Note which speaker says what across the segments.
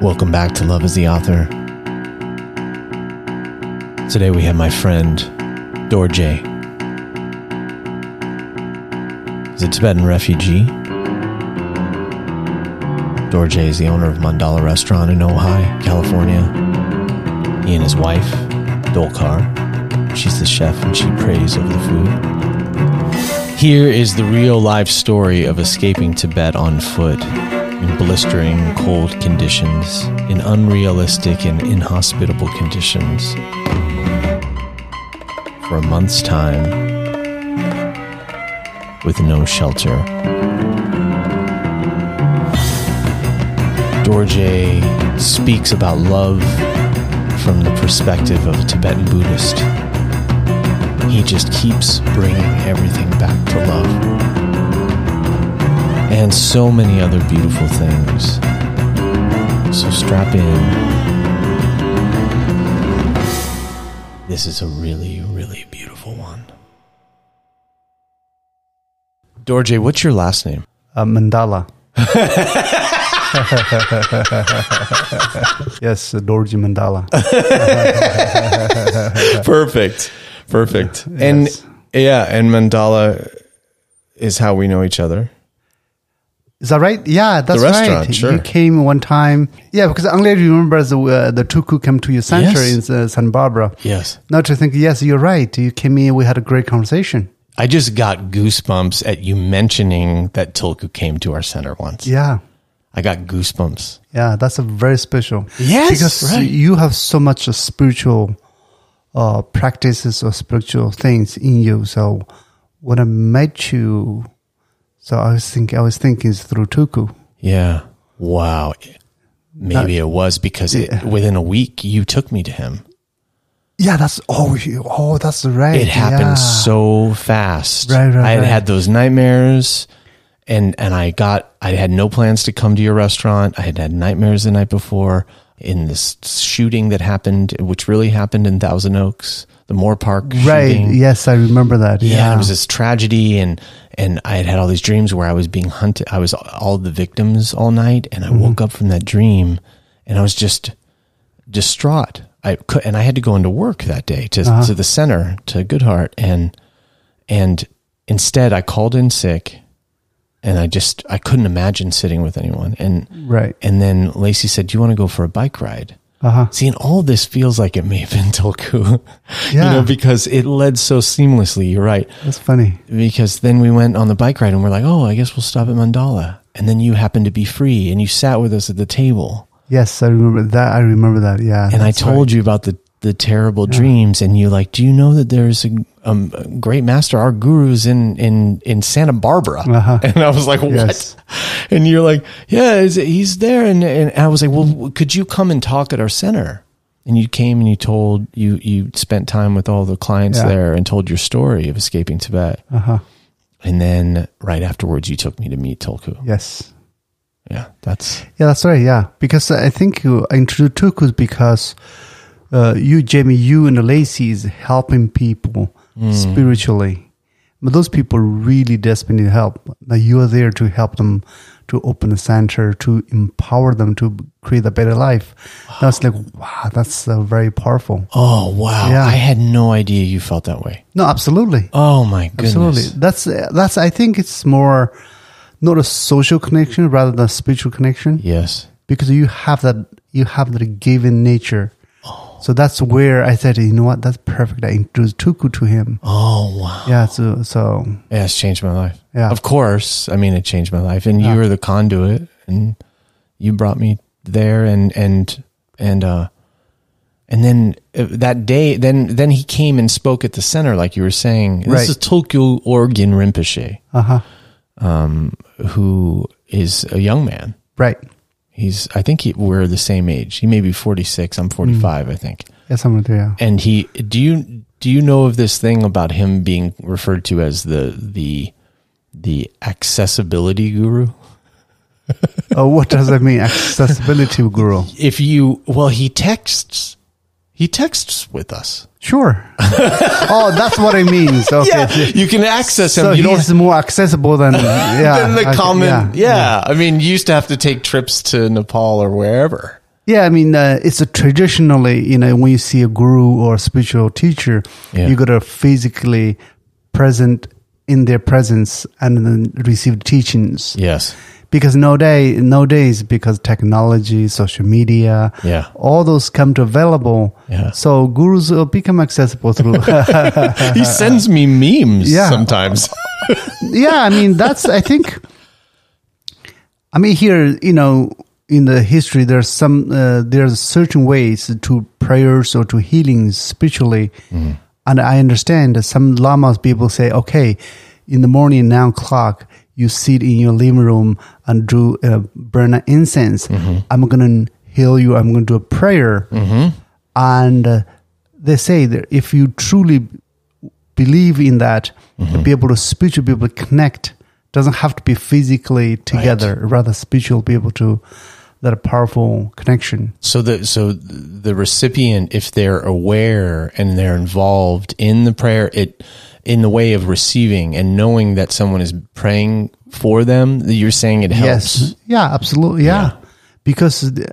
Speaker 1: Welcome back to Love is the Author. Today we have my friend, Dorje. He's a Tibetan refugee. Dorje is the owner of Mandala Restaurant in Ojai, California. He and his wife, Dolkar, she's the chef and she prays over the food. Here is the real life story of escaping Tibet on foot in blistering cold conditions, in unrealistic and inhospitable conditions. For a month's time, with no shelter. Dorje speaks about love from the perspective of a Tibetan Buddhist. He just keeps bringing everything back to love and so many other beautiful things. So strap in. This is a really, really beautiful one. Dorje, what's your last name?
Speaker 2: Uh, mandala. yes, uh, Dorji Mandala.
Speaker 1: Perfect. Perfect. And
Speaker 2: Yes.
Speaker 1: yeah, and mandala is how we know each other.
Speaker 2: Is that right? Yeah, that's
Speaker 1: restaurant,
Speaker 2: right.
Speaker 1: sure.
Speaker 2: You came one time. Yeah, because I only remember the, uh, the Tuku came to your sanctuary
Speaker 1: Yes.
Speaker 2: in uh, San Barbara.
Speaker 1: Yes.
Speaker 2: Now to think, yes, you're right. You came in, we had a great conversation.
Speaker 1: I just got goosebumps at you mentioning that Tulku came to our center once.
Speaker 2: Yeah.
Speaker 1: I got goosebumps.
Speaker 2: Yeah, that's a very special.
Speaker 1: Yes,
Speaker 2: because
Speaker 1: right.
Speaker 2: you have so much uh, spiritual uh, practices or spiritual things in you. So when I met you, so I was think I was thinking it's through Tuku.
Speaker 1: Yeah. Wow. Maybe it was because it, within a week you took me to him.
Speaker 2: Yeah, that's oh you, oh that's right.
Speaker 1: It happened
Speaker 2: yeah.
Speaker 1: so fast.
Speaker 2: Right, right,
Speaker 1: I had
Speaker 2: right.
Speaker 1: had those nightmares and and I got I had no plans to come to your restaurant. I had had nightmares the night before in this shooting that happened which really happened in Thousand Oaks, the Moore Park
Speaker 2: right.
Speaker 1: shooting.
Speaker 2: Yes, I remember that.
Speaker 1: yeah,
Speaker 2: Yeah,
Speaker 1: it was this tragedy and and i had had all these dreams where i was being hunted i was all the victims all night and i woke up from that dream and i was just distraught i could and i had to go into work that day to to the center to goodhart and and instead i called in sick and i just i couldn't imagine sitting with anyone and
Speaker 2: right.
Speaker 1: and then Lacey said, Do you want to go for a bike ride?
Speaker 2: Uh-huh.
Speaker 1: See, and all this feels like it may have been Toku.
Speaker 2: Yeah.
Speaker 1: You know, because it led so seamlessly. You're right.
Speaker 2: That's funny.
Speaker 1: Because then we went on the bike ride and we're like, Oh, I guess we'll stop at Mandala. And then you happened to be free and you sat with us at the table.
Speaker 2: Yes, I remember that. I remember that. Yeah,
Speaker 1: And I told you about the, the terrible dreams. And you're like, Do you know that there's a, um, a great master, our guru's in, in, in Santa Barbara?
Speaker 2: Uh-huh.
Speaker 1: And I was like, What?
Speaker 2: Yes.
Speaker 1: And you're like, yeah, is it- he's there. And, and I was like, well, could you come and talk at our center? And you came and you told you you spent time with all the clients
Speaker 2: Yeah.
Speaker 1: there and told your story of escaping Tibet.
Speaker 2: Uh huh.
Speaker 1: And then right afterwards, you took me to meet Tulku.
Speaker 2: Yes.
Speaker 1: Yeah, that's
Speaker 2: Yeah, that's right. Yeah, because I think you I introduced Tukus because uh, you, Jamie, you and Lacey is helping people
Speaker 1: Hmm.
Speaker 2: spiritually, but those people really desperately need help. Now you are there to help them to open a center, to empower them to create a better life. That's like wow, that's uh, very powerful.
Speaker 1: oh wow!
Speaker 2: Yeah.
Speaker 1: I had no idea you felt that way.
Speaker 2: No, absolutely.
Speaker 1: Oh my goodness!
Speaker 2: Absolutely. That's uh, that's. I think it's more not a social connection rather than a spiritual connection
Speaker 1: Yes.
Speaker 2: because you have that you have that given nature. So that's where I said, you know what, that's perfect. I introduced Tuku to him.
Speaker 1: Oh wow!
Speaker 2: Yeah. So so
Speaker 1: Yeah, it's changed my life.
Speaker 2: Yeah.
Speaker 1: Of course. I mean, it changed my life. And you were the conduit and you brought me there and, and, and, uh, and then uh, that day, then, then he came and spoke at the center, like you were saying. This
Speaker 2: Right.
Speaker 1: is Tulku Orgin Rinpoche,
Speaker 2: uh huh.
Speaker 1: who is a young man.
Speaker 2: Right.
Speaker 1: He's, I think he, we're the same age. He may be 46. I'm 45, I think.
Speaker 2: Yeah, somewhere there.
Speaker 1: And he, do you, do you know of this thing about him being referred to as the, the, the accessibility guru?
Speaker 2: oh, what does that mean? Accessibility guru.
Speaker 1: if you well he texts he texts with us
Speaker 2: Sure. oh, that's what it means. Okay.
Speaker 1: you can access him
Speaker 2: So
Speaker 1: you
Speaker 2: he's
Speaker 1: don't
Speaker 2: more accessible than yeah
Speaker 1: than the
Speaker 2: okay,
Speaker 1: common yeah. i mean you used to have to take trips to nepal or wherever
Speaker 2: Yeah, I mean, uh, it's a traditionally, you know, when you see a guru or a spiritual teacher,
Speaker 1: Yeah.
Speaker 2: you got to physically present in their presence and then receive teachings.
Speaker 1: Yes.
Speaker 2: Because nowadays, nowadays, because technology, social media,
Speaker 1: Yeah.
Speaker 2: all those come to available.
Speaker 1: Yeah.
Speaker 2: So gurus will become accessible through.
Speaker 1: he sends me memes
Speaker 2: Yeah.
Speaker 1: sometimes.
Speaker 2: yeah, I mean that's I think. I mean here, you know, in the history, there's some uh, there's certain ways to prayers or to healings spiritually, and I understand that some lamas people say, okay, in the morning nine o'clock, you sit in your living room and do uh, burn an incense. I'm gonna heal you. I'm gonna do a prayer, and uh, they say that if you truly believe in that and be able to spiritual be able to connect doesn't have to be physically together rather spiritual be able to that a powerful connection
Speaker 1: So the so the recipient, if they're aware and they're involved in the prayer, it in the way of receiving and knowing that someone is praying for them, you're saying it helps.
Speaker 2: yes yeah absolutely yeah, because the-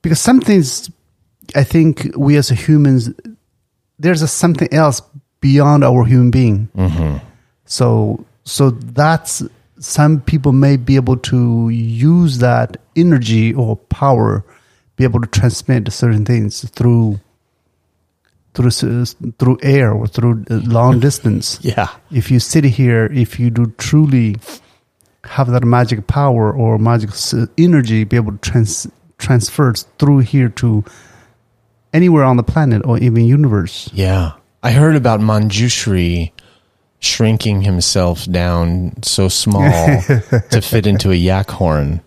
Speaker 2: because some things i think we as humans there's a something else beyond our human being so so that's some people may be able to use that energy or power be able to transmit certain things through through s- through air or through uh, long distance
Speaker 1: Yeah.
Speaker 2: if you sit here, if you do truly have that magic power or magic s- energy, be able to trans- transfer through here to anywhere on the planet or even universe.
Speaker 1: Yeah. I heard about Manjushri shrinking himself down so small to fit into a yak horn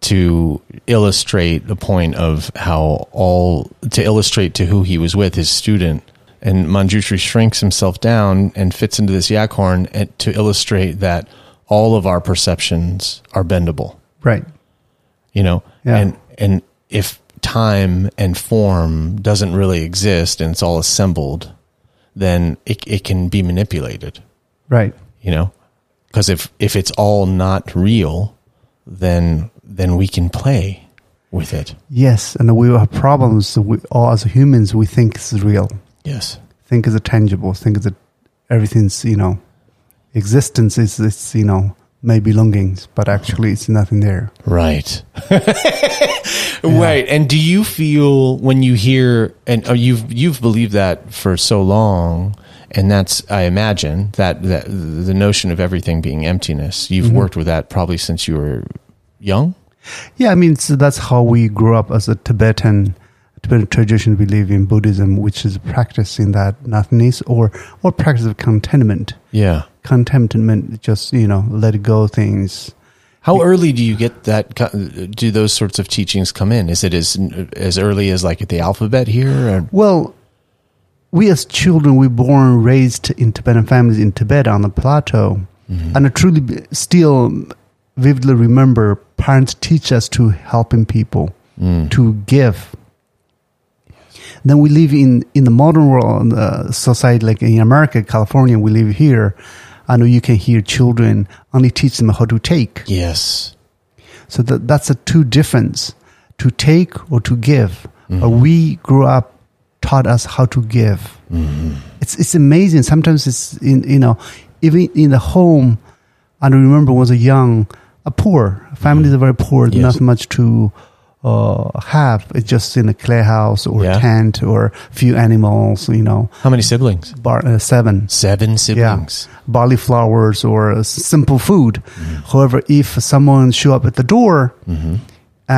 Speaker 1: to illustrate the point of how all to illustrate to who he was with his student and Manjushri shrinks himself down and fits into this yak horn and to illustrate that all of our perceptions are bendable
Speaker 2: Right.
Speaker 1: you know
Speaker 2: Yeah.
Speaker 1: and and if time and form doesn't really exist and it's all assembled then it, it can be manipulated
Speaker 2: Right.
Speaker 1: you know because if if it's all not real then then we can play with it
Speaker 2: Yes, and we have problems. We all as humans, we think it's real,
Speaker 1: yes
Speaker 2: think it's tangible, think it's everything's you know, existence is it's you know may belongings, but actually it's nothing there.
Speaker 1: right right and do you feel when you hear and oh, you've you've believed that for so long and that's i imagine that that the notion of everything being emptiness you've worked with that probably since you were young
Speaker 2: Yeah, I mean so that's how we grew up as a Tibetan Tibetan tradition. We live in Buddhism, which is practicing that nothingness or or practice of contentment.
Speaker 1: yeah
Speaker 2: Contentment, just you know, let go things.
Speaker 1: how early do you get that co- do those sorts of teachings come in is it as as early as like the alphabet here or
Speaker 2: Well, we as children, we born raised in Tibetan families in Tibet on the plateau, and I truly b- still vividly remember parents teach us to helping people, to give. Then we live in in the modern world uh, society, like in America, California. We live here, and you can hear children only teach them how to take.
Speaker 1: yes
Speaker 2: So that, that's a two difference to take or to give. Uh,
Speaker 1: Mm-hmm.
Speaker 2: we grew up taught us how to give.
Speaker 1: Mm-hmm.
Speaker 2: It's, it's amazing. Sometimes it's in, you know, even in the home, and I remember when I was young, a poor families are very poor,
Speaker 1: Mm-hmm. Yes.
Speaker 2: not much to uh, have. It's just in a clay house or
Speaker 1: Yeah.
Speaker 2: tent or few animals, you know,
Speaker 1: how many siblings
Speaker 2: bar, uh, seven
Speaker 1: seven
Speaker 2: yeah,
Speaker 1: siblings
Speaker 2: barley flours or uh, s- simple food.
Speaker 1: Mm-hmm.
Speaker 2: However, if someone show up at the door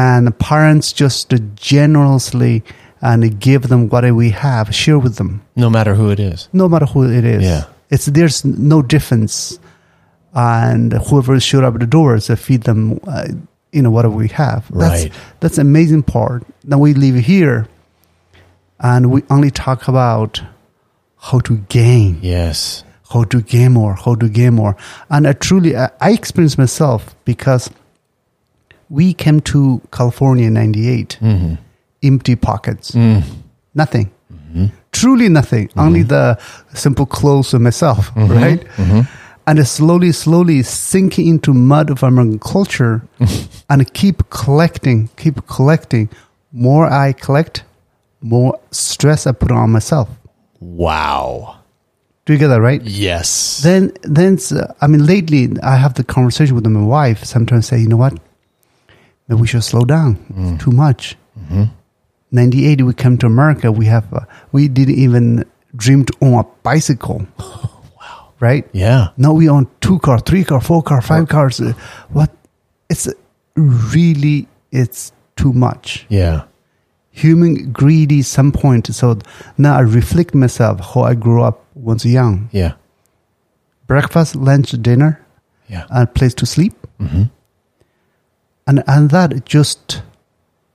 Speaker 2: and the parents just uh, generously and give them what we have, share with them,
Speaker 1: no matter who it is
Speaker 2: no matter who it is.
Speaker 1: Yeah.
Speaker 2: It's there's no difference, and whoever showed up at the door is to feed them, uh, you know, whatever we have.
Speaker 1: Right.
Speaker 2: That's, that's amazing part. Now we live here, and we only talk about how to gain
Speaker 1: yes
Speaker 2: how to gain more, how to gain more. And I truly, I, I experienced myself because we came to California in 98, empty pockets, nothing, truly nothing, only the simple clothes of myself, right? and slowly, slowly sink into mud of American culture and keep collecting, keep collecting. More I collect, more stress I put on myself.
Speaker 1: Wow.
Speaker 2: Do you get that right?
Speaker 1: Yes.
Speaker 2: Then, then uh, I mean, lately I have the conversation with my wife. Sometimes say, you know what? Maybe we should slow down. It's too much. 98, we come to America. We have uh, we didn't even dream to own a bicycle. wow! Right?
Speaker 1: yeah.
Speaker 2: Now we own two car, three car, four car, five cars. Uh, What? It's uh, really it's too much.
Speaker 1: Yeah.
Speaker 2: Human greedy. Some point. So now I reflect myself how I grew up once young
Speaker 1: Yeah.
Speaker 2: breakfast, lunch, dinner,
Speaker 1: Yeah.
Speaker 2: and place to sleep.
Speaker 1: Mm-hmm.
Speaker 2: And and that just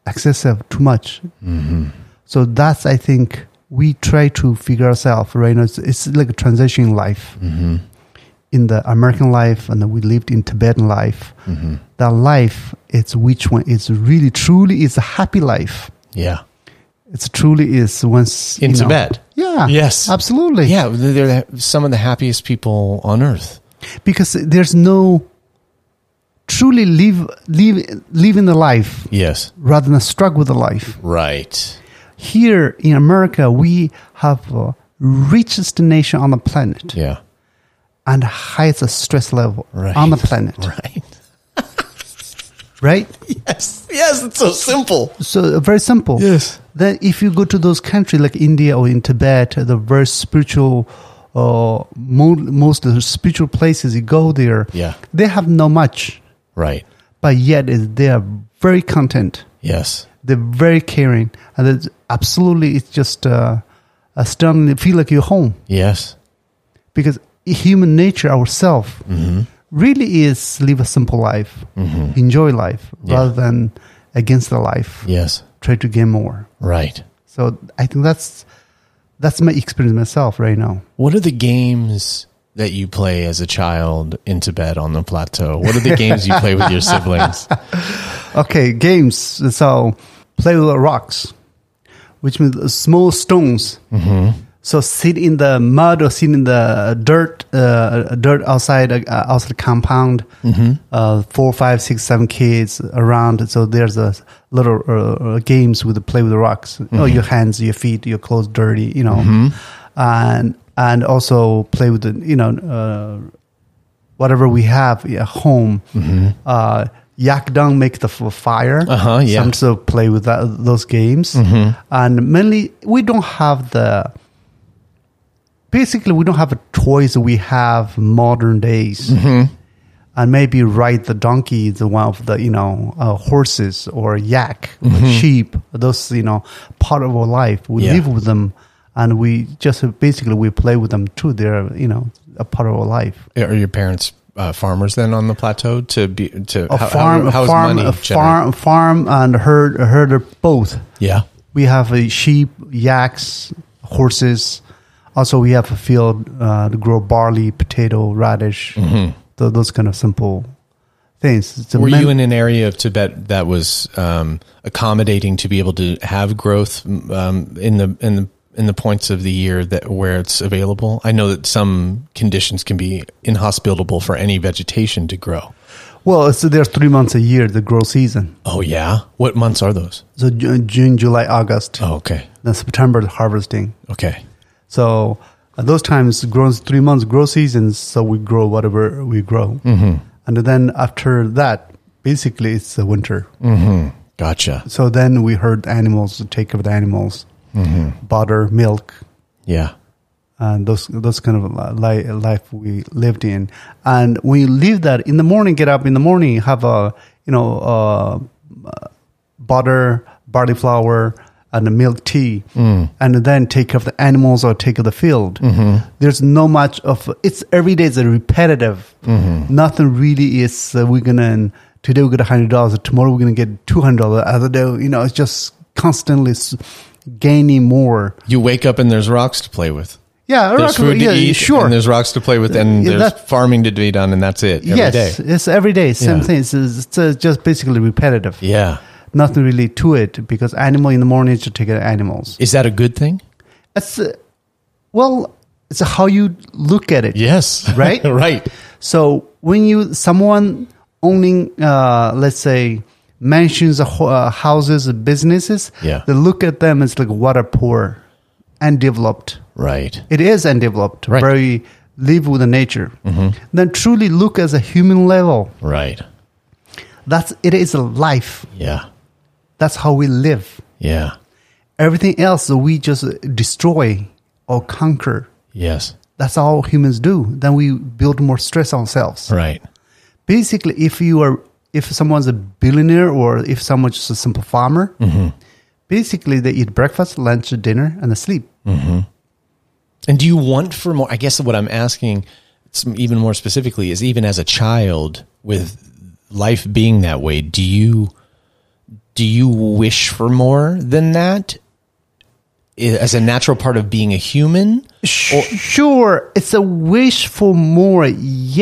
Speaker 2: excessive too much.
Speaker 1: Mm-hmm.
Speaker 2: So that's I think we try to figure ourselves right now. It's, it's like a transition in life.
Speaker 1: Mm-hmm.
Speaker 2: In the American life, and we lived in Tibetan life.
Speaker 1: Mm-hmm.
Speaker 2: That life, it's which one is really truly is a happy life.
Speaker 1: Yeah.
Speaker 2: It's truly is once
Speaker 1: In
Speaker 2: you know-
Speaker 1: Tibet.
Speaker 2: yeah.
Speaker 1: Yes.
Speaker 2: Absolutely.
Speaker 1: Yeah. They're the- some of the happiest people on earth.
Speaker 2: because there's no truly live live living the life
Speaker 1: Yes.
Speaker 2: rather than struggle with the life.
Speaker 1: Right.
Speaker 2: Here in America, we have uh, richest nation on the planet
Speaker 1: Yeah.
Speaker 2: and highest stress level
Speaker 1: Right.
Speaker 2: on the planet,
Speaker 1: Right.
Speaker 2: right?
Speaker 1: Yes. Yes. It's so simple.
Speaker 2: So uh, very simple.
Speaker 1: Yes.
Speaker 2: Then if you go to those countries like India or in Tibet, the very spiritual, uh, mo- most of the spiritual places you go there,
Speaker 1: Yeah.
Speaker 2: they have not much,
Speaker 1: Right.
Speaker 2: but yet is- they are very content.
Speaker 1: Yes.
Speaker 2: they're very caring and it's absolutely it's just uh, astounding feel like you're home
Speaker 1: Yes.
Speaker 2: because human nature ourselves really is live a simple life enjoy life
Speaker 1: Yeah.
Speaker 2: rather than against the life
Speaker 1: Yes.
Speaker 2: try to gain more
Speaker 1: Right.
Speaker 2: so i think that's that's my experience myself right now
Speaker 1: What are the games that you play as a child in Tibet on the plateau? What are the games you play with your siblings?
Speaker 2: okay games so play with the rocks which means small stones so sit in the mud or sit in the dirt uh, dirt outside uh, outside the compound
Speaker 1: Mm-hmm.
Speaker 2: uh, four five six seven kids around so there's a little uh, uh, games with the play with the rocks oh
Speaker 1: Mm-hmm.
Speaker 2: your hands your feet your clothes dirty you know and and also play with the you know uh, whatever we have at home. Uh, yak dung make the f- fire.
Speaker 1: Mm-hmm. Uh-huh, yeah. Mm-hmm.
Speaker 2: Some sort of play with that, those games, and mainly we don't have the. Basically, we don't have the toys we have modern days,
Speaker 1: Mm-hmm.
Speaker 2: and maybe ride the donkey, the one of the you know uh, horses or yak, or sheep. Those you know part of our life. We
Speaker 1: Mm-hmm. Yeah.
Speaker 2: live with them, and we just basically we play with them too. They're you know a part of our life.
Speaker 1: Are your parents uh, farmers then on the plateau to be to
Speaker 2: a
Speaker 1: how-
Speaker 2: farm,
Speaker 1: how- how
Speaker 2: a
Speaker 1: is
Speaker 2: farm,
Speaker 1: money
Speaker 2: a
Speaker 1: generated?
Speaker 2: farm, farm, and herd, herder both.
Speaker 1: Yeah.
Speaker 2: We have a sheep, yaks, horses. Also, we have a field uh, to grow barley, potato, radish, tho- those kind of simple things. It's a
Speaker 1: Mm-hmm. Were
Speaker 2: men-
Speaker 1: you in an area of Tibet that was um, accommodating to be able to have growth um, in the in the in the points of the year that where it's available? I know that some conditions can be inhospitable for any vegetation to grow.
Speaker 2: well, so there's three months a year, the grow season.
Speaker 1: Oh yeah, what months are those?
Speaker 2: So Ju- June, July, August,
Speaker 1: Oh, okay,
Speaker 2: then September, the harvesting.
Speaker 1: okay,
Speaker 2: So at those times, grows three months grow seasons. So we grow whatever we grow,
Speaker 1: Mm-hmm.
Speaker 2: and then after that, basically it's the winter.
Speaker 1: Mm.
Speaker 2: Mm-hmm.
Speaker 1: gotcha.
Speaker 2: So then we herd animals, take care of the animals,
Speaker 1: Mm-hmm.
Speaker 2: butter, milk,
Speaker 1: Yeah,
Speaker 2: and those those kind of li- life we lived in. And we live that in the morning. Get up in the morning, have a you know uh, butter, barley flour, and a milk tea,
Speaker 1: Mm.
Speaker 2: and then take care of the animals or take care of the field.
Speaker 1: Mm-hmm.
Speaker 2: There's no much of it's every day is a repetitive.
Speaker 1: Mm-hmm.
Speaker 2: Nothing really is uh, we're gonna today we're gonna hundred dollars, tomorrow we're gonna get two hundred dollars. Other day, you know, it's just constantly s- gaining more.
Speaker 1: you wake up and there's rocks to play with.
Speaker 2: Yeah,
Speaker 1: There's
Speaker 2: rock-
Speaker 1: food to
Speaker 2: yeah,
Speaker 1: eat.
Speaker 2: sure. Uh,
Speaker 1: and there's rocks to play with, and
Speaker 2: Yeah,
Speaker 1: there's
Speaker 2: that-
Speaker 1: farming to be done, and that's it. every
Speaker 2: yes,
Speaker 1: day.
Speaker 2: it's every day same
Speaker 1: Yeah.
Speaker 2: thing. It's, it's, uh, just basically repetitive.
Speaker 1: Yeah,
Speaker 2: Nothing really to it because animal in the morning is to take care of animals.
Speaker 1: is that a good thing?
Speaker 2: It's uh, well, it's how you look at it.
Speaker 1: Yes.
Speaker 2: Right?
Speaker 1: right.
Speaker 2: So when you someone owning, uh, let's say, mansions, ho- uh, houses, businesses,
Speaker 1: Yeah.
Speaker 2: they look at them as like water poor, undeveloped.
Speaker 1: Right.
Speaker 2: It is undeveloped,
Speaker 1: Right. Mm-hmm.
Speaker 2: very live with the nature. Then truly look as a human level.
Speaker 1: Right.
Speaker 2: That's it is a life.
Speaker 1: Yeah.
Speaker 2: That's how we live.
Speaker 1: Yeah.
Speaker 2: Everything else we just destroy or conquer.
Speaker 1: Yes.
Speaker 2: That's all humans do. Then we build more stress on ourselves.
Speaker 1: Right.
Speaker 2: basically if you are if someone's a billionaire or if someone's just a simple farmer basically they eat breakfast lunch dinner and they sleep
Speaker 1: And do you want for more? I guess what I'm asking, s- even more specifically, is even as a child, with life being that way, do you do you wish for more than that? I- As a natural part of being a human,
Speaker 2: sure it's a wish for more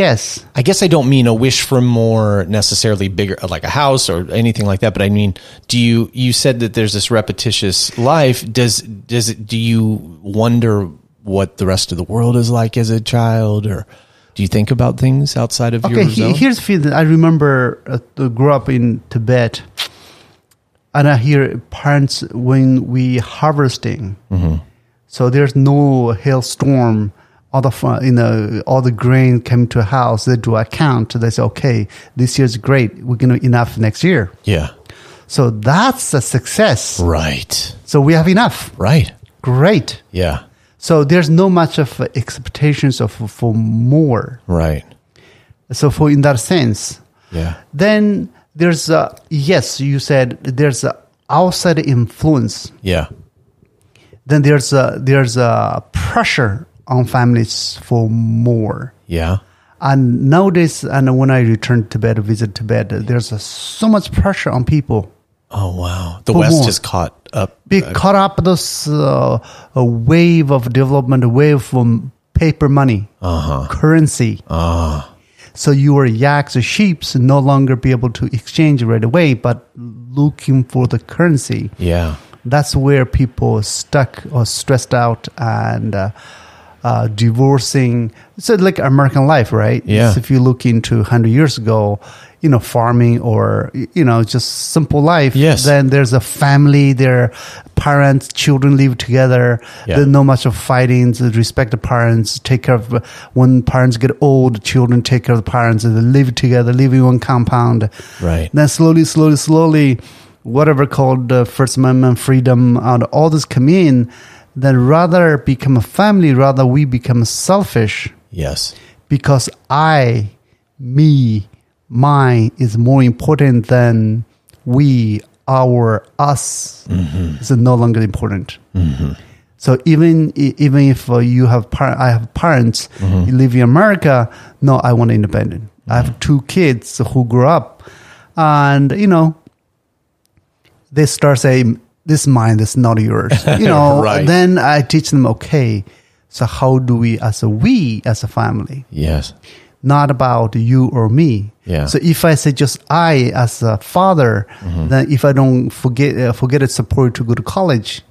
Speaker 2: yes
Speaker 1: I guess I don't mean a wish for more necessarily bigger, like a house or anything like that. But I mean, do you? You said that there's this repetitious life. Does does it? Do you wonder what the rest of the world is like as a child, or do you think about things outside of
Speaker 2: okay
Speaker 1: your
Speaker 2: he,
Speaker 1: zone?
Speaker 2: here's the thing i remember uh, I grew up in tibet and i hear parents when we harvesting so there's no hailstorm all the fun, you know all the grain coming to a house they do a count they say okay this year's great we're gonna enough next year
Speaker 1: yeah,
Speaker 2: so that's a success
Speaker 1: right,
Speaker 2: so we have enough
Speaker 1: right,
Speaker 2: great
Speaker 1: yeah,
Speaker 2: so there's no much of expectations of for more
Speaker 1: right,
Speaker 2: so for in that sense
Speaker 1: yeah,
Speaker 2: then there's a yes you said there's a outside influence
Speaker 1: yeah,
Speaker 2: then there's a there's a pressure on families for more
Speaker 1: yeah,
Speaker 2: and nowadays and when i return to bed visit tibet there's a, so much pressure on people
Speaker 1: oh wow, the
Speaker 2: For
Speaker 1: West
Speaker 2: more.
Speaker 1: has caught up.
Speaker 2: be caught up this uh, a wave of development a wave from paper money currency
Speaker 1: Ah,
Speaker 2: so your yaks or sheeps no longer be able to exchange right away but looking for the currency
Speaker 1: Yeah,
Speaker 2: that's where people are stuck or stressed out and uh, uh, divorcing. So like American life, right?
Speaker 1: Yeah.
Speaker 2: So if you look into hundred years ago, you know, farming or you know, just simple life.
Speaker 1: Yes.
Speaker 2: Then there's a family, their parents, children live together.
Speaker 1: Yeah.
Speaker 2: There's no much of fighting. so Respect the parents. Take care of when parents get old. Children take care of the parents. and They live together. Live in one compound.
Speaker 1: Right.
Speaker 2: Then slowly, slowly, slowly, whatever called the First Amendment freedom and all this come in, then rather become a family, rather we become selfish
Speaker 1: yes,
Speaker 2: because I, me, mine is more important than we, our, us is no longer important. So even e- even if uh, you have par- I have parents you live in America, no, I want independent. I have two kids who grew up, and you know, they start saying this mine is not yours. You know,
Speaker 1: Right.
Speaker 2: then I teach them okay. So how do we as a we as a family?
Speaker 1: yes,
Speaker 2: not about you or me.
Speaker 1: Yeah.
Speaker 2: So if I say just I as a father, then if I don't forget uh, forget to support to go to college,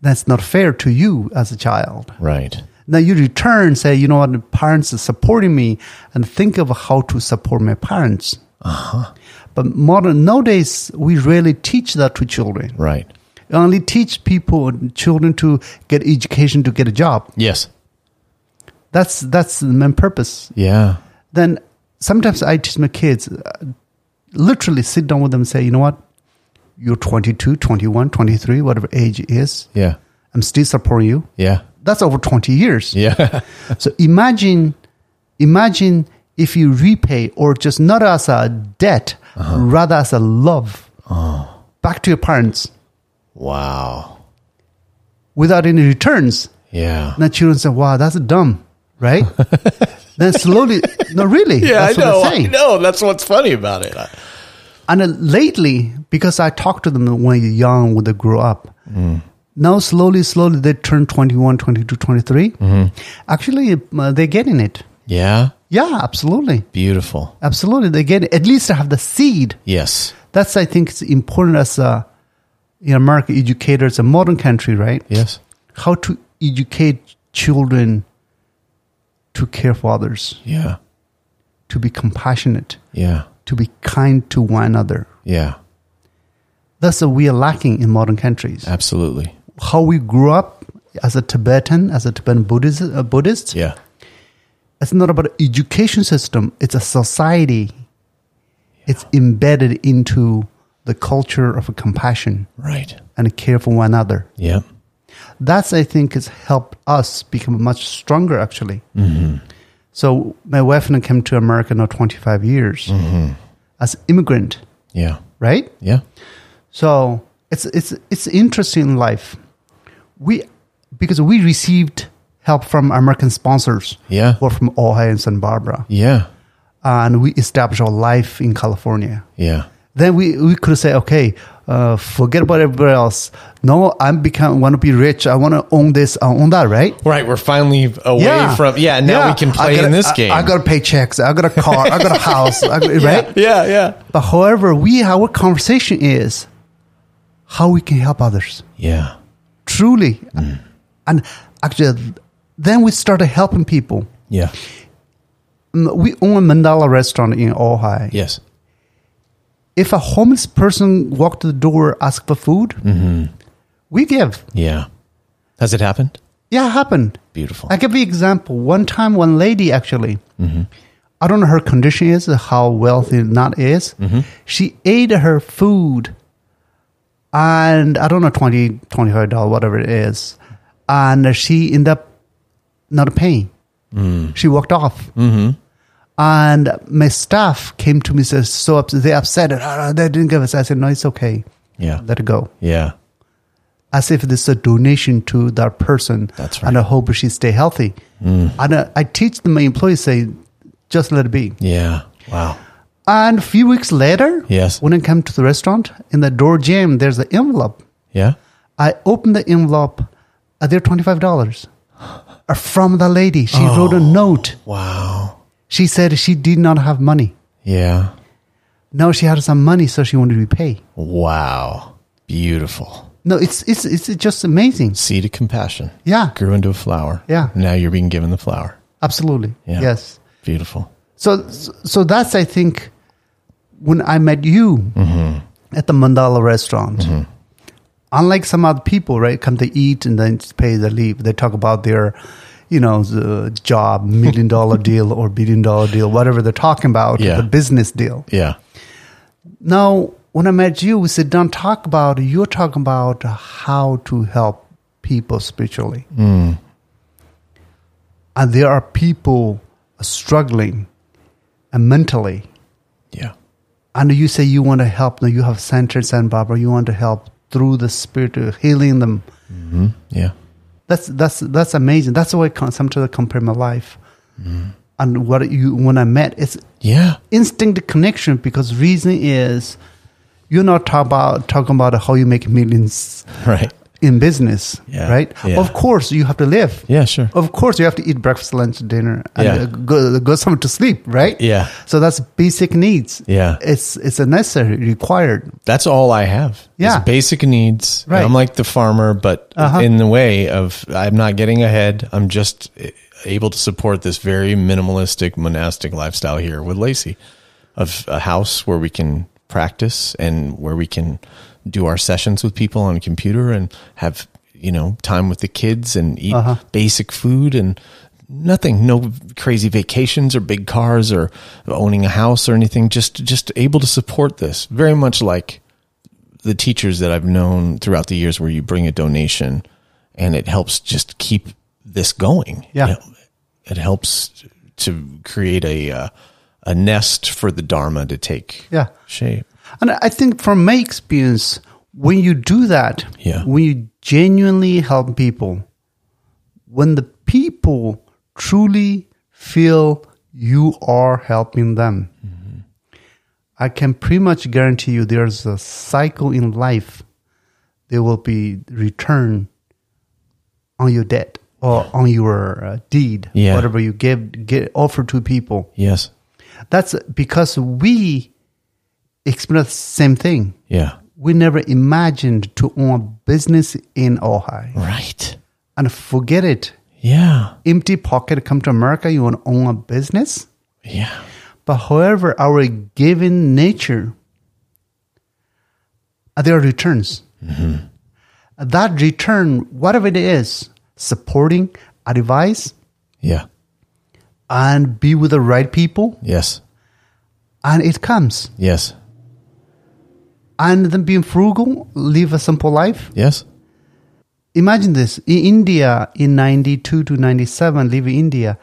Speaker 2: that's not fair to you as a child.
Speaker 1: right,
Speaker 2: Now you return say, you know what, the parents are supporting me, and think of how to support my parents. Uh-huh. But modern nowadays, we rarely teach that to children.
Speaker 1: right,
Speaker 2: We only teach people children to get education to get a job.
Speaker 1: yes,
Speaker 2: That's that's the main purpose
Speaker 1: yeah,
Speaker 2: then sometimes I teach my kids, uh, literally sit down with them and say, you know what? You're 22, 21, 23, whatever age it is.
Speaker 1: yeah,
Speaker 2: I'm still supporting you.
Speaker 1: yeah,
Speaker 2: That's over 20 years.
Speaker 1: yeah,
Speaker 2: So imagine, imagine if you repay or just not as a debt, rather as a love back to your parents
Speaker 1: wow,
Speaker 2: without any returns.
Speaker 1: yeah.
Speaker 2: Now children say, wow, that's dumb, right? then slowly, no, really. that's what they're saying.
Speaker 1: know. That's what's funny about it.
Speaker 2: And uh, lately, because I talk to them when you're young, when they grow up, now slowly, slowly they turn 21, 22, 23. Actually, uh, they're getting it.
Speaker 1: Yeah,
Speaker 2: Yeah, absolutely.
Speaker 1: beautiful.
Speaker 2: Absolutely. They get it. At least have the seed.
Speaker 1: Yes,
Speaker 2: That's, I think, it's important as a, in America, educators, a modern country, right?
Speaker 1: yes,
Speaker 2: How to educate children to care for others,
Speaker 1: Yeah.
Speaker 2: to be compassionate,
Speaker 1: Yeah.
Speaker 2: to be kind to one another.
Speaker 1: Yeah.
Speaker 2: That's what we are lacking in modern countries.
Speaker 1: Absolutely.
Speaker 2: How we grew up as a Tibetan, as a Tibetan Buddhist, uh, Buddhist
Speaker 1: Yeah.
Speaker 2: it's not about education system. It's a society. It's embedded into the culture of compassion
Speaker 1: Right.
Speaker 2: and care for one another.
Speaker 1: Yeah.
Speaker 2: That's, I think, has helped us become much stronger, actually. So my wife and I came to America now 25 years as immigrant,
Speaker 1: Yeah.
Speaker 2: right?
Speaker 1: Yeah.
Speaker 2: So it's, it's, it's interesting in life. We, because we received help from American sponsors
Speaker 1: Yeah.
Speaker 2: or from Ohio and Santa Barbara,
Speaker 1: Yeah.
Speaker 2: and we established our life in California.
Speaker 1: Yeah.
Speaker 2: Then we, we could say, okay, uh, forget about everybody else. No, I'm become want to be rich. I want to own this. I own that. Right?
Speaker 1: Right. We're finally away from. Yeah. Now we can
Speaker 2: I
Speaker 1: play
Speaker 2: got
Speaker 1: in
Speaker 2: a-
Speaker 1: this
Speaker 2: I-
Speaker 1: game.
Speaker 2: I, got a paychecks. I got a car. I got a house. I got, Right?
Speaker 1: yeah. Yeah.
Speaker 2: But however, we our conversation is how we can help others
Speaker 1: Yeah.
Speaker 2: truly, and actually, then we started helping people.
Speaker 1: Yeah.
Speaker 2: Mm, We own a mandala restaurant in Ohio.
Speaker 1: Yes.
Speaker 2: if a homeless person walked to the door ask for food we give
Speaker 1: Yeah. Has it happened?
Speaker 2: yeah it happened
Speaker 1: Beautiful.
Speaker 2: i give you example one time one lady actually i don't know her condition is how wealthy not is she ate her food and i don't know 20 25 dollar whatever it is and she ended up not paying she walked off and my staff came to me says so upset they upset "Ah, they didn't give us i said no it's okay
Speaker 1: yeah.
Speaker 2: let it go
Speaker 1: Yeah.
Speaker 2: as if this is a donation to that person
Speaker 1: That's
Speaker 2: and i
Speaker 1: right. Mm.
Speaker 2: hope she stay healthy and I, I teach my employees say just let it be
Speaker 1: Yeah. Wow.
Speaker 2: and a few weeks later
Speaker 1: Yes.
Speaker 2: when i come to the restaurant in the door jam there's an envelope
Speaker 1: Yeah.
Speaker 2: i open the envelope uh, they're $25 Uh, from the lady she
Speaker 1: Oh.
Speaker 2: wrote a note
Speaker 1: Wow.
Speaker 2: she said she did not have money
Speaker 1: Yeah.
Speaker 2: now she had some money so she wanted to repay
Speaker 1: Wow. Beautiful.
Speaker 2: no it's it's it's just amazing
Speaker 1: Seed of compassion.
Speaker 2: yeah
Speaker 1: Grew into a flower.
Speaker 2: Yeah.
Speaker 1: Now you're being given the flower.
Speaker 2: absolutely
Speaker 1: Yeah.
Speaker 2: yes
Speaker 1: Beautiful.
Speaker 2: So, so that's I think when I met you at the Mandala restaurant. Unlike some other people, right? Come to eat and then pay the leave. They talk about their, you know, the job, million dollar deal or billion dollar deal, whatever they're talking about,
Speaker 1: Yeah.
Speaker 2: the business deal.
Speaker 1: Yeah.
Speaker 2: Now, when I met you, we sit down, talk about, you're talking about how to help people spiritually. And there are people struggling and mentally.
Speaker 1: Yeah.
Speaker 2: And you say you want to help. Now you have Center San Barbara. You want to help through the spirit, uh, healing them.
Speaker 1: Yeah.
Speaker 2: That's that's that's amazing. That's why I con- sometimes I compare my life and what you when I met. It's
Speaker 1: Yeah.
Speaker 2: instinct connection because reason is you're not talk about talking about how you make millions
Speaker 1: Right.
Speaker 2: in business,
Speaker 1: Yeah.
Speaker 2: right?
Speaker 1: Yeah.
Speaker 2: Of course, you have to live.
Speaker 1: Yeah, sure.
Speaker 2: Of course, you have to eat breakfast, lunch, dinner, and
Speaker 1: Yeah.
Speaker 2: uh, go go somewhere to sleep, right?
Speaker 1: Yeah.
Speaker 2: So that's basic needs.
Speaker 1: Yeah.
Speaker 2: it's it's a necessary, required.
Speaker 1: That's all I have. is
Speaker 2: Yeah.
Speaker 1: basic needs.
Speaker 2: Right.
Speaker 1: I'm like the farmer, but in the way of I'm not getting ahead. I'm just able to support this very minimalistic monastic lifestyle here with Lacey of a house where we can practice and where we can do our sessions with people on a computer and have, you know, time with the kids and eat basic food and nothing no crazy vacations or big cars or owning a house or anything just just able to support this very much like the teachers that I've known throughout the years where you bring a donation and it helps just keep this going.
Speaker 2: Yeah.
Speaker 1: It, it helps to create a uh, a nest for the dharma to take
Speaker 2: Yeah.
Speaker 1: shape.
Speaker 2: And I think from my experience, when you do that,
Speaker 1: Yeah.
Speaker 2: when you genuinely help people, when the people truly feel you are helping them,
Speaker 1: Mm-hmm.
Speaker 2: I can pretty much guarantee you there's a cycle in life. There will be return on your debt or on your uh, deed,
Speaker 1: Yeah.
Speaker 2: whatever you give, get offer to people.
Speaker 1: Yes.
Speaker 2: That's because we experience the same thing.
Speaker 1: Yeah.
Speaker 2: We never imagined to own a business in Ohio.
Speaker 1: Right.
Speaker 2: And forget it.
Speaker 1: Yeah.
Speaker 2: Empty pocket, come to America, you want to own a business.
Speaker 1: Yeah.
Speaker 2: But however, our given nature, uh, there are returns. Uh, That return, whatever it is, supporting, advice,
Speaker 1: Yeah.
Speaker 2: and be with the right people,
Speaker 1: Yes.
Speaker 2: and it comes.
Speaker 1: Yes.
Speaker 2: And then being frugal, live a simple life.
Speaker 1: Yes.
Speaker 2: Imagine this: in India, in ninety-two to ninety-seven, live in India.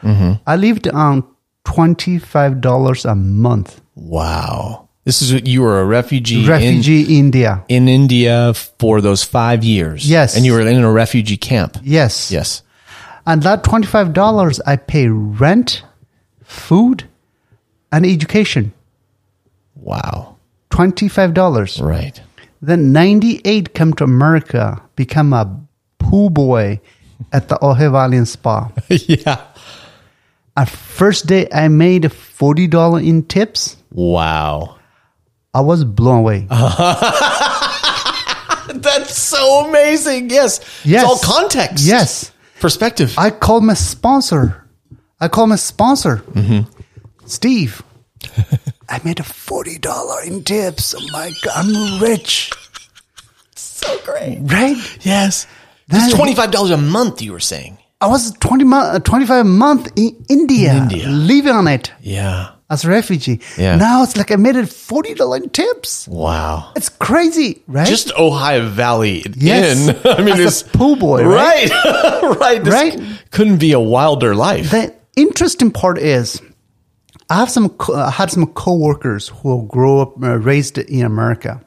Speaker 2: I lived on twenty-five dollars a month.
Speaker 1: Wow. This is what you were a refugee, in-
Speaker 2: Refugee India.
Speaker 1: in, India for those five years.
Speaker 2: Yes.
Speaker 1: And you were in a refugee camp.
Speaker 2: Yes.
Speaker 1: Yes.
Speaker 2: And that twenty-five dollars, I pay rent, food, and education.
Speaker 1: Wow.
Speaker 2: Twenty-five dollars.
Speaker 1: Right.
Speaker 2: Then ninety-eight come to America, become a pool boy at the Ohevalian Spa.
Speaker 1: yeah.
Speaker 2: Our first day, I made forty dollar in tips.
Speaker 1: Wow.
Speaker 2: I was blown away.
Speaker 1: That's so amazing. Yes. It's
Speaker 2: Yes.
Speaker 1: all context.
Speaker 2: Yes.
Speaker 1: Perspective.
Speaker 2: I called my sponsor. I called my sponsor,
Speaker 1: Mm-hmm.
Speaker 2: Steve. I made a forty dollar in tips. Oh my god, I'm rich,
Speaker 1: so great.
Speaker 2: right?
Speaker 1: Yes.
Speaker 2: That-
Speaker 1: That's $25 a month, you were saying.
Speaker 2: I was 20 mo- uh, 25 month in India,
Speaker 1: India.
Speaker 2: living on it
Speaker 1: Yeah.
Speaker 2: as a refugee.
Speaker 1: Yeah.
Speaker 2: Now it's like I made it forty dollar in tips.
Speaker 1: Wow.
Speaker 2: It's crazy, right?
Speaker 1: just Ohio Valley
Speaker 2: Yes.
Speaker 1: in. I mean,
Speaker 2: As a
Speaker 1: it's
Speaker 2: pool boy, right?
Speaker 1: right, right. This
Speaker 2: Right?
Speaker 1: Couldn't be a wilder life.
Speaker 2: the interesting part is I have some co- I had some coworkers who grow up uh, raised in America.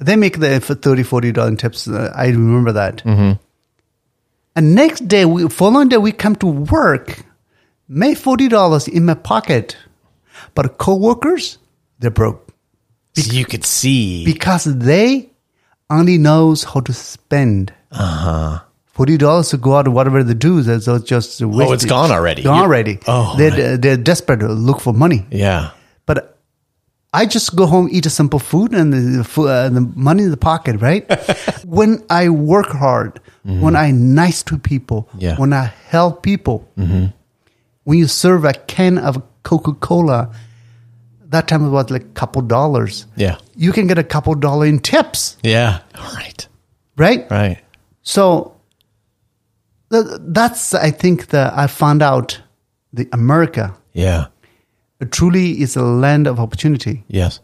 Speaker 2: They make the f- 30 40 dollar tips. Uh, I remember that. And next day, we, following day, we come to work, made forty dollars in my pocket, but coworkers they're broke
Speaker 1: So you could see.
Speaker 2: because they only knows how to spend.
Speaker 1: Uh-huh.
Speaker 2: Forty dollars to go out and whatever they do, that's all just wasted.
Speaker 1: Oh, it's gone already.
Speaker 2: Gone
Speaker 1: You-
Speaker 2: already.
Speaker 1: Oh,
Speaker 2: they're they're desperate to look for money.
Speaker 1: yeah.
Speaker 2: But I just go home, eat a simple food, and the, the, fo- uh, the money in the pocket. Right? when I work hard, when I nice to people,
Speaker 1: Mm-hmm. Yeah. Mm-hmm.
Speaker 2: when I help people, when you serve a can of Coca Cola, that time it was like couple dollars.
Speaker 1: Yeah.
Speaker 2: You can get a couple dollar in tips,
Speaker 1: Yeah. All right.
Speaker 2: right?
Speaker 1: Right.
Speaker 2: So th- that's, I think, that I found out the America
Speaker 1: Yeah.
Speaker 2: truly is a land of opportunity
Speaker 1: Yes.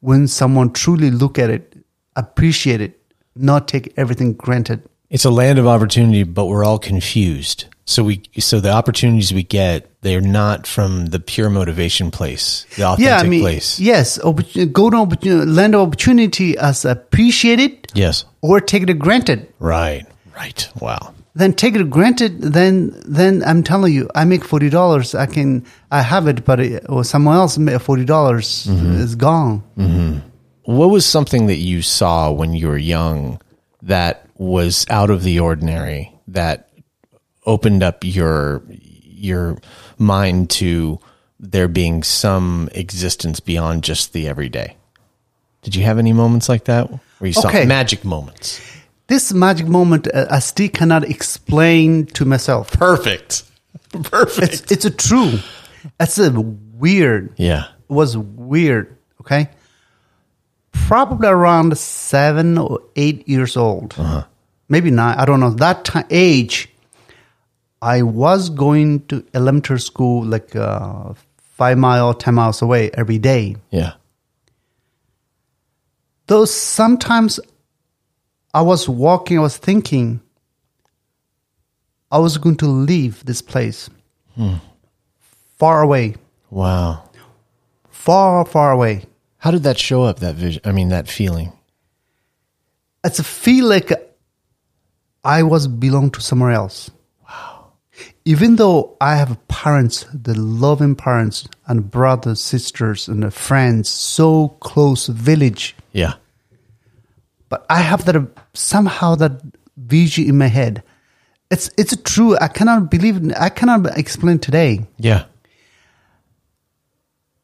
Speaker 2: when someone truly look at it, appreciate it, not take everything granted.
Speaker 1: It's a land of opportunity, but we're all confused. So we, so the opportunities we get, they're not from the pure motivation place, the authentic
Speaker 2: Yeah, I mean,
Speaker 1: place.
Speaker 2: yes, oppor- go to opportu- land of opportunity as appreciate it
Speaker 1: Yes.
Speaker 2: or take it granted.
Speaker 1: Right. Right. Wow.
Speaker 2: Then take it granted. Then, then I'm telling you, I make forty dollars. I can, I have it, but it, or someone else made forty dollars is gone.
Speaker 1: What was something that you saw when you were young that was out of the ordinary that opened up your your mind to there being some existence beyond just the everyday? Did you have any moments like that where you saw
Speaker 2: Okay.
Speaker 1: magic moments?
Speaker 2: This magic moment, uh, I still cannot explain to myself.
Speaker 1: Perfect. Perfect.
Speaker 2: It's, it's a true. It's a weird.
Speaker 1: yeah.
Speaker 2: It was weird. Okay. Probably around seven or eight years old, maybe nine. I don't know. That time, age, I was going to elementary school like uh, five mile, ten miles away every day.
Speaker 1: Yeah.
Speaker 2: Though sometimes I was walking, I was thinking I was going to leave this place far away,
Speaker 1: Wow.
Speaker 2: far, far away.
Speaker 1: How did that show up that vision? I mean that feeling.
Speaker 2: It's a feel like I was belong to somewhere else. Wow. Even though I have parents, the loving parents and brothers, sisters and the friends, so close village,
Speaker 1: Yeah.
Speaker 2: but I have that somehow that vision in my head. It's it's true. I cannot believe. I cannot explain today.
Speaker 1: Yeah.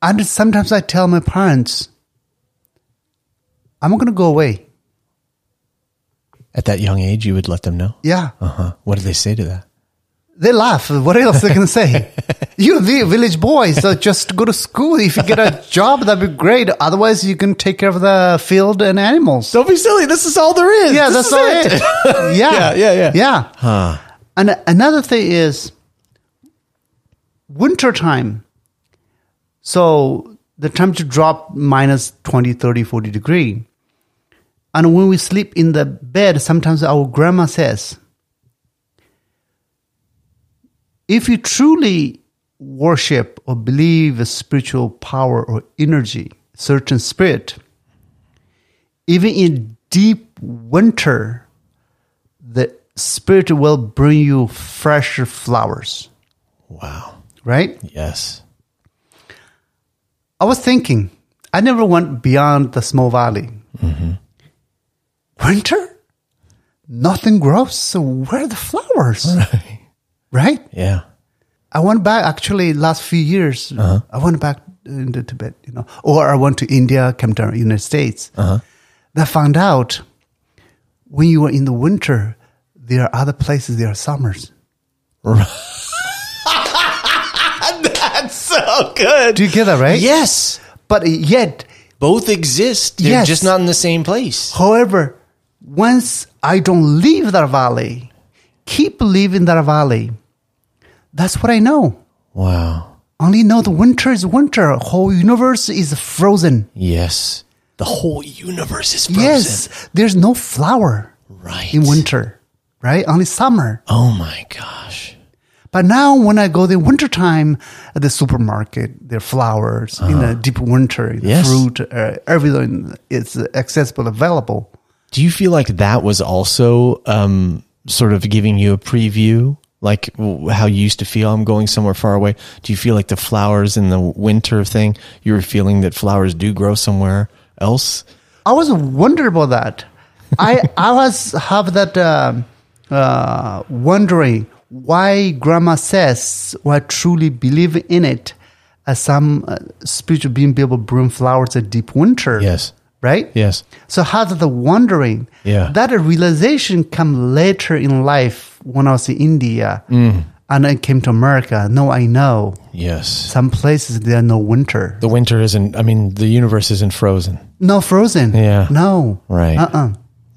Speaker 2: And sometimes I tell my parents, "I'm not going to go away.
Speaker 1: At that young age, you would let them know?
Speaker 2: Yeah.
Speaker 1: Uh huh. What did they say to that?
Speaker 2: They laugh. What else they can say? You're the village boy, so just go to school. If you get a job, that'd be great. Otherwise, you can take care of the field and animals.
Speaker 1: Don't be silly. This is all there is.
Speaker 2: Yeah,
Speaker 1: This
Speaker 2: that's all
Speaker 1: is
Speaker 2: it. yeah.
Speaker 1: Yeah, yeah, yeah.
Speaker 2: Yeah. And another thing is winter time. So the temperature drop minus 20, 30, 40 degree. And when we sleep in the bed, sometimes our grandma says, if you truly worship or believe a spiritual power or energy, certain spirit, even in deep winter, the spirit will bring you fresh flowers,
Speaker 1: Wow.
Speaker 2: right?
Speaker 1: Yes.
Speaker 2: I was thinking, I never went beyond the small valley. Winter? Nothing grows, so where are the flowers? right?
Speaker 1: Yeah.
Speaker 2: I went back actually last few years. I went back into Tibet, you know, or I went to India, came down to United States. uh I found out when you are in the winter, there are other places. There are summers.
Speaker 1: That's so good.
Speaker 2: Do you get that right?
Speaker 1: Yes.
Speaker 2: But yet,
Speaker 1: Both exist. They're
Speaker 2: Yes.
Speaker 1: just not in the same place.
Speaker 2: however, once I don't leave that valley, keep leaving that valley. That's what I know.
Speaker 1: Wow.
Speaker 2: Only know the winter is winter. Whole universe is frozen.
Speaker 1: Yes. The whole universe is frozen.
Speaker 2: Yes, there's no flower.
Speaker 1: Right.
Speaker 2: in winter, right? Only summer.
Speaker 1: Oh my gosh.
Speaker 2: But now when I go the winter time at the supermarket, there are flowers in the deep winter, the
Speaker 1: Uh-huh. Yes.
Speaker 2: fruit, uh, everything is accessible, available.
Speaker 1: Do you feel like that was also um, sort of giving you a preview, like w- how you used to feel? I'm going somewhere far away. Do you feel like the flowers in the winter thing? You were feeling that flowers do grow somewhere else.
Speaker 2: I was wondering about that. I I was have that um uh, wondering why grandma says well, I truly believe in it as some uh, spiritual being be able to bring flowers at deep winter.
Speaker 1: Yes.
Speaker 2: Right?
Speaker 1: Yes.
Speaker 2: So how did the wandering,
Speaker 1: Yeah.
Speaker 2: that realization come later in life when I was in India
Speaker 1: Mm.
Speaker 2: and I came to America. Now I know
Speaker 1: Yes.
Speaker 2: some places there are no winter,
Speaker 1: The winter isn't. I mean, the universe isn't frozen.
Speaker 2: no frozen.
Speaker 1: Yeah.
Speaker 2: no,
Speaker 1: Right.
Speaker 2: Uh uh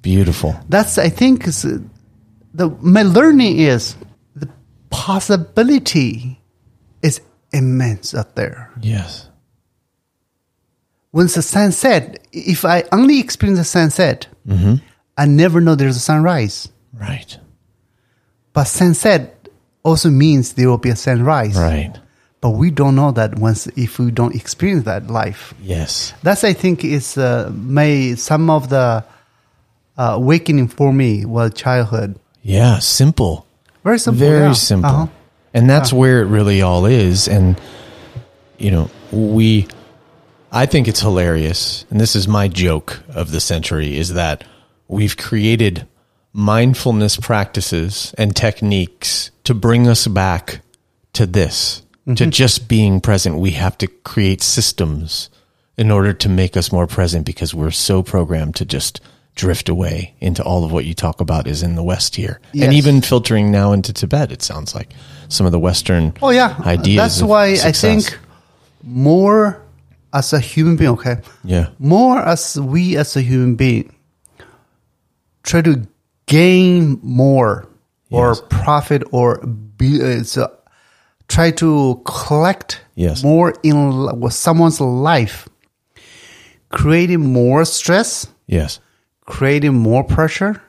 Speaker 1: Beautiful.
Speaker 2: That's I think is, uh, the my learning is the possibility is immense out there.
Speaker 1: Yes.
Speaker 2: When the sunset, if I only experience the sunset,
Speaker 1: Mm-hmm.
Speaker 2: I never know there's a sunrise.
Speaker 1: Right.
Speaker 2: But sunset also means there will be a sunrise.
Speaker 1: Right.
Speaker 2: But we don't know that once if we don't experience that life.
Speaker 1: Yes.
Speaker 2: That's I think is uh, may some of the uh, awakening for me was childhood.
Speaker 1: Yeah. Simple.
Speaker 2: Very simple.
Speaker 1: Very
Speaker 2: yeah.
Speaker 1: simple.
Speaker 2: Uh-huh.
Speaker 1: And that's where it really all is. And, you know, we, I think it's hilarious. And this is my joke of the century is that we've created mindfulness practices and techniques to bring us back to this, to
Speaker 2: Mm-hmm.
Speaker 1: just being present. We have to create systems in order to make us more present because we're so programmed to just drift away into all of what you talk about is in the West here.
Speaker 2: Yes.
Speaker 1: And even filtering now into Tibet. It sounds like some of the Western
Speaker 2: Oh yeah.
Speaker 1: ideas.
Speaker 2: That's
Speaker 1: of
Speaker 2: why I
Speaker 1: success.
Speaker 2: think more as a human being, okay?
Speaker 1: yeah,
Speaker 2: More as we as a human being try to gain more or
Speaker 1: Yes.
Speaker 2: profit or be, uh, so try to collect
Speaker 1: Yes.
Speaker 2: more in li- with someone's life, creating more stress,
Speaker 1: yes,
Speaker 2: creating more pressure,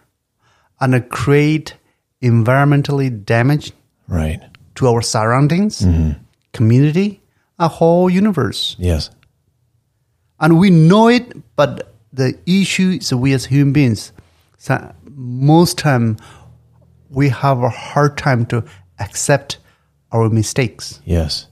Speaker 2: and uh, create environmentally damage
Speaker 1: right,
Speaker 2: to our surroundings,
Speaker 1: Mm-hmm.
Speaker 2: community, a whole universe.
Speaker 1: yes,
Speaker 2: And we know it, but the issue is we as human beings, so most time we have a hard time to accept our mistakes.
Speaker 1: yes,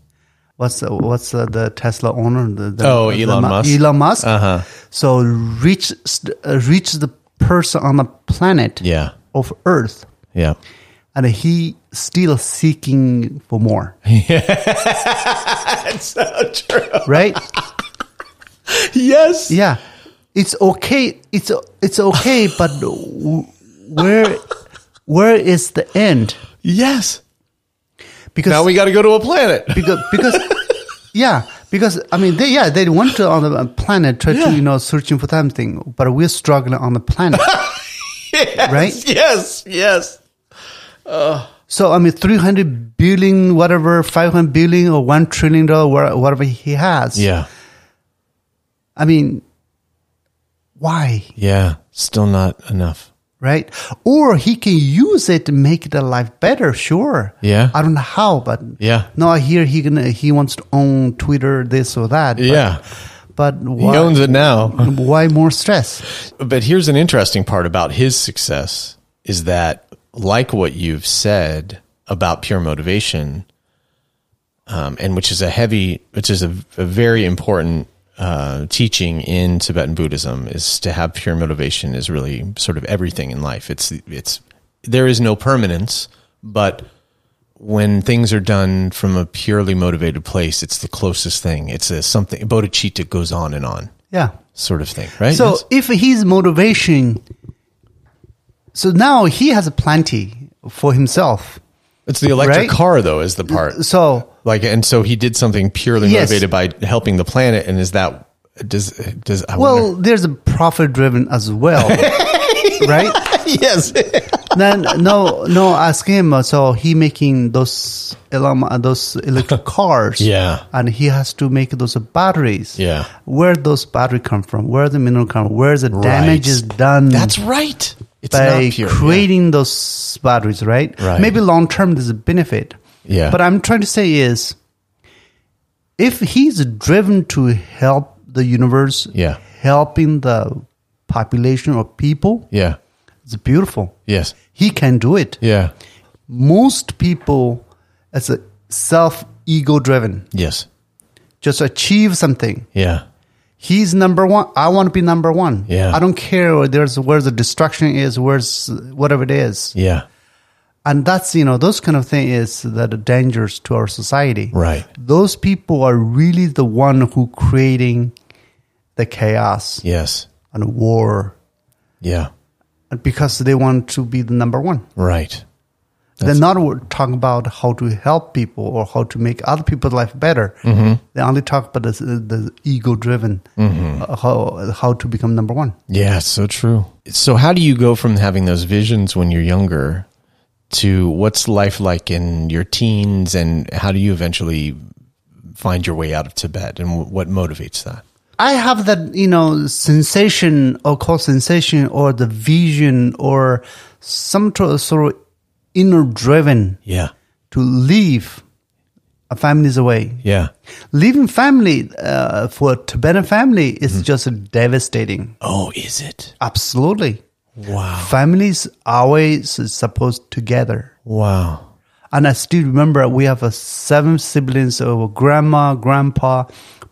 Speaker 2: What's the, what's the, the Tesla owner? The, the,
Speaker 1: Oh,
Speaker 2: the
Speaker 1: Elon
Speaker 2: Ma-
Speaker 1: Musk.
Speaker 2: Elon Musk. Uh-huh. So reach st- uh, reach the person on the planet
Speaker 1: yeah,
Speaker 2: of Earth,
Speaker 1: yeah,
Speaker 2: and he still seeking for more.
Speaker 1: so true.
Speaker 2: Right?
Speaker 1: Yes,
Speaker 2: Yeah, it's okay. It's it's okay, but w- where where is the end?
Speaker 1: Yes.
Speaker 2: Because
Speaker 1: Now we got to go to a planet.
Speaker 2: because because yeah because i mean they yeah they want to on the planet try
Speaker 1: Yeah.
Speaker 2: to you know searching for something but we're struggling on the planet
Speaker 1: Yes,
Speaker 2: Right?
Speaker 1: Yes. Yes.
Speaker 2: so i mean 300 billion whatever 500 billion or 1 trillion dollar wha- whatever he has
Speaker 1: Yeah.
Speaker 2: i mean why
Speaker 1: Yeah. Still not enough.
Speaker 2: right or he can use it to make the life better sure
Speaker 1: Yeah.
Speaker 2: i don't know how but
Speaker 1: Yeah.
Speaker 2: no i hear he gonna he wants to own twitter this or that but-
Speaker 1: Yeah.
Speaker 2: but why,
Speaker 1: He owns it now.
Speaker 2: why more stress
Speaker 1: But here's an interesting part about his success is that, like what you've said about pure motivation, um, and which is a heavy, which is a, a very important uh, teaching in Tibetan Buddhism, is to have pure motivation is really sort of everything in life. It's it's there is no permanence, but when things are done from a purely motivated place, it's the closest thing. It's a something bodhicitta goes on and on,
Speaker 2: yeah
Speaker 1: sort of thing, right?
Speaker 2: So
Speaker 1: Yes.
Speaker 2: if his motivation, so now he has plenty for himself.
Speaker 1: It's the electric
Speaker 2: Right?
Speaker 1: car, though, is the part.
Speaker 2: So
Speaker 1: Like, and so he did something purely
Speaker 2: Yes.
Speaker 1: motivated by helping the planet. And is that does does I
Speaker 2: well,
Speaker 1: wonder-
Speaker 2: there's a profit driven as well, right?
Speaker 1: yes,
Speaker 2: Then no, no, ask him. uh, So he making those Elon, uh, those electric cars,
Speaker 1: Yeah.
Speaker 2: and he has to make those batteries,
Speaker 1: Yeah.
Speaker 2: Where those battery come from? Where the mineral come? Where the damage is done?
Speaker 1: That's right. It's
Speaker 2: by
Speaker 1: not pure.
Speaker 2: creating those batteries, right?
Speaker 1: Right.
Speaker 2: Maybe long term there's a benefit.
Speaker 1: Yeah.
Speaker 2: But I'm trying to say is if he's driven to help the universe,
Speaker 1: Yeah.
Speaker 2: helping the population of people,
Speaker 1: yeah. Yeah.
Speaker 2: it's beautiful.
Speaker 1: Yes.
Speaker 2: He can do it.
Speaker 1: Yeah.
Speaker 2: Most people as a self ego driven,
Speaker 1: Yes.
Speaker 2: just achieve something.
Speaker 1: Yeah.
Speaker 2: He's number one. I want to be number one.
Speaker 1: Yeah.
Speaker 2: I don't care where there's where the destruction is, where's whatever it is.
Speaker 1: Yeah.
Speaker 2: and that's you know those kind of thing is that are dangerous to our society
Speaker 1: Right.
Speaker 2: those people are really the one who creating the chaos
Speaker 1: Yes.
Speaker 2: and war
Speaker 1: Yeah.
Speaker 2: and because they want to be the number one
Speaker 1: Right.
Speaker 2: they're not wor- talking about how to help people or how to make other people's life better they only talk about the, the ego driven how, how to become number one
Speaker 1: Yeah, it's so true. So, how do you go from having those visions when you're younger to what's life like in your teens, and how do you eventually find your way out of Tibet, and wh- what motivates that?
Speaker 2: I have that, you know, sensation or call sensation or the vision or some tro- sort of inner driven
Speaker 1: Yeah,
Speaker 2: to leave a family's away.
Speaker 1: yeah.
Speaker 2: Leaving family uh, for a Tibetan family is just devastating.
Speaker 1: Oh, is it?
Speaker 2: Absolutely.
Speaker 1: Wow,
Speaker 2: Families always is supposed together.
Speaker 1: wow.
Speaker 2: And I still remember we have uh, seven siblings, uh, grandma, grandpa,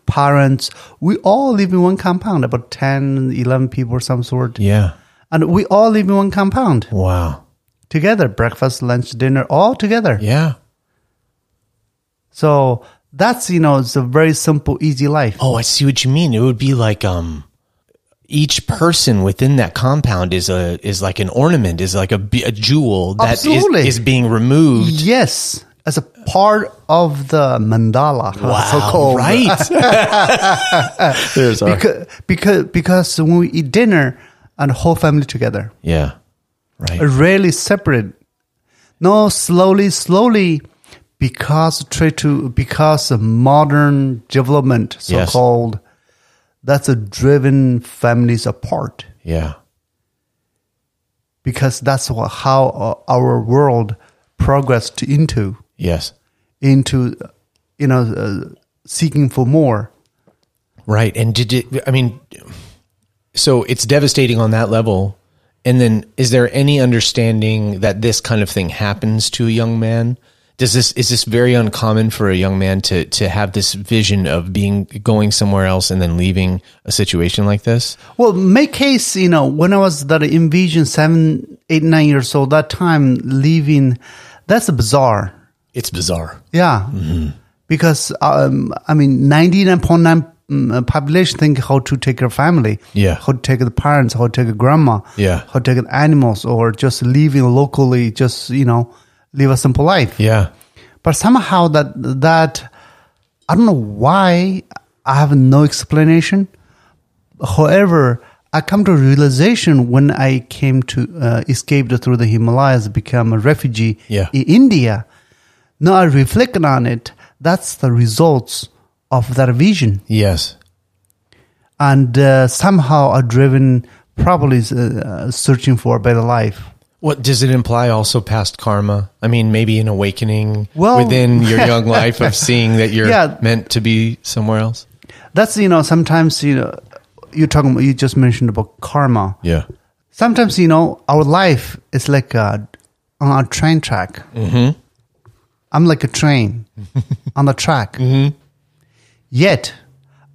Speaker 2: parents. We all live in one compound, about 10, 11 people or some sort.
Speaker 1: Yeah,
Speaker 2: And we all live in one compound
Speaker 1: wow.
Speaker 2: together, breakfast, lunch, dinner, all together.
Speaker 1: Yeah.
Speaker 2: So that's, you know, it's a very simple, easy life.
Speaker 1: Oh, I see what you mean. It would be like um, each person within that compound is a is like an ornament, is like a, be- a jewel that is,
Speaker 2: Absolutely.
Speaker 1: is being removed
Speaker 2: Yes, as a part of the mandala. so called.
Speaker 1: Right. There's our
Speaker 2: Because, because, because when we eat dinner and whole family together,
Speaker 1: yeah. Right.
Speaker 2: rarely separate. No, slowly, slowly, because try to because of modern development, so
Speaker 1: Yes.
Speaker 2: called, that's a driven families apart.
Speaker 1: Yeah.
Speaker 2: because that's what, how uh, our world progressed into
Speaker 1: Yes.
Speaker 2: into you know uh, seeking for more
Speaker 1: Right. And did it? I mean, so it's devastating on that level. And then, is there any understanding that this kind of thing happens to a young man? Does this is this very uncommon for a young man to to have this vision of being going somewhere else and then leaving a situation like this?
Speaker 2: well my case you know when i was that envision seven eight nine years old that time leaving that's bizarre
Speaker 1: It's bizarre.
Speaker 2: yeah because um, i mean 99.9 mm, uh, population think how to take care of family,
Speaker 1: Yeah.
Speaker 2: how to take care of the parents, how to take care of grandma,
Speaker 1: Yeah.
Speaker 2: how to take care of animals, or just living locally, just you know, live a simple life.
Speaker 1: Yeah.
Speaker 2: But somehow that that I don't know why I have no explanation. However, I come to a realization when I came to uh, escaped through the Himalayas, become a refugee
Speaker 1: Yeah.
Speaker 2: in India. Now I reflect on it. That's the results of that vision,
Speaker 1: Yes.
Speaker 2: and uh, somehow are driven probably uh, searching for a better life.
Speaker 1: What does it imply? Also, past karma. I mean, maybe an awakening
Speaker 2: Well-
Speaker 1: within your young life of seeing that you're
Speaker 2: Yeah.
Speaker 1: meant to be somewhere else.
Speaker 2: That's you know sometimes you know you talking about, you just mentioned about karma.
Speaker 1: Yeah.
Speaker 2: sometimes you know our life is like a, on a train track
Speaker 1: Mm-hmm.
Speaker 2: i'm like a train on the track
Speaker 1: Mm-hmm.
Speaker 2: yet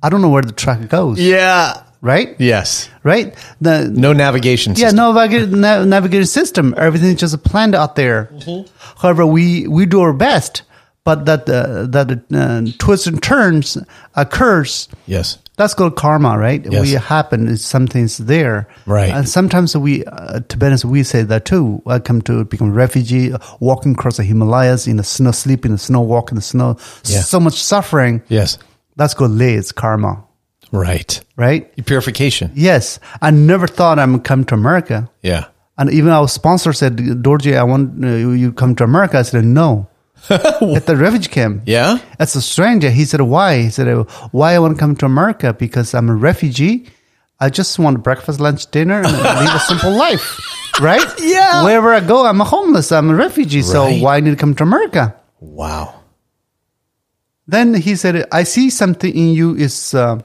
Speaker 2: i don't know where the track goes
Speaker 1: Yeah.
Speaker 2: right
Speaker 1: Yes.
Speaker 2: right the
Speaker 1: No navigation.
Speaker 2: yeah
Speaker 1: system.
Speaker 2: no naviga- nav- navigation system everything is just planned out there
Speaker 1: Mm-hmm.
Speaker 2: however we we do our best but that uh, that uh, twists and turns occurs
Speaker 1: Yes.
Speaker 2: that's called karma, right?
Speaker 1: Yes.
Speaker 2: We happen, it's something's there,
Speaker 1: Right.
Speaker 2: And sometimes we uh, Tibetans we say that too. I come to become refugee, uh, walking across the Himalayas in the snow, sleep in the snow, walk in the snow,
Speaker 1: Yeah.
Speaker 2: so much suffering.
Speaker 1: Yes.
Speaker 2: That's called lay. It's karma,
Speaker 1: Right.
Speaker 2: right?
Speaker 1: Purification.
Speaker 2: Yes, I never thought I'm come to America,
Speaker 1: Yeah.
Speaker 2: and even our sponsor said, "Dorje, I want uh, you come to America." I said, "No." At the refugee camp,
Speaker 1: Yeah.
Speaker 2: that's a stranger. He said, why? He said, why I want to come to America? Because I'm a refugee. I just want breakfast, lunch, dinner, and live a simple life. Right?
Speaker 1: Yeah.
Speaker 2: Wherever I go, I'm a homeless. I'm a refugee. So
Speaker 1: Right.
Speaker 2: why I need to come to America?
Speaker 1: Wow.
Speaker 2: Then he said, I see something in you is, uh,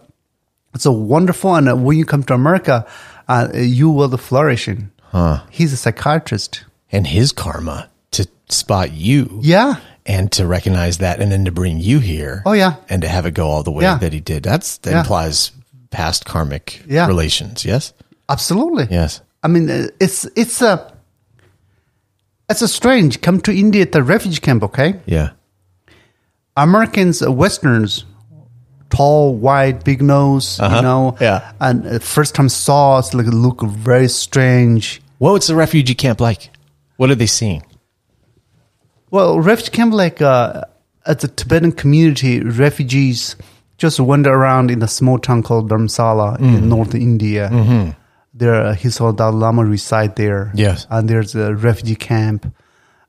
Speaker 2: it's a wonderful. And uh, when you come to America, uh, you will flourish in. Huh. He's a psychiatrist.
Speaker 1: And his karma to spot you.
Speaker 2: Yeah.
Speaker 1: And to recognize that and then to bring you here.
Speaker 2: Oh, yeah.
Speaker 1: And to have it go all the way
Speaker 2: Yeah.
Speaker 1: that he did. That's, that
Speaker 2: Yeah.
Speaker 1: implies past karmic
Speaker 2: Yeah.
Speaker 1: relations. Yes.
Speaker 2: Absolutely.
Speaker 1: Yes.
Speaker 2: I mean, uh, it's it's a it's a strange. Come to India at the refugee camp, okay?
Speaker 1: Yeah.
Speaker 2: Americans, uh, Westerners, tall, white, big nose, you know,
Speaker 1: Yeah.
Speaker 2: and uh, first time saw us like look very strange.
Speaker 1: What's the refugee camp like? What are they seeing?
Speaker 2: Well, refugee camp like uh, at the Tibetan community, refugees just wander around in a small town called Dharamsala in northern India. There, uh, his whole Dalai Lama reside there.
Speaker 1: Yes.
Speaker 2: and there's a refugee camp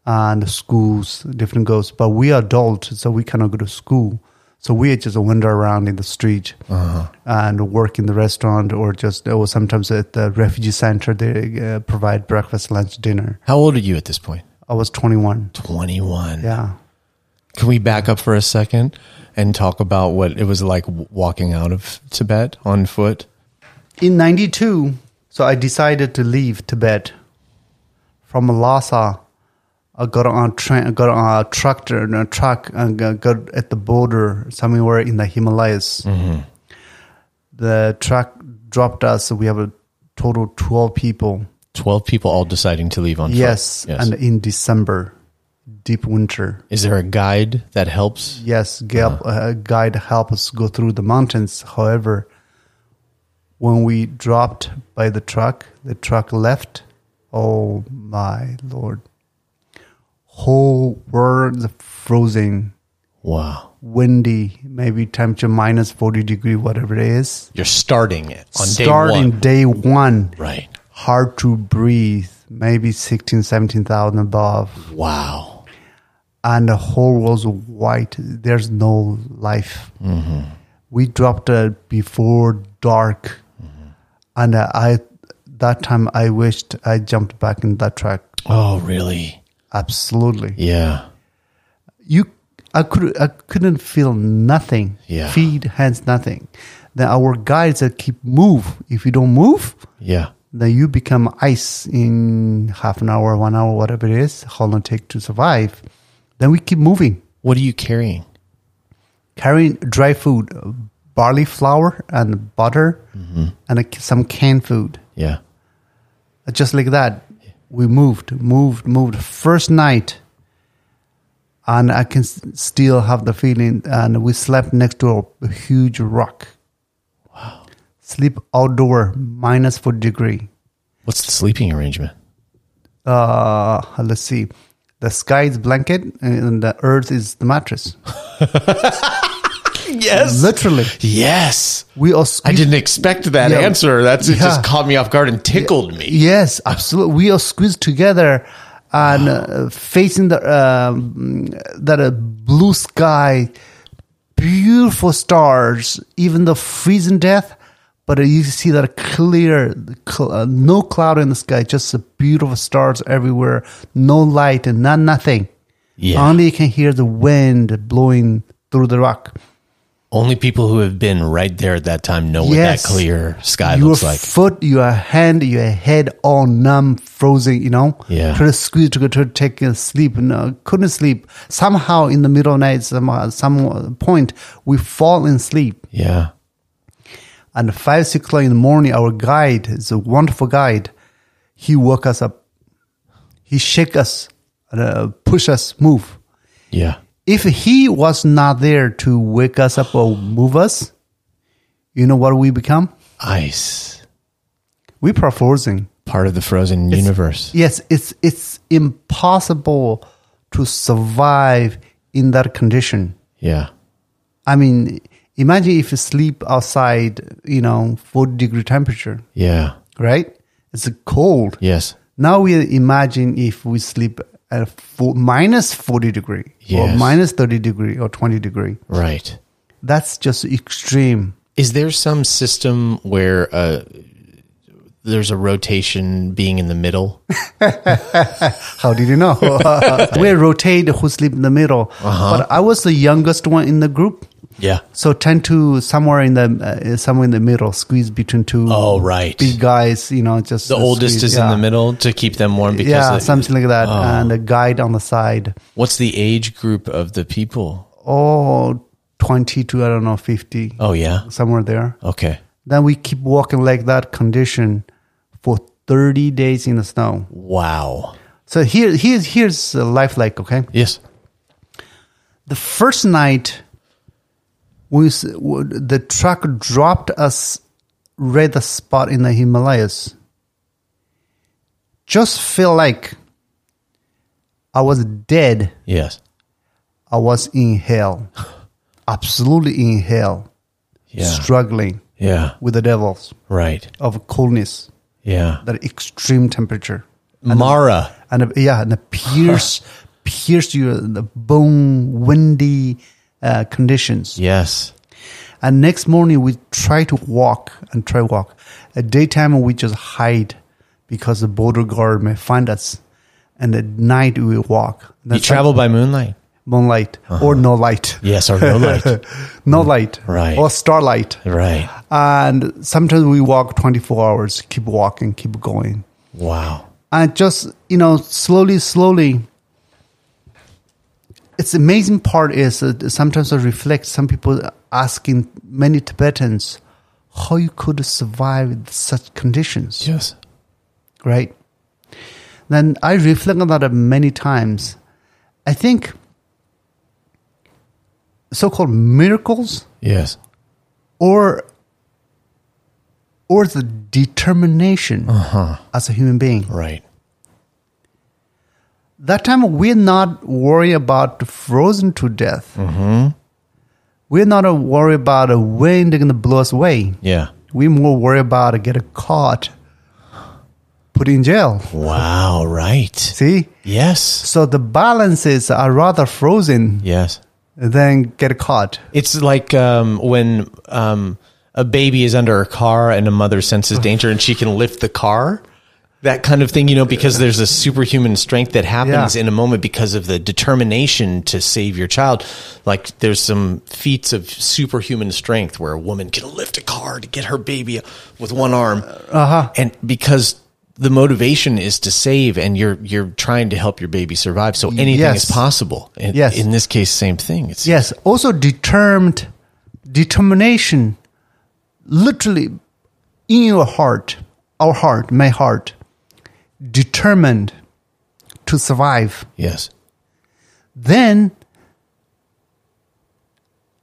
Speaker 2: and schools, different goals. But we are adults, so we cannot go to school. So we just wander around in the street and work in the restaurant, or just or sometimes at the refugee center they uh, provide breakfast, lunch, dinner.
Speaker 1: How old are you at this point?
Speaker 2: I was 21.
Speaker 1: 21.
Speaker 2: Yeah.
Speaker 1: Can we back up for a second and talk about what it was like w- walking out of Tibet on foot?
Speaker 2: in 92 so i decided to leave tibet from lhasa i got on a train i got on a tractor a truck and got- got at the border somewhere in the himalayas the truck dropped us we have a total 12 people
Speaker 1: 12 people all deciding to leave on
Speaker 2: yes,
Speaker 1: foot.
Speaker 2: and in december deep winter
Speaker 1: Is there a guide that helps?
Speaker 2: yes guide,
Speaker 1: Uh-huh.
Speaker 2: uh, guide help us go through the mountains however when we dropped by the truck the truck left oh my lord whole world is frozen
Speaker 1: Wow.
Speaker 2: windy maybe temperature minus 40 degree whatever it is
Speaker 1: You're starting it on
Speaker 2: starting
Speaker 1: day one.
Speaker 2: day one
Speaker 1: Right.
Speaker 2: hard to breathe maybe 16 17000 above
Speaker 1: Wow.
Speaker 2: and the whole was white. There's no life.
Speaker 1: Mm-hmm.
Speaker 2: We dropped uh, before dark,
Speaker 1: Mm-hmm.
Speaker 2: and uh, I that time I wished I jumped back in that truck.
Speaker 1: Oh, really?
Speaker 2: Absolutely,
Speaker 1: Yeah.
Speaker 2: you. I could I couldn't feel nothing.
Speaker 1: Yeah.
Speaker 2: Feet, hands, nothing. Then our guide said, "Keep move. If you don't move,
Speaker 1: Yeah.
Speaker 2: then you become ice in half an hour, one hour, whatever it is. How long it take to survive? Then we keep moving."
Speaker 1: What are you carrying?
Speaker 2: carrying dry food, barley flour and butter, and a, some canned food. Uh,
Speaker 1: Yeah.
Speaker 2: Just like that, we moved, moved, moved. First night, and I can s- still have the feeling. And we slept next to a huge rock. sleep outdoor minus four degree.
Speaker 1: What's the sleeping arrangement?
Speaker 2: Uh, let's see. The sky is blanket and the earth is the mattress.
Speaker 1: Yes.
Speaker 2: Literally,
Speaker 1: Yes.
Speaker 2: we are.
Speaker 1: I didn't expect that
Speaker 2: Yeah.
Speaker 1: answer. That's it.
Speaker 2: Yeah.
Speaker 1: Just caught me off guard and tickled me.
Speaker 2: Yes, absolutely. We are squeezed together and uh, facing the um, that uh, blue sky, beautiful stars, even the freezing death. But you see that clear, cl- uh, no cloud in the sky, just the beautiful stars everywhere, no light and not nothing.
Speaker 1: Yeah.
Speaker 2: Only you can hear the wind blowing through the rock.
Speaker 1: Only people who have been right there at that time know
Speaker 2: Yes.
Speaker 1: what that clear sky
Speaker 2: your
Speaker 1: looks like.
Speaker 2: foot, your hand, your head all numb, frozen, you know?
Speaker 1: Yeah.
Speaker 2: Try to squeeze to, to take a sleep. No, couldn't sleep. Somehow in the middle of night, some, uh, some point, we fall in sleep.
Speaker 1: Yeah.
Speaker 2: And 5, 6 o'clock in the morning, our guide is a wonderful guide. He woke us up. He shake us, and, uh, push us, move.
Speaker 1: Yeah.
Speaker 2: If he was not there to wake us up or move us, you know what we become?
Speaker 1: Ice.
Speaker 2: We performing.
Speaker 1: Part of the frozen universe.
Speaker 2: Yes, it's it's impossible to survive in that condition.
Speaker 1: Yeah.
Speaker 2: I mean, imagine if you sleep outside, you know, 40 degree temperature,
Speaker 1: Yeah.
Speaker 2: right? It's cold.
Speaker 1: Yes.
Speaker 2: Now we imagine if we sleep at four, minus 40 degree or
Speaker 1: Yes.
Speaker 2: minus 30 degree or 20 degree.
Speaker 1: Right.
Speaker 2: That's just extreme.
Speaker 1: Is there some system where uh, there's a rotation being in the middle?
Speaker 2: How did you know? we rotate who sleep in the middle. But I was the youngest one in the group.
Speaker 1: Yeah.
Speaker 2: So tend to somewhere in the uh, somewhere in the middle, squeeze between two
Speaker 1: Oh, right.
Speaker 2: big guys. You know, just
Speaker 1: the oldest
Speaker 2: squeeze,
Speaker 1: is
Speaker 2: yeah.
Speaker 1: in the middle to keep them warm because
Speaker 2: Yeah,
Speaker 1: the- Oh.
Speaker 2: something like that, and a guide on the side.
Speaker 1: what's the age group of the people?
Speaker 2: Oh, 20 to I don't know fifty,
Speaker 1: Oh yeah.
Speaker 2: somewhere there.
Speaker 1: Okay.
Speaker 2: Then we keep walking like that condition for thirty days in the snow.
Speaker 1: Wow.
Speaker 2: So here, here's here's uh, life like okay.
Speaker 1: Yes.
Speaker 2: the first night we s- w- the truck dropped us right the spot in the himalayas just feel like i was dead
Speaker 1: Yes.
Speaker 2: i was in hell absolutely in hell
Speaker 1: Yeah.
Speaker 2: struggling
Speaker 1: Yeah.
Speaker 2: with the devils
Speaker 1: Right.
Speaker 2: of coldness
Speaker 1: Yeah.
Speaker 2: that extreme temperature
Speaker 1: Mara.
Speaker 2: and uh, yeah, and the pierce, pierce your the bone, windy uh, conditions.
Speaker 1: Yes.
Speaker 2: And next morning we try to walk and try walk. At daytime we just hide because the border guard may find us. And at night we walk.
Speaker 1: You travel Uh-huh. by moonlight.
Speaker 2: moonlight or no light,
Speaker 1: Yes or no light.
Speaker 2: no light,
Speaker 1: Right.
Speaker 2: Or starlight.
Speaker 1: right.
Speaker 2: And sometimes we walk twenty four hours, keep walking, keep going.
Speaker 1: Wow.
Speaker 2: and just you know slowly slowly it's amazing part is that sometimes i reflect some people asking many tibetans how you could survive such conditions
Speaker 1: Yes.
Speaker 2: right then i reflect on that many times i think so-called miracles
Speaker 1: Yes.
Speaker 2: or or the determination as a human being
Speaker 1: Right.
Speaker 2: that time we're not worried about frozen to death. We're not uh, worried about uh, when they're going to blow us away.
Speaker 1: Yeah.
Speaker 2: We're more worried about uh, get caught, put in jail.
Speaker 1: Wow. Right.
Speaker 2: See,
Speaker 1: Yes.
Speaker 2: so the balances are rather frozen
Speaker 1: Yes.
Speaker 2: than get caught.
Speaker 1: It's like um, when um, a baby is under a car and a mother senses danger and she can lift the car. That kind of thing, you know, because there's a superhuman strength that happens
Speaker 2: Yeah.
Speaker 1: in a moment because of the determination to save your child. Like there's some feats of superhuman strength where a woman can lift a car to get her baby with one arm, uh-huh. and because the motivation is to save, and you're you're trying to help your baby survive, so anything
Speaker 2: Yes.
Speaker 1: is possible. And
Speaker 2: Yes.
Speaker 1: in this case, same thing. It's
Speaker 2: Yes, also determined determination, literally in your heart, our heart, my heart, determined to survive.
Speaker 1: yes,
Speaker 2: then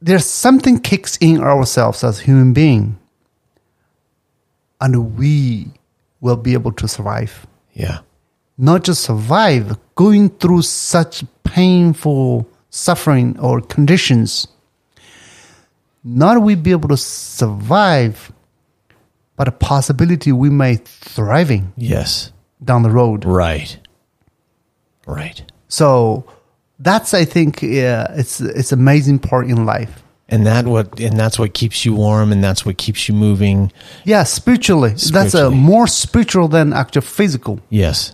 Speaker 2: there's something kicks in ourselves as human being and we will be able to survive.
Speaker 1: Yeah.
Speaker 2: Not just survive, going through such painful suffering or conditions. Not we be able to survive, but a possibility we may thriving
Speaker 1: Yes.
Speaker 2: down the road.
Speaker 1: Right. Right.
Speaker 2: So that's I think yeah, it's it's amazing part in life.
Speaker 1: And that what and that's what keeps you warm and that's what keeps you moving.
Speaker 2: Yeah, spiritually, that's a
Speaker 1: Spiritually.
Speaker 2: more spiritual than actual physical.
Speaker 1: Yes.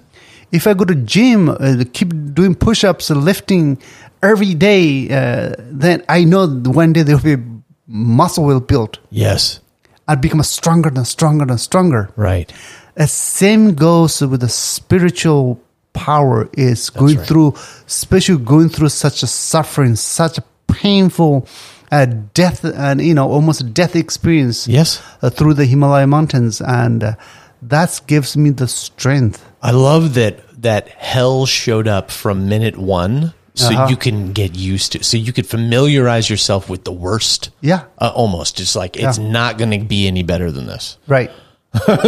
Speaker 2: If I go to gym, uh, keep doing push-ups, lifting every day, uh, then I know one day there will be muscle will build.
Speaker 1: Yes.
Speaker 2: I'll become stronger and stronger and stronger.
Speaker 1: Right.
Speaker 2: The same goes with the spiritual power is going
Speaker 1: right.
Speaker 2: through, especially going through such a suffering, such a painful uh, death, and you know, almost death experience
Speaker 1: Yes.
Speaker 2: uh, through the Himalaya mountains, and uh, that gives me the strength.
Speaker 1: I love that that hell showed up from minute 1 so
Speaker 2: Uh-huh.
Speaker 1: you can get used to so you could familiarize yourself with the worst.
Speaker 2: Yeah,
Speaker 1: Uh, almost just like it's
Speaker 2: Yeah.
Speaker 1: not going to be any better than this.
Speaker 2: right,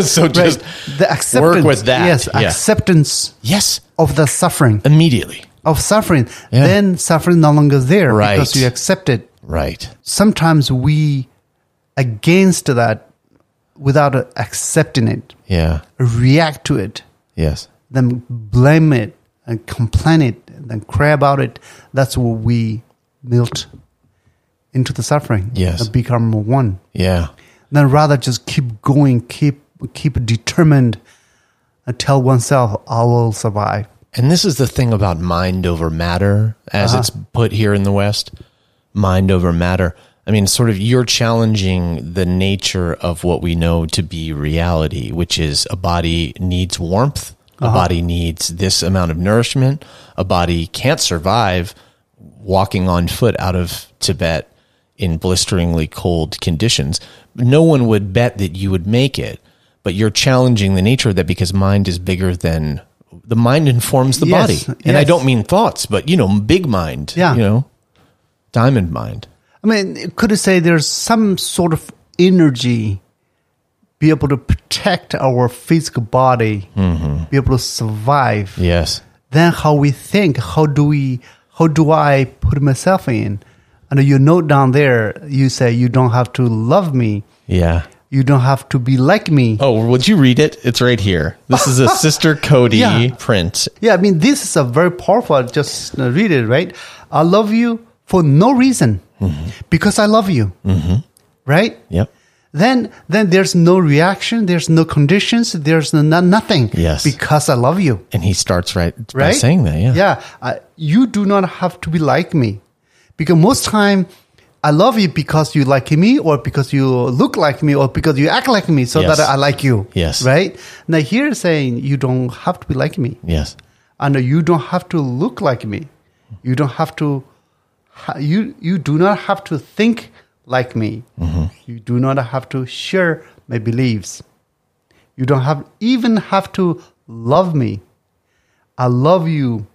Speaker 1: so
Speaker 2: right.
Speaker 1: just
Speaker 2: The acceptance,
Speaker 1: work with that.
Speaker 2: Yes,
Speaker 1: Yeah.
Speaker 2: acceptance
Speaker 1: yes,
Speaker 2: of the suffering
Speaker 1: immediately.
Speaker 2: of suffering.
Speaker 1: Yeah.
Speaker 2: Then suffering no longer there
Speaker 1: Right.
Speaker 2: because you accept it.
Speaker 1: Right.
Speaker 2: sometimes we against that without uh, accepting it
Speaker 1: Yeah.
Speaker 2: react to it
Speaker 1: Yes.
Speaker 2: then blame it and complain it then cry about it that's what we melt into the suffering
Speaker 1: Yes.
Speaker 2: and become one
Speaker 1: Yeah.
Speaker 2: then rather just keep going keep keep determined and tell oneself i will survive
Speaker 1: And this is the thing about mind over matter, as it's put here in the West mind over matter. I mean, sort of you're challenging the nature of what we know to be reality, which is a body needs warmth, a body needs this amount of nourishment, a body can't survive walking on foot out of Tibet in blisteringly cold conditions. No one would bet that you would make it, but you're challenging the nature of that because mind is bigger than the mind informs the
Speaker 2: Yes,
Speaker 1: body. And I
Speaker 2: yes.
Speaker 1: don't mean thoughts, but you know, big mind,
Speaker 2: Yeah.
Speaker 1: you know, diamond mind.
Speaker 2: I mean, could you say there's some sort of energy be able to protect our physical body, be able to survive?
Speaker 1: Yes.
Speaker 2: Then how we think? How do we? How do I put myself in? And you note down there, you say you don't have to love me,
Speaker 1: Yeah.
Speaker 2: you don't have to be like me.
Speaker 1: Oh, would you read it? It's right here. This is a Sister Cody
Speaker 2: Yeah.
Speaker 1: print.
Speaker 2: Yeah, I mean, this is a very powerful. Just uh, read it, right? I love you for no reason
Speaker 1: Mm-hmm.
Speaker 2: because I love you, right?
Speaker 1: Yep.
Speaker 2: then then there's no reaction there's no conditions there's no, no- nothing
Speaker 1: Yes.
Speaker 2: because i love you
Speaker 1: And he starts right, by
Speaker 2: right
Speaker 1: saying that. Yeah.
Speaker 2: yeah I, you do not have to be like me because most time i love you because you like me or because you look like me or because you act like me so
Speaker 1: Yes.
Speaker 2: that i like you
Speaker 1: Yes.
Speaker 2: right now here it's saying you don't have to be like me
Speaker 1: Yes.
Speaker 2: and you don't have to look like me you don't have to ha- you you do not have to think like me you do not have to share my beliefs you don't have even have to love me i love you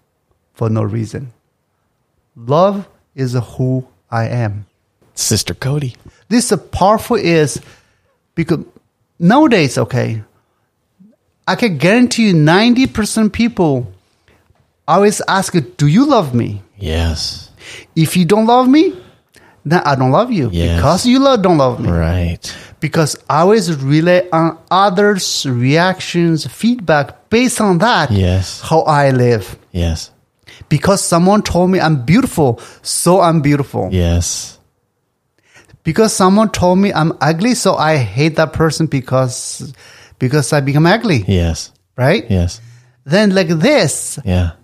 Speaker 2: for no reason love is who i am
Speaker 1: Sister Cody.
Speaker 2: this is powerful is because nowadays okay i can guarantee you 90% people always ask you, do you love me
Speaker 1: Yes.
Speaker 2: if you don't love me then i don't love you
Speaker 1: Yes.
Speaker 2: because you love, don't love me
Speaker 1: Right.
Speaker 2: because i always rely on others reactions feedback based on that
Speaker 1: Yes.
Speaker 2: how i live
Speaker 1: Yes.
Speaker 2: because someone told me i'm beautiful so i'm beautiful
Speaker 1: Yes.
Speaker 2: because someone told me I'm ugly, so I hate that person because because I become ugly,
Speaker 1: Yes.
Speaker 2: right?
Speaker 1: Yes.
Speaker 2: Then like this,
Speaker 1: Yeah.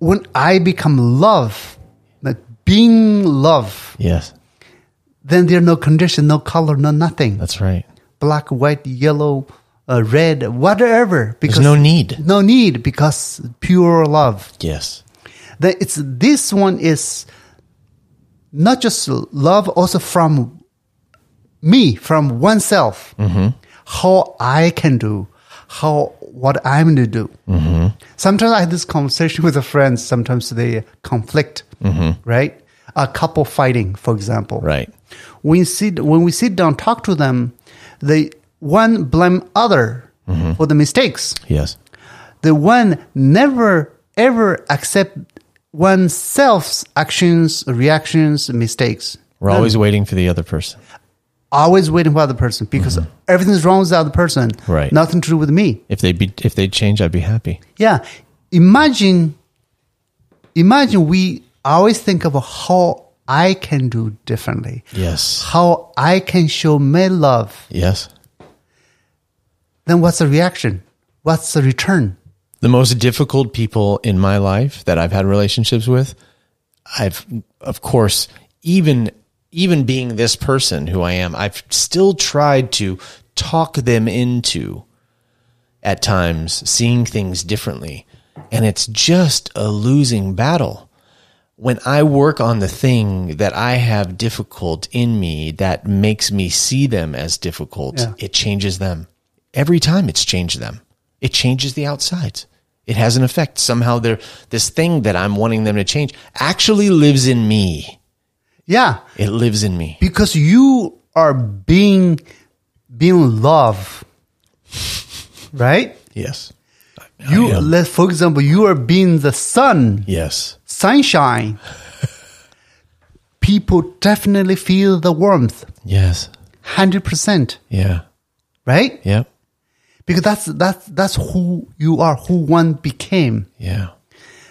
Speaker 2: when I become love, like being love,
Speaker 1: Yes.
Speaker 2: then there are no condition, no color, no nothing,
Speaker 1: That's right.
Speaker 2: black, white, yellow, uh, red, whatever. Because
Speaker 1: There's no need.
Speaker 2: no need because pure love.
Speaker 1: Yes.
Speaker 2: That it's this one is not just love also from me from oneself how i can do how what i'm to do sometimes i have this conversation with a friend sometimes they conflict right a couple fighting for example
Speaker 1: Right.
Speaker 2: when you sit when we sit down talk to them they one blame other for the mistakes.
Speaker 1: Yes.
Speaker 2: The one never ever accept oneself's actions, reactions, mistakes.
Speaker 1: We're always waiting for the other person.
Speaker 2: Always waiting for other person because everything's wrong with the other person.
Speaker 1: Right.
Speaker 2: Nothing to do with me.
Speaker 1: If they be, if they change, I'd be happy.
Speaker 2: Yeah. Imagine imagine we always think of how I can do differently.
Speaker 1: Yes.
Speaker 2: How I can show my love.
Speaker 1: Yes.
Speaker 2: Then what's the reaction? What's the return?
Speaker 1: The most difficult people in my life that I've had relationships with, I've of course even even being this person who I am, I've still tried to talk them into at times seeing things differently. And it's just a losing battle. When I work on the thing that I have difficult in me that makes me see them as difficult,
Speaker 2: Yeah.
Speaker 1: it changes them. Every time it's changed them, it changes the outsides. It has an effect. Somehow there this thing that I'm wanting them to change actually lives in me.
Speaker 2: Yeah.
Speaker 1: It lives in me.
Speaker 2: because you are being being love right
Speaker 1: Yes.
Speaker 2: you let for example you are being the sun
Speaker 1: Yes.
Speaker 2: sunshine people definitely feel the warmth
Speaker 1: Yes.
Speaker 2: 100%
Speaker 1: Yeah.
Speaker 2: right
Speaker 1: Yep.
Speaker 2: because that's that's that's who you are who one became
Speaker 1: Yeah.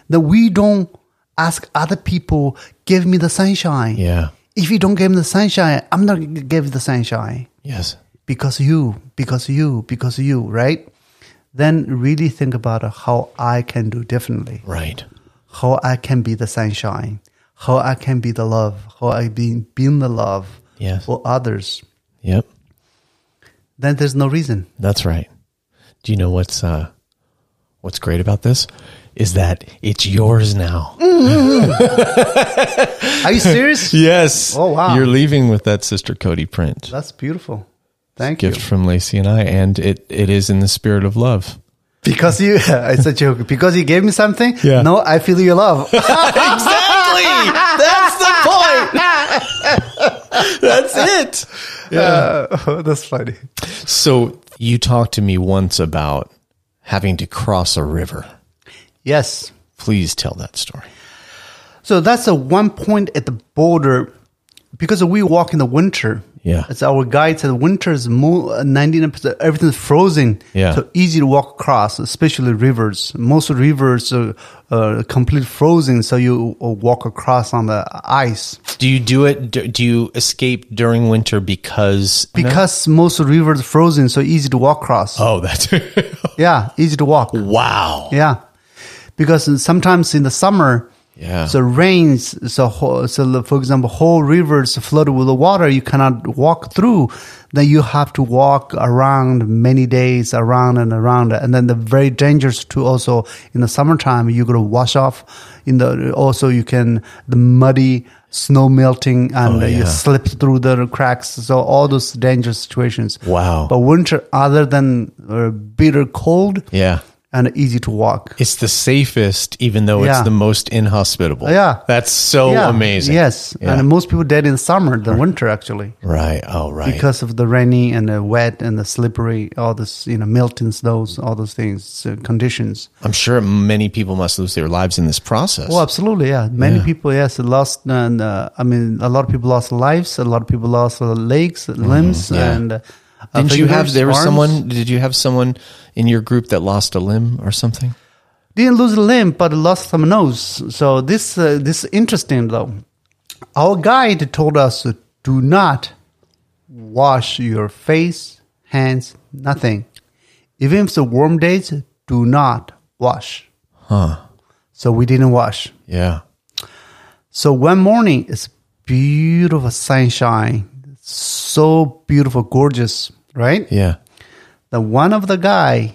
Speaker 2: that we don't ask other people give me the sunshine
Speaker 1: Yeah.
Speaker 2: if you don't give me the sunshine i'm not gonna give you the sunshine
Speaker 1: Yes.
Speaker 2: because you, because you, because you, right? Then really think about how I can do differently,
Speaker 1: Right.
Speaker 2: how I can be the sunshine, how I can be the love, how I be being the love
Speaker 1: Yes.
Speaker 2: for others.
Speaker 1: Yep.
Speaker 2: Then there's no reason.
Speaker 1: That's right. Do you know what's uh what's great about this? Is that it's yours now.
Speaker 2: Are you serious?
Speaker 1: Yes.
Speaker 2: Oh, wow.
Speaker 1: You're leaving with that sister Cody print.
Speaker 2: That's beautiful. Thank you.
Speaker 1: Gift from Lacey and I, and it, it is in the spirit of love.
Speaker 2: Because you, it's a joke. Because you gave me something.
Speaker 1: Yeah.
Speaker 2: No, I feel your love.
Speaker 1: Exactly. That's the point. That's it.
Speaker 2: Uh, that's funny.
Speaker 1: So you talked to me once about having to cross a river.
Speaker 2: Yes.
Speaker 1: Please tell that story.
Speaker 2: So that's a one point at the border because we walk in the winter.
Speaker 1: Yeah.
Speaker 2: It's our guide said winter is more 99%, everything's frozen.
Speaker 1: Yeah.
Speaker 2: So easy to walk across, especially rivers. Most rivers are uh, complete frozen, so you uh, walk across on the ice.
Speaker 1: Do you do it? Do, do you escape during winter because?
Speaker 2: Because most rivers frozen, so easy to walk across.
Speaker 1: oh, that's
Speaker 2: Yeah, easy to walk.
Speaker 1: wow.
Speaker 2: Yeah, because sometimes in the summer,
Speaker 1: Yeah.
Speaker 2: so rains, so whole, so the- for example, whole rivers flooded with the water, you cannot walk through. Then you have to walk around many days, around and around, and then the very dangerous to also in the summertime you're gonna wash off. In the also you can the muddy snow melting and
Speaker 1: Oh, yeah.
Speaker 2: you slip through the cracks. So all those dangerous situations.
Speaker 1: Wow.
Speaker 2: But winter, other than uh, bitter cold,
Speaker 1: Yeah.
Speaker 2: and easy to walk.
Speaker 1: It's the safest, even though
Speaker 2: Yeah.
Speaker 1: it's the most inhospitable.
Speaker 2: Yeah.
Speaker 1: That's so Oh, amazing.
Speaker 2: Yes,
Speaker 1: Yeah.
Speaker 2: and most people dead in summer than winter actually
Speaker 1: right. Oh, right.
Speaker 2: because of the rainy and the wet and the slippery, all this you know melting snows, all those things uh, conditions.
Speaker 1: I'm sure many people must lose their lives in this process.
Speaker 2: Oh, absolutely, yeah. Many people, yes, lost. And uh, I mean, a lot of people lost lives. A lot of people lost uh, legs, limbs,
Speaker 1: Mm-hmm. yeah.
Speaker 2: and. Uh,
Speaker 1: Didn't you have
Speaker 2: fingers,
Speaker 1: there was
Speaker 2: arms.
Speaker 1: someone? Did you have someone in your group that lost a limb or something?
Speaker 2: didn't lose a limb but lost some nose so this uh, this is interesting though our guide told us uh, do not wash your face hands nothing even if it's a warm days do not wash
Speaker 1: Huh.
Speaker 2: so we didn't wash
Speaker 1: Yeah.
Speaker 2: so one morning it's beautiful sunshine so beautiful gorgeous right
Speaker 1: Yeah.
Speaker 2: the one of the guy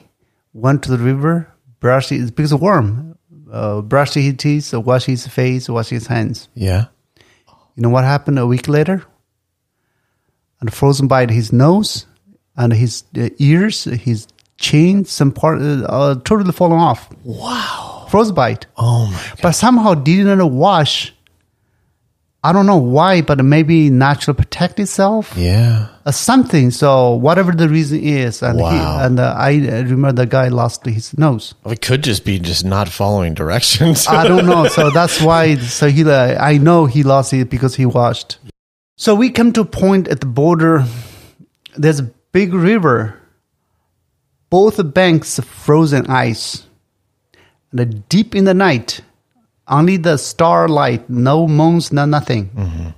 Speaker 2: went to the river, brushed his because of worm, uh, brushed his teeth, washed his face, washed his hands.
Speaker 1: Yeah.
Speaker 2: You know what happened a week later? And frozen by his nose and his uh, ears, his chin, some part uh, uh, totally fallen off.
Speaker 1: Wow.
Speaker 2: Frozen bite.
Speaker 1: Oh my.
Speaker 2: But somehow didn't wash I don't know why, but maybe natural protect itself
Speaker 1: Yeah.
Speaker 2: uh, something. So whatever the reason is, and
Speaker 1: Wow.
Speaker 2: he, and uh, I uh, remember the guy lost his nose.
Speaker 1: Well, it could just be just not following directions.
Speaker 2: I don't know, so that's why. So he, uh, I know he lost it because he watched. So we come to a point at the border. There's a big river. Both the banks are frozen ice. And uh, deep in the night, only the starlight, no moons, no nothing.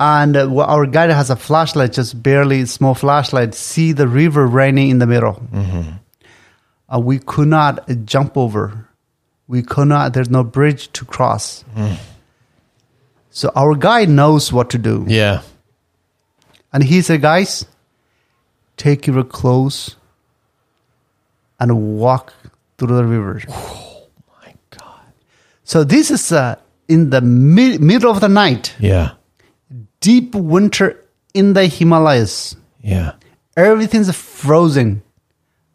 Speaker 2: And uh, well, our guide has a flashlight, just barely small flashlight. See the river running in the middle. Uh, we could not uh, jump over. We could not. There's no bridge to cross. So our guide knows what to do,
Speaker 1: yeah.
Speaker 2: and he said, "Guys, take your clothes and walk through the river."
Speaker 1: Oh My God.
Speaker 2: So this is uh, in the mi- middle of the night,
Speaker 1: Yeah.
Speaker 2: deep winter in the Himalayas.
Speaker 1: Yeah.
Speaker 2: everything's frozen,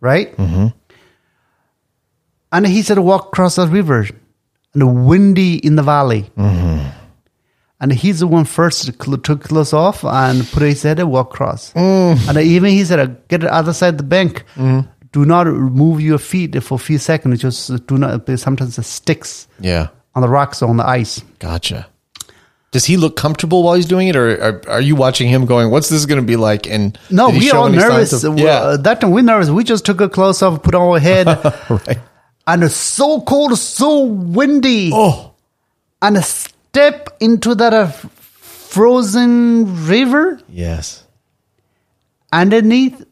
Speaker 2: right? Mm-hmm. And he said, walk across the river and windy in the valley.
Speaker 1: Mm-hmm.
Speaker 2: And he's the one first cl- took clothes off and put his head and walk across.
Speaker 1: Mm.
Speaker 2: And even he said, "Uh, get the other side of the bank.
Speaker 1: Mm-hmm.
Speaker 2: Do not move your feet for a few seconds. Just uh, do not, sometimes it sticks
Speaker 1: Yeah.
Speaker 2: on the rocks or on the ice.
Speaker 1: Gotcha. Does he look comfortable while he's doing it, or are, are you watching him going, "What's this going to be like?" And
Speaker 2: No,
Speaker 1: did he
Speaker 2: we are
Speaker 1: show
Speaker 2: all
Speaker 1: any signs
Speaker 2: nervous.
Speaker 1: of-
Speaker 2: We- uh,
Speaker 1: yeah,
Speaker 2: that time we're nervous. We just took a clothes off, put on our head.
Speaker 1: right.
Speaker 2: and it's so cold, so windy,
Speaker 1: Oh,
Speaker 2: and a step into that uh, frozen river
Speaker 1: yes,
Speaker 2: underneath,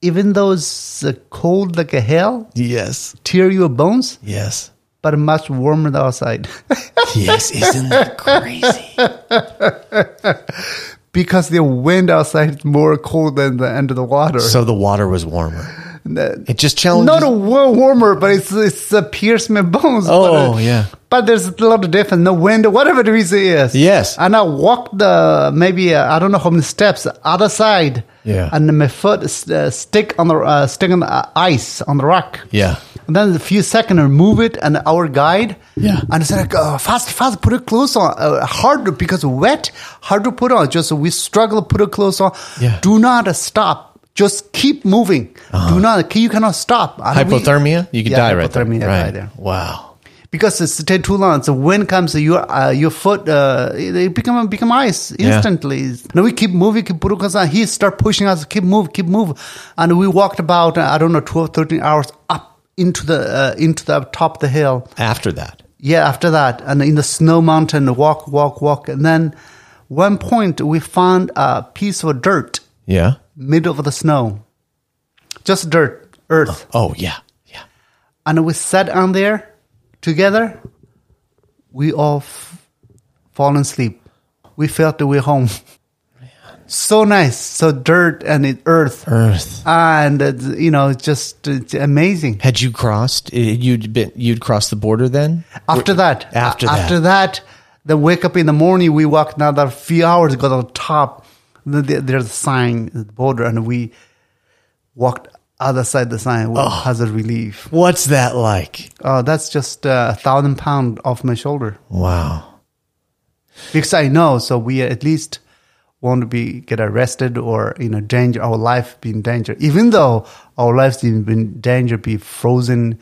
Speaker 2: even though it's uh, cold like a hell,
Speaker 1: yes,
Speaker 2: tear your bones,
Speaker 1: yes,
Speaker 2: but much warmer the outside.
Speaker 1: yes. Isn't that crazy?
Speaker 2: because the wind outside is more cold than the end of the water.
Speaker 1: so the water was warmer. It just challenges.
Speaker 2: Not a wa- warmer, but it's it's uh, pierce my bones.
Speaker 1: Oh,
Speaker 2: but, uh,
Speaker 1: yeah.
Speaker 2: But there's a lot of difference. No wind, whatever the reason is.
Speaker 1: Yes.
Speaker 2: And I walked the maybe uh, I don't know how many steps other side.
Speaker 1: Yeah.
Speaker 2: And my foot is, uh, stick on the uh, stick on the uh, ice on the rock.
Speaker 1: yeah,
Speaker 2: And then a few seconds, move it, and our guide.
Speaker 1: Yeah.
Speaker 2: And I said, like, uh, fast, fast, put a clothes on. Uh, hard to- because wet, hard to put on. Just we struggle to put a clothes on.
Speaker 1: Yeah. Uh-huh.
Speaker 2: Do not uh, stop. Just keep moving. Do not. You cannot stop. And we-
Speaker 1: hypothermia. You could
Speaker 2: Yeah,
Speaker 1: die right there.
Speaker 2: hypothermia,
Speaker 1: right.
Speaker 2: die there.
Speaker 1: Wow.
Speaker 2: because it's take too long. So wind comes, your uh, your foot uh, it, it become become ice instantly. Now we keep moving, keep putting us on. He start pushing us, keep move, keep move, and we walked about uh, I don't know 12, 13 hours up into the uh, into the top of the hill.
Speaker 1: After that,
Speaker 2: Yeah, after that, and in the snow mountain, walk, walk, walk, and then one point we found a piece of dirt
Speaker 1: yeah.
Speaker 2: middle of the snow, just dirt, earth
Speaker 1: Oh, yeah, yeah.
Speaker 2: and we sat on there together. We all f- fallen asleep. We felt the way home. So nice, so dirt and it, earth,
Speaker 1: Earth.
Speaker 2: and uh, you know, just uh, it's amazing.
Speaker 1: Had you crossed? eh, You'd been. You'd crossed the border then.
Speaker 2: After that,
Speaker 1: After
Speaker 2: a-
Speaker 1: that.
Speaker 2: after that, the wake up in the morning. We walk another few hours, got on top. th- th- There's a sign at the border, and we walked other side of the sign. Oh. Has a relief.
Speaker 1: What's that like?
Speaker 2: Oh, that's just uh, a thousand pound off my shoulder.
Speaker 1: Wow.
Speaker 2: because I know. So we at least want to be get arrested or you know danger our life be in danger, even though our lives in in danger be frozen,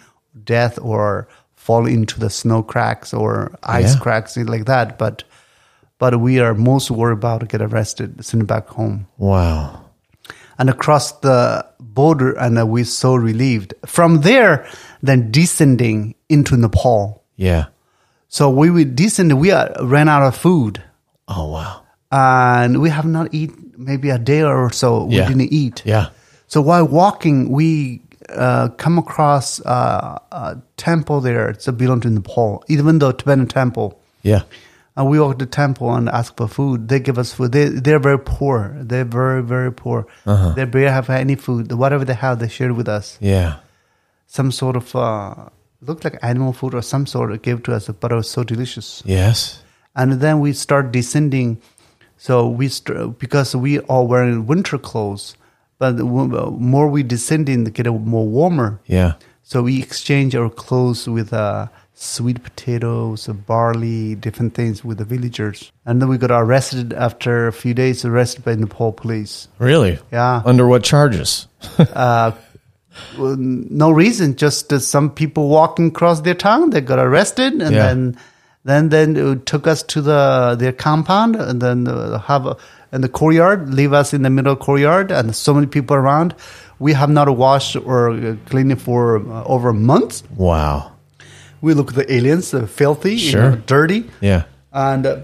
Speaker 2: death or fall into the snow cracks or ice
Speaker 1: Yeah.
Speaker 2: cracks things like that. But but we are most worried about to get arrested sent back home
Speaker 1: Wow.
Speaker 2: and across the border, and uh, we're so relieved. From there, then descending into Nepal.
Speaker 1: Yeah.
Speaker 2: So we were descend. We are, ran out of food.
Speaker 1: Oh wow.
Speaker 2: and we have not eaten maybe a day or so. We
Speaker 1: Yeah.
Speaker 2: didn't eat.
Speaker 1: Yeah.
Speaker 2: So while walking, we uh, come across uh, a temple there. It's a belong to Nepal, even though Tibetan temple.
Speaker 1: Yeah.
Speaker 2: And we walked to the temple and asked for food. They give us food. They they're very poor. They're very very poor.
Speaker 1: Uh-huh.
Speaker 2: They barely have any food. Whatever they have, they share with us.
Speaker 1: Yeah.
Speaker 2: Some sort of uh, looked like animal food or some sort gave to us, but it was so delicious
Speaker 1: Yes.
Speaker 2: and then we start descending. So we st- because we are wearing winter clothes, but the w- more we descending, it get more warmer.
Speaker 1: Yeah.
Speaker 2: So we exchange our clothes with uh, sweet potatoes, barley, different things with the villagers. And then we got arrested after a few days, arrested by Nepal police.
Speaker 1: Really?
Speaker 2: Yeah.
Speaker 1: Under what charges?
Speaker 2: Well, no reason, just that some people walking across their town, they got arrested. And
Speaker 1: Yeah.
Speaker 2: then then then it took us to the their compound and then uh, have a, in the courtyard, leave us in the middle of courtyard and so many people around. We have not washed or uh, cleaned for uh, over a month.
Speaker 1: Wow.
Speaker 2: We look at the aliens, uh, filthy, you
Speaker 1: Sure.
Speaker 2: know, dirty.
Speaker 1: Yeah.
Speaker 2: And uh,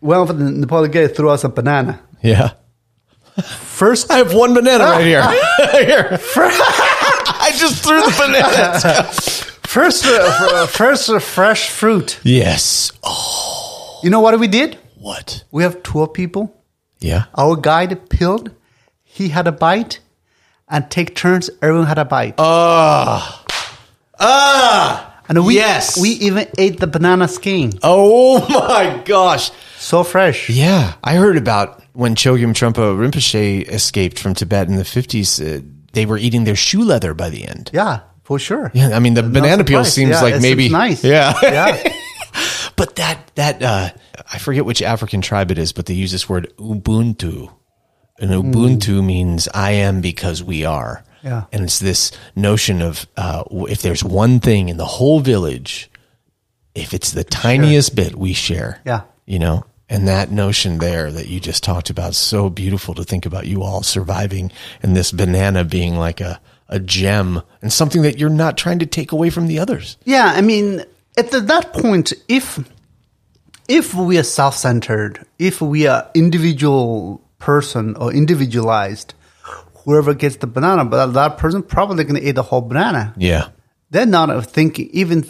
Speaker 2: one of the Nepali guy threw us a banana.
Speaker 1: Yeah.
Speaker 2: First,
Speaker 1: I have one banana right here. here. I just threw the banana.
Speaker 2: first, uh, fr- uh, first uh, fresh fruit.
Speaker 1: yes. Oh,
Speaker 2: You know what we did?
Speaker 1: what?
Speaker 2: We have 12 people.
Speaker 1: Yeah.
Speaker 2: Our guide peeled. He had a bite. And take turns. Everyone had a bite.
Speaker 1: Ah.
Speaker 2: and we,
Speaker 1: yes.
Speaker 2: we even ate the banana skin.
Speaker 1: Oh my gosh.
Speaker 2: So fresh.
Speaker 1: Yeah, I heard about when Chogyam Trungpa Rinpoche escaped from Tibet in the 50s, uh, they were eating their shoe leather by the end.
Speaker 2: Yeah, for sure.
Speaker 1: Yeah, I mean the banana peel
Speaker 2: surprised.
Speaker 1: seems
Speaker 2: Yeah, it
Speaker 1: like
Speaker 2: seems
Speaker 1: maybe
Speaker 2: nice.
Speaker 1: Yeah.
Speaker 2: Yeah.
Speaker 1: but that that uh I forget which African tribe it is, but they use this word ubuntu. And ubuntu means I am because we are.
Speaker 2: Hmm. Yeah.
Speaker 1: And it's this notion of uh w- if there's one thing in the whole village, if it's the tiniest bit we share.
Speaker 2: Yeah.
Speaker 1: You know? And that notion there that you just talked about is so beautiful to think about you all surviving and this banana being like a, a gem and something that you're not trying to take away from the others.
Speaker 2: Yeah, I mean, at the, that point, if if we are self-centered, if we are individual person or individualized, whoever gets the banana, but that person probably going to eat the whole banana.
Speaker 1: Yeah.
Speaker 2: They're not thinking, even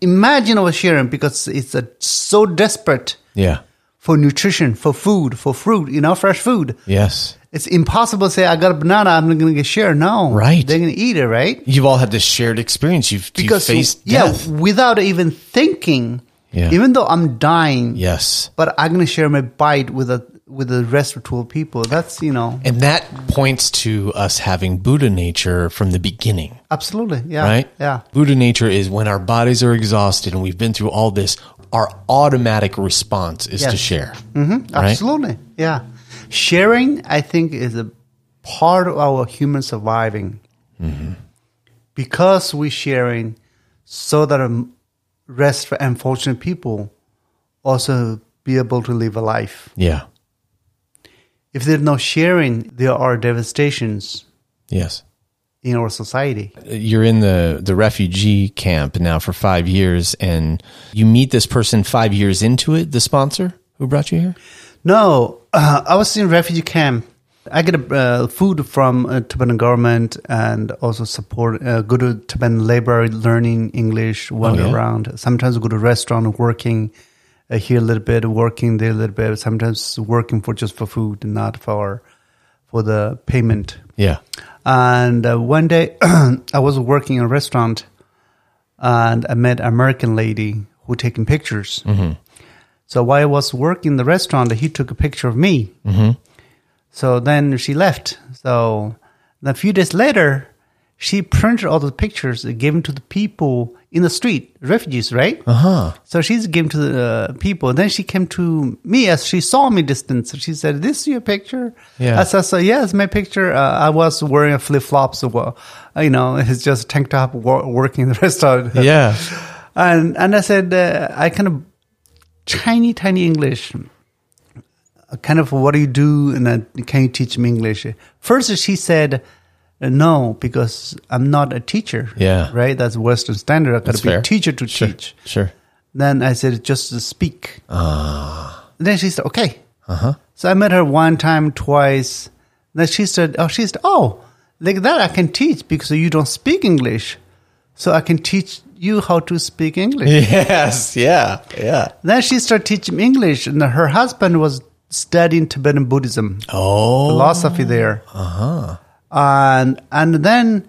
Speaker 2: imagine of sharing because it's a, so desperate
Speaker 1: Yeah.
Speaker 2: for nutrition, for food, for fruit, you know, fresh food.
Speaker 1: Yes.
Speaker 2: It's impossible to say, I got a banana, I'm not going to share. No.
Speaker 1: Right.
Speaker 2: They're going to eat it, right?
Speaker 1: You've all had this shared experience. You've,
Speaker 2: because
Speaker 1: you've faced
Speaker 2: yeah,
Speaker 1: death.
Speaker 2: without even thinking,
Speaker 1: Yeah.
Speaker 2: even though I'm dying,
Speaker 1: Yes.
Speaker 2: but I'm gonna share my bite with a with the rest of twelve people. That's you know
Speaker 1: And that points to us having Buddha nature from the beginning.
Speaker 2: absolutely yeah
Speaker 1: right?
Speaker 2: yeah
Speaker 1: Buddha nature is when our bodies are exhausted and we've been through all this, our automatic response is to
Speaker 2: Yes.
Speaker 1: share.
Speaker 2: Mhm,
Speaker 1: Right?
Speaker 2: absolutely yeah. Sharing, I think, is a part of our human surviving because we're sharing, so that um, rest for unfortunate people also be able to live a life.
Speaker 1: Yeah.
Speaker 2: If there's no sharing, there are devastations
Speaker 1: Yes.
Speaker 2: in our society.
Speaker 1: You're in the, the refugee camp now for five years and you meet this person five years into it, the sponsor who brought you here?
Speaker 2: No, uh, I was in refugee camp. I get uh, food from uh, Tibetan government and also support. Uh, go to Tibetan library, learning English, wander
Speaker 1: Oh, yeah?
Speaker 2: around. Sometimes go to restaurant, working uh, here a little bit, working there a little bit. Sometimes working for just for food, not for for the payment.
Speaker 1: Yeah.
Speaker 2: And uh, one day, I was working in a restaurant, and I met an American lady who taking pictures. So while I was working in the restaurant, he took a picture of me. So then she left. So a few days later, she printed all the pictures, and gave them to the people in the street, refugees, right? Uh
Speaker 1: Uh-huh.
Speaker 2: huh. So she's given to the uh, people. Then she came to me as she saw me distance. She said, "This is your picture."
Speaker 1: Yeah.
Speaker 2: I said, "So yeah, it's my picture. Uh, I was wearing a flip flops. So, well, uh, you know, it's just tank top wo- working in the restaurant."
Speaker 1: Yeah.
Speaker 2: and and I said uh, I kind of tiny tiny English, uh, kind of what do you do and uh, can you teach me English? First she said uh, no because I'm not a teacher.
Speaker 1: Yeah.
Speaker 2: right. That's Western standard. I got
Speaker 1: That's
Speaker 2: to be
Speaker 1: fair.
Speaker 2: a teacher to
Speaker 1: Sure.
Speaker 2: teach.
Speaker 1: Sure.
Speaker 2: Then I said just to speak. Then she said okay. So I met her one time, twice. Then she said, "Oh, she said, oh, like that I can teach because you don't speak English, so I can teach you how to speak English."
Speaker 1: Yes. Yeah. Yeah.
Speaker 2: Then she started teaching English, and her husband was studying Tibetan Buddhism
Speaker 1: Oh.
Speaker 2: philosophy there. Uh-huh. And and then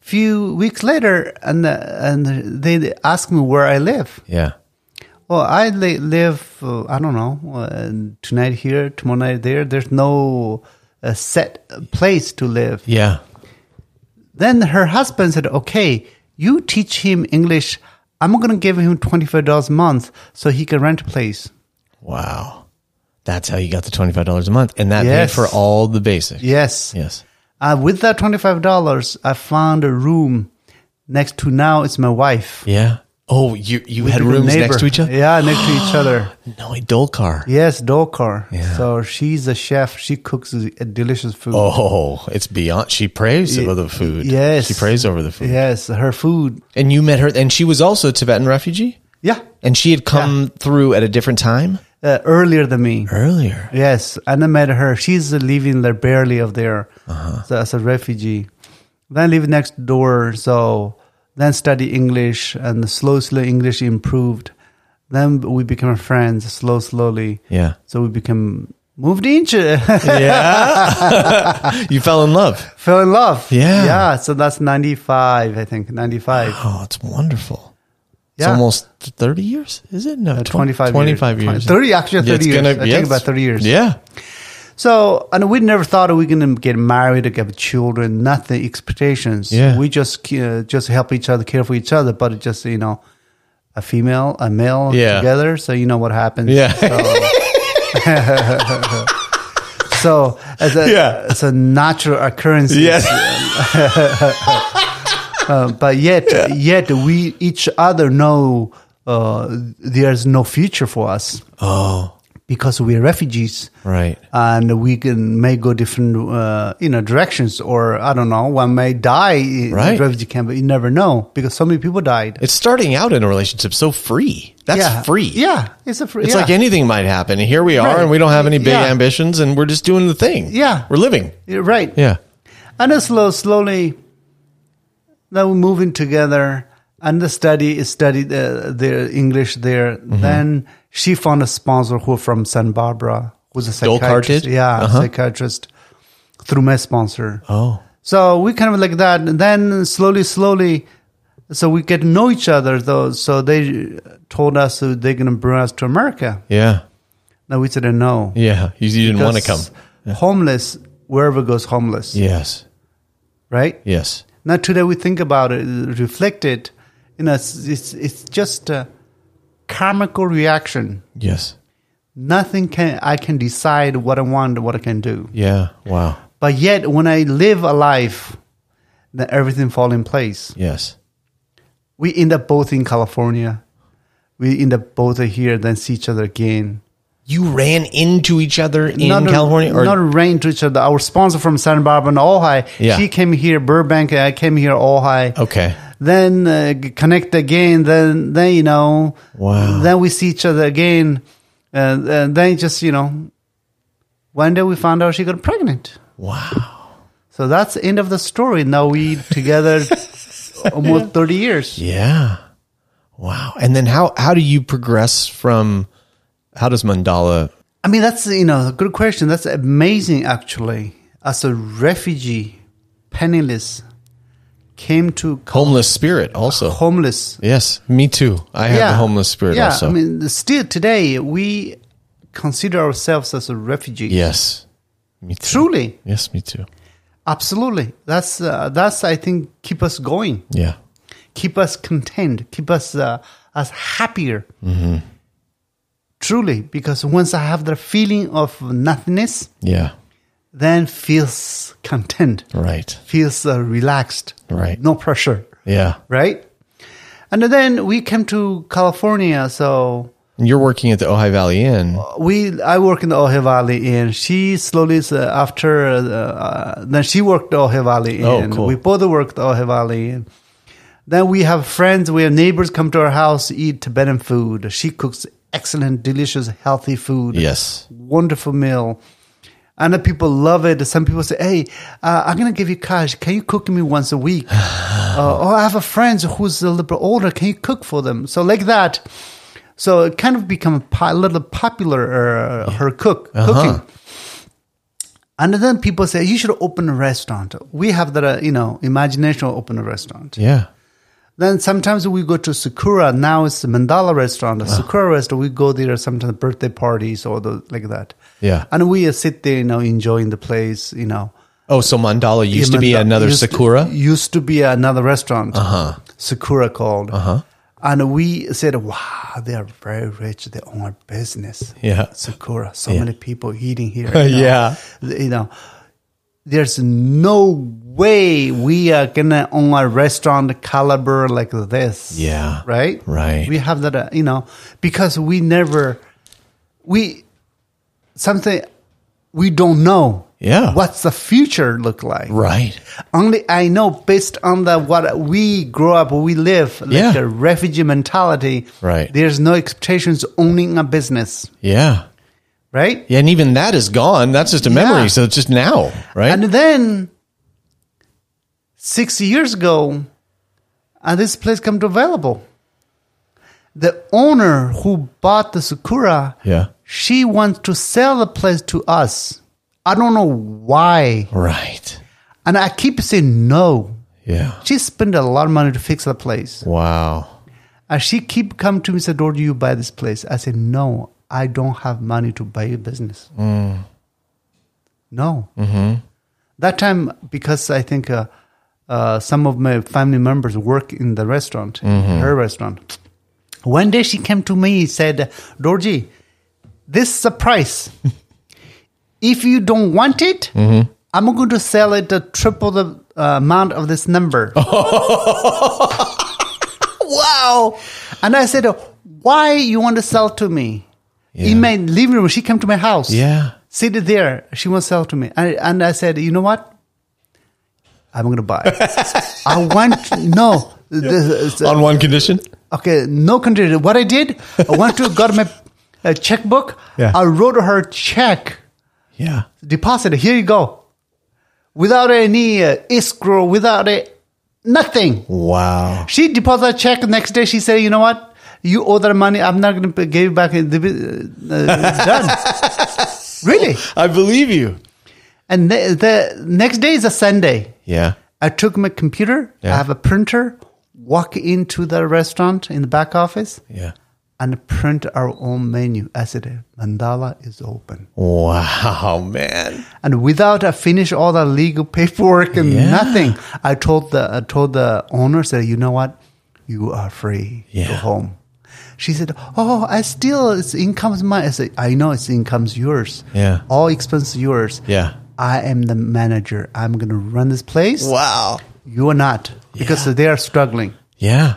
Speaker 2: few weeks later, and and they asked me where I live.
Speaker 1: Yeah.
Speaker 2: Well, I li- live, uh, I don't know, uh, tonight here, tomorrow night there. There's no uh, set place to live.
Speaker 1: Yeah.
Speaker 2: Then her husband said, okay, you teach him English. I'm going to give him $25 a month so he can rent a place.
Speaker 1: Wow. That's how you got the $25 a month. And that
Speaker 2: Yes.
Speaker 1: paid for all the basics.
Speaker 2: Yes.
Speaker 1: Yes.
Speaker 2: Uh, with that $25, I found a room next to now it's my wife.
Speaker 1: Yeah. Oh, you, you had
Speaker 2: The
Speaker 1: rooms
Speaker 2: neighbor.
Speaker 1: next to each other?
Speaker 2: Yeah, next to each other.
Speaker 1: No, a Dole car.
Speaker 2: Yes, Dokar.
Speaker 1: Yeah.
Speaker 2: So she's a chef. She cooks a delicious food.
Speaker 1: Oh, it's beyond. She prays over the food.
Speaker 2: yes.
Speaker 1: She prays over the food.
Speaker 2: Yes, her food.
Speaker 1: And you met her, and she was also a Tibetan refugee?
Speaker 2: Yeah,
Speaker 1: And she had come through at a different time
Speaker 2: uh, earlier than me.
Speaker 1: earlier.
Speaker 2: Yes, and I met her. She's living there barely up there
Speaker 1: Uh-huh.
Speaker 2: so, as a refugee. Then live next door. So then study English and slow, slow English improved. Then we became friends slow, slowly.
Speaker 1: Yeah.
Speaker 2: So we became moved into
Speaker 1: You fell in love.
Speaker 2: fell in love.
Speaker 1: Yeah.
Speaker 2: Yeah. So that's 95, I think. 95.
Speaker 1: Oh, it's wonderful. It's
Speaker 2: Yeah.
Speaker 1: almost 30 years, is it? No,
Speaker 2: Uh,
Speaker 1: tw-
Speaker 2: 25
Speaker 1: 25
Speaker 2: years.
Speaker 1: years.
Speaker 2: 30 actually, 30
Speaker 1: It's
Speaker 2: years.
Speaker 1: gonna-
Speaker 2: I
Speaker 1: yeah,
Speaker 2: think about
Speaker 1: it's-
Speaker 2: 30 years.
Speaker 1: Yeah.
Speaker 2: So, and we never thought we were going to get married or get children, nothing, expectations.
Speaker 1: Yeah.
Speaker 2: We just uh, just help each other, care for each other, but it just, you know, a female, a male
Speaker 1: Yeah.
Speaker 2: together. So, you know what happens.
Speaker 1: Yeah.
Speaker 2: So, as a,
Speaker 1: Yeah.
Speaker 2: it's a natural occurrence.
Speaker 1: Yes.
Speaker 2: Uh, but yet, yet we each other know uh, there's no future for us
Speaker 1: Oh,
Speaker 2: because we're refugees.
Speaker 1: right.
Speaker 2: and we can may go different uh, you know directions or i don't know one may die in
Speaker 1: Right.
Speaker 2: refugee camp you never know because so many people died
Speaker 1: It's starting out in a relationship so free. That's
Speaker 2: yeah.
Speaker 1: free.
Speaker 2: yeah it's a free
Speaker 1: It's
Speaker 2: yeah.
Speaker 1: like anything might happen. And here we are,
Speaker 2: Right.
Speaker 1: and we don't have any big
Speaker 2: Yeah.
Speaker 1: ambitions, and we're just doing the thing.
Speaker 2: Yeah.
Speaker 1: We're living.
Speaker 2: Yeah, right
Speaker 1: Yeah.
Speaker 2: and then slow slowly then we're moving together and the study is studied uh, their english there
Speaker 1: Mm-hmm.
Speaker 2: then she found a sponsor who from san barbara who's a
Speaker 1: Dole Card
Speaker 2: psychiatrist
Speaker 1: did? Uh-huh.
Speaker 2: yeah psychiatrist through my sponsor
Speaker 1: Oh.
Speaker 2: So we kind of like that. And then slowly, slowly, so we get to know each other though. So they told us that they're going to bring us to America.
Speaker 1: Yeah.
Speaker 2: Now we said no.
Speaker 1: Yeah. You, you didn't want to come.
Speaker 2: Because Homeless, wherever goes homeless,
Speaker 1: Yes.
Speaker 2: right?
Speaker 1: Yes.
Speaker 2: Now today we think about it, reflect it. You know, it's, it's, it's just a karmical reaction.
Speaker 1: Yes.
Speaker 2: Nothing can, I can decide what I want, what I can do.
Speaker 1: Yeah. Wow.
Speaker 2: But yet when I live a life, then everything fall in place.
Speaker 1: Yes.
Speaker 2: we end up both in California. We end up both here, then see each other again.
Speaker 1: You ran into each other in
Speaker 2: not
Speaker 1: California? Or,
Speaker 2: not ran to each other. Our sponsor from Santa Barbara and Ojai,
Speaker 1: Yeah.
Speaker 2: she came here, Burbank. I came here, Ojai.
Speaker 1: okay.
Speaker 2: Then uh, g- connect again. Then then you know.
Speaker 1: Wow.
Speaker 2: Then we see each other again, and, and then just you know, one day we found out she got pregnant.
Speaker 1: Wow.
Speaker 2: So that's the end of the story. Now we together almost thirty years.
Speaker 1: Yeah. Wow. And then how, how do you progress from, how does mandala,
Speaker 2: I mean, that's you know a good question. That's amazing, actually. As a refugee, penniless, came to
Speaker 1: homeless spirit also?
Speaker 2: homeless.
Speaker 1: Yes, me too. I have the homeless spirit
Speaker 2: Yeah,
Speaker 1: also.
Speaker 2: I mean, still today we consider ourselves as a refugee.
Speaker 1: yes. Me too.
Speaker 2: Truly,
Speaker 1: Yes, me too.
Speaker 2: absolutely. That's uh, that's I think keep us going,
Speaker 1: Yeah.
Speaker 2: keep us content, keep us uh, us happier.
Speaker 1: Mm-hmm.
Speaker 2: Truly, because once I have the feeling of nothingness,
Speaker 1: Yeah.
Speaker 2: then feels content.
Speaker 1: Right.
Speaker 2: feels uh, relaxed,
Speaker 1: Right.
Speaker 2: No pressure,
Speaker 1: Yeah.
Speaker 2: right? And then we came to California, so
Speaker 1: And you're working at the Ojai Valley Inn.
Speaker 2: we I work in the Ojai Valley Inn. She slowly uh, after uh, uh, then she worked the Ojai Valley Inn.
Speaker 1: Oh, cool.
Speaker 2: We both worked the Ojai Valley Inn. Then we have friends, we have neighbors come to our house eat Tibetan food. She cooks excellent, delicious, healthy food.
Speaker 1: Yes.
Speaker 2: wonderful meal. And the people love it. Some people say, "Hey, uh, I'm gonna give you cash. Can you cook me once a week?" uh, or I have a friend who's a little bit older. Can you cook for them? So like that. So it kind of become a po- little popular uh, her cook cooking. And then people say you should open a restaurant. We have that, uh, you know, imagination. of Open a restaurant.
Speaker 1: Yeah.
Speaker 2: Then sometimes we go to Sakura. Now it's the Mandala restaurant, the Sakura restaurant. We go there sometimes birthday parties or the, like that.
Speaker 1: Yeah.
Speaker 2: And we uh, sit there, you know, enjoying the place, you know.
Speaker 1: Oh, so Mandala used to be
Speaker 2: Manda-
Speaker 1: another
Speaker 2: used to-
Speaker 1: Sakura. Uh-huh.
Speaker 2: used to be another restaurant. Sakura called. And we said, wow, they are very rich. They own a business.
Speaker 1: Yeah.
Speaker 2: Sakura. So
Speaker 1: Yeah.
Speaker 2: many people eating here.
Speaker 1: Yeah.
Speaker 2: You know, there's no way we are going to own a restaurant caliber like this.
Speaker 1: Yeah.
Speaker 2: Right?
Speaker 1: Right.
Speaker 2: We have that, uh, you know, because we never, we, something we don't know.
Speaker 1: Yeah.
Speaker 2: What's the future look like?
Speaker 1: Right.
Speaker 2: Only I know based on the what we grow up, we live like
Speaker 1: Yeah.
Speaker 2: the refugee mentality.
Speaker 1: Right.
Speaker 2: There's no expectations owning a business,
Speaker 1: Yeah.
Speaker 2: right?
Speaker 1: Yeah, and even that is gone. That's just a
Speaker 2: Yeah.
Speaker 1: memory. So it's just now, right?
Speaker 2: And then six years ago, and this place come to available. The owner who bought the Sakura,
Speaker 1: Yeah.
Speaker 2: she wants to sell the place to us. I don't know why,
Speaker 1: right.
Speaker 2: and I keep saying no.
Speaker 1: Yeah.
Speaker 2: She spent a lot of money to fix the place.
Speaker 1: Wow.
Speaker 2: And she keep come to me and said, "Do you buy this place?" I said, "No, I don't have money to buy a business." No. Mm-hmm. That time, because I think uh, uh, some of my family members work in the restaurant, her restaurant. One day she came to me and said, "Dorji, this is the price. if you don't want it, I'm going to sell it at triple the uh, amount of this number." wow. And I said, why you want to sell to me? In my living room, she came to my house.
Speaker 1: Yeah.
Speaker 2: Sit there. She wants to sell to me. And, and I said, you know what? I'm going to buy. I want, no. This-
Speaker 1: On one condition?
Speaker 2: Okay, no condition. What I did, I went to got my uh, checkbook.
Speaker 1: Yeah.
Speaker 2: I wrote her check
Speaker 1: Yeah.
Speaker 2: deposit. Here you go, without any uh, escrow, without a nothing.
Speaker 1: Wow.
Speaker 2: She deposited a check. Next day, she said, "You know what? You owe that money. I'm not going to give it back. Uh, Done. really."
Speaker 1: I believe you.
Speaker 2: And the, the next day is a Sunday.
Speaker 1: Yeah.
Speaker 2: I took my computer. I
Speaker 1: Yeah.
Speaker 2: have a printer. Walk into the restaurant in the back office
Speaker 1: Yeah.
Speaker 2: and print our own menu. I said, "Mandala is open."
Speaker 1: Wow, man.
Speaker 2: and without I finish all the legal paperwork and
Speaker 1: Yeah.
Speaker 2: nothing, I told the I told the owner said, you know what, you are free. Go
Speaker 1: Yeah.
Speaker 2: home. She said, "Oh, I still it's income's mine." I said, "I know it's income's yours.
Speaker 1: Yeah.
Speaker 2: all expenses yours.
Speaker 1: Yeah.
Speaker 2: I am the manager. I'm gonna run this place.
Speaker 1: Wow.
Speaker 2: You are not because they are struggling.
Speaker 1: Yeah.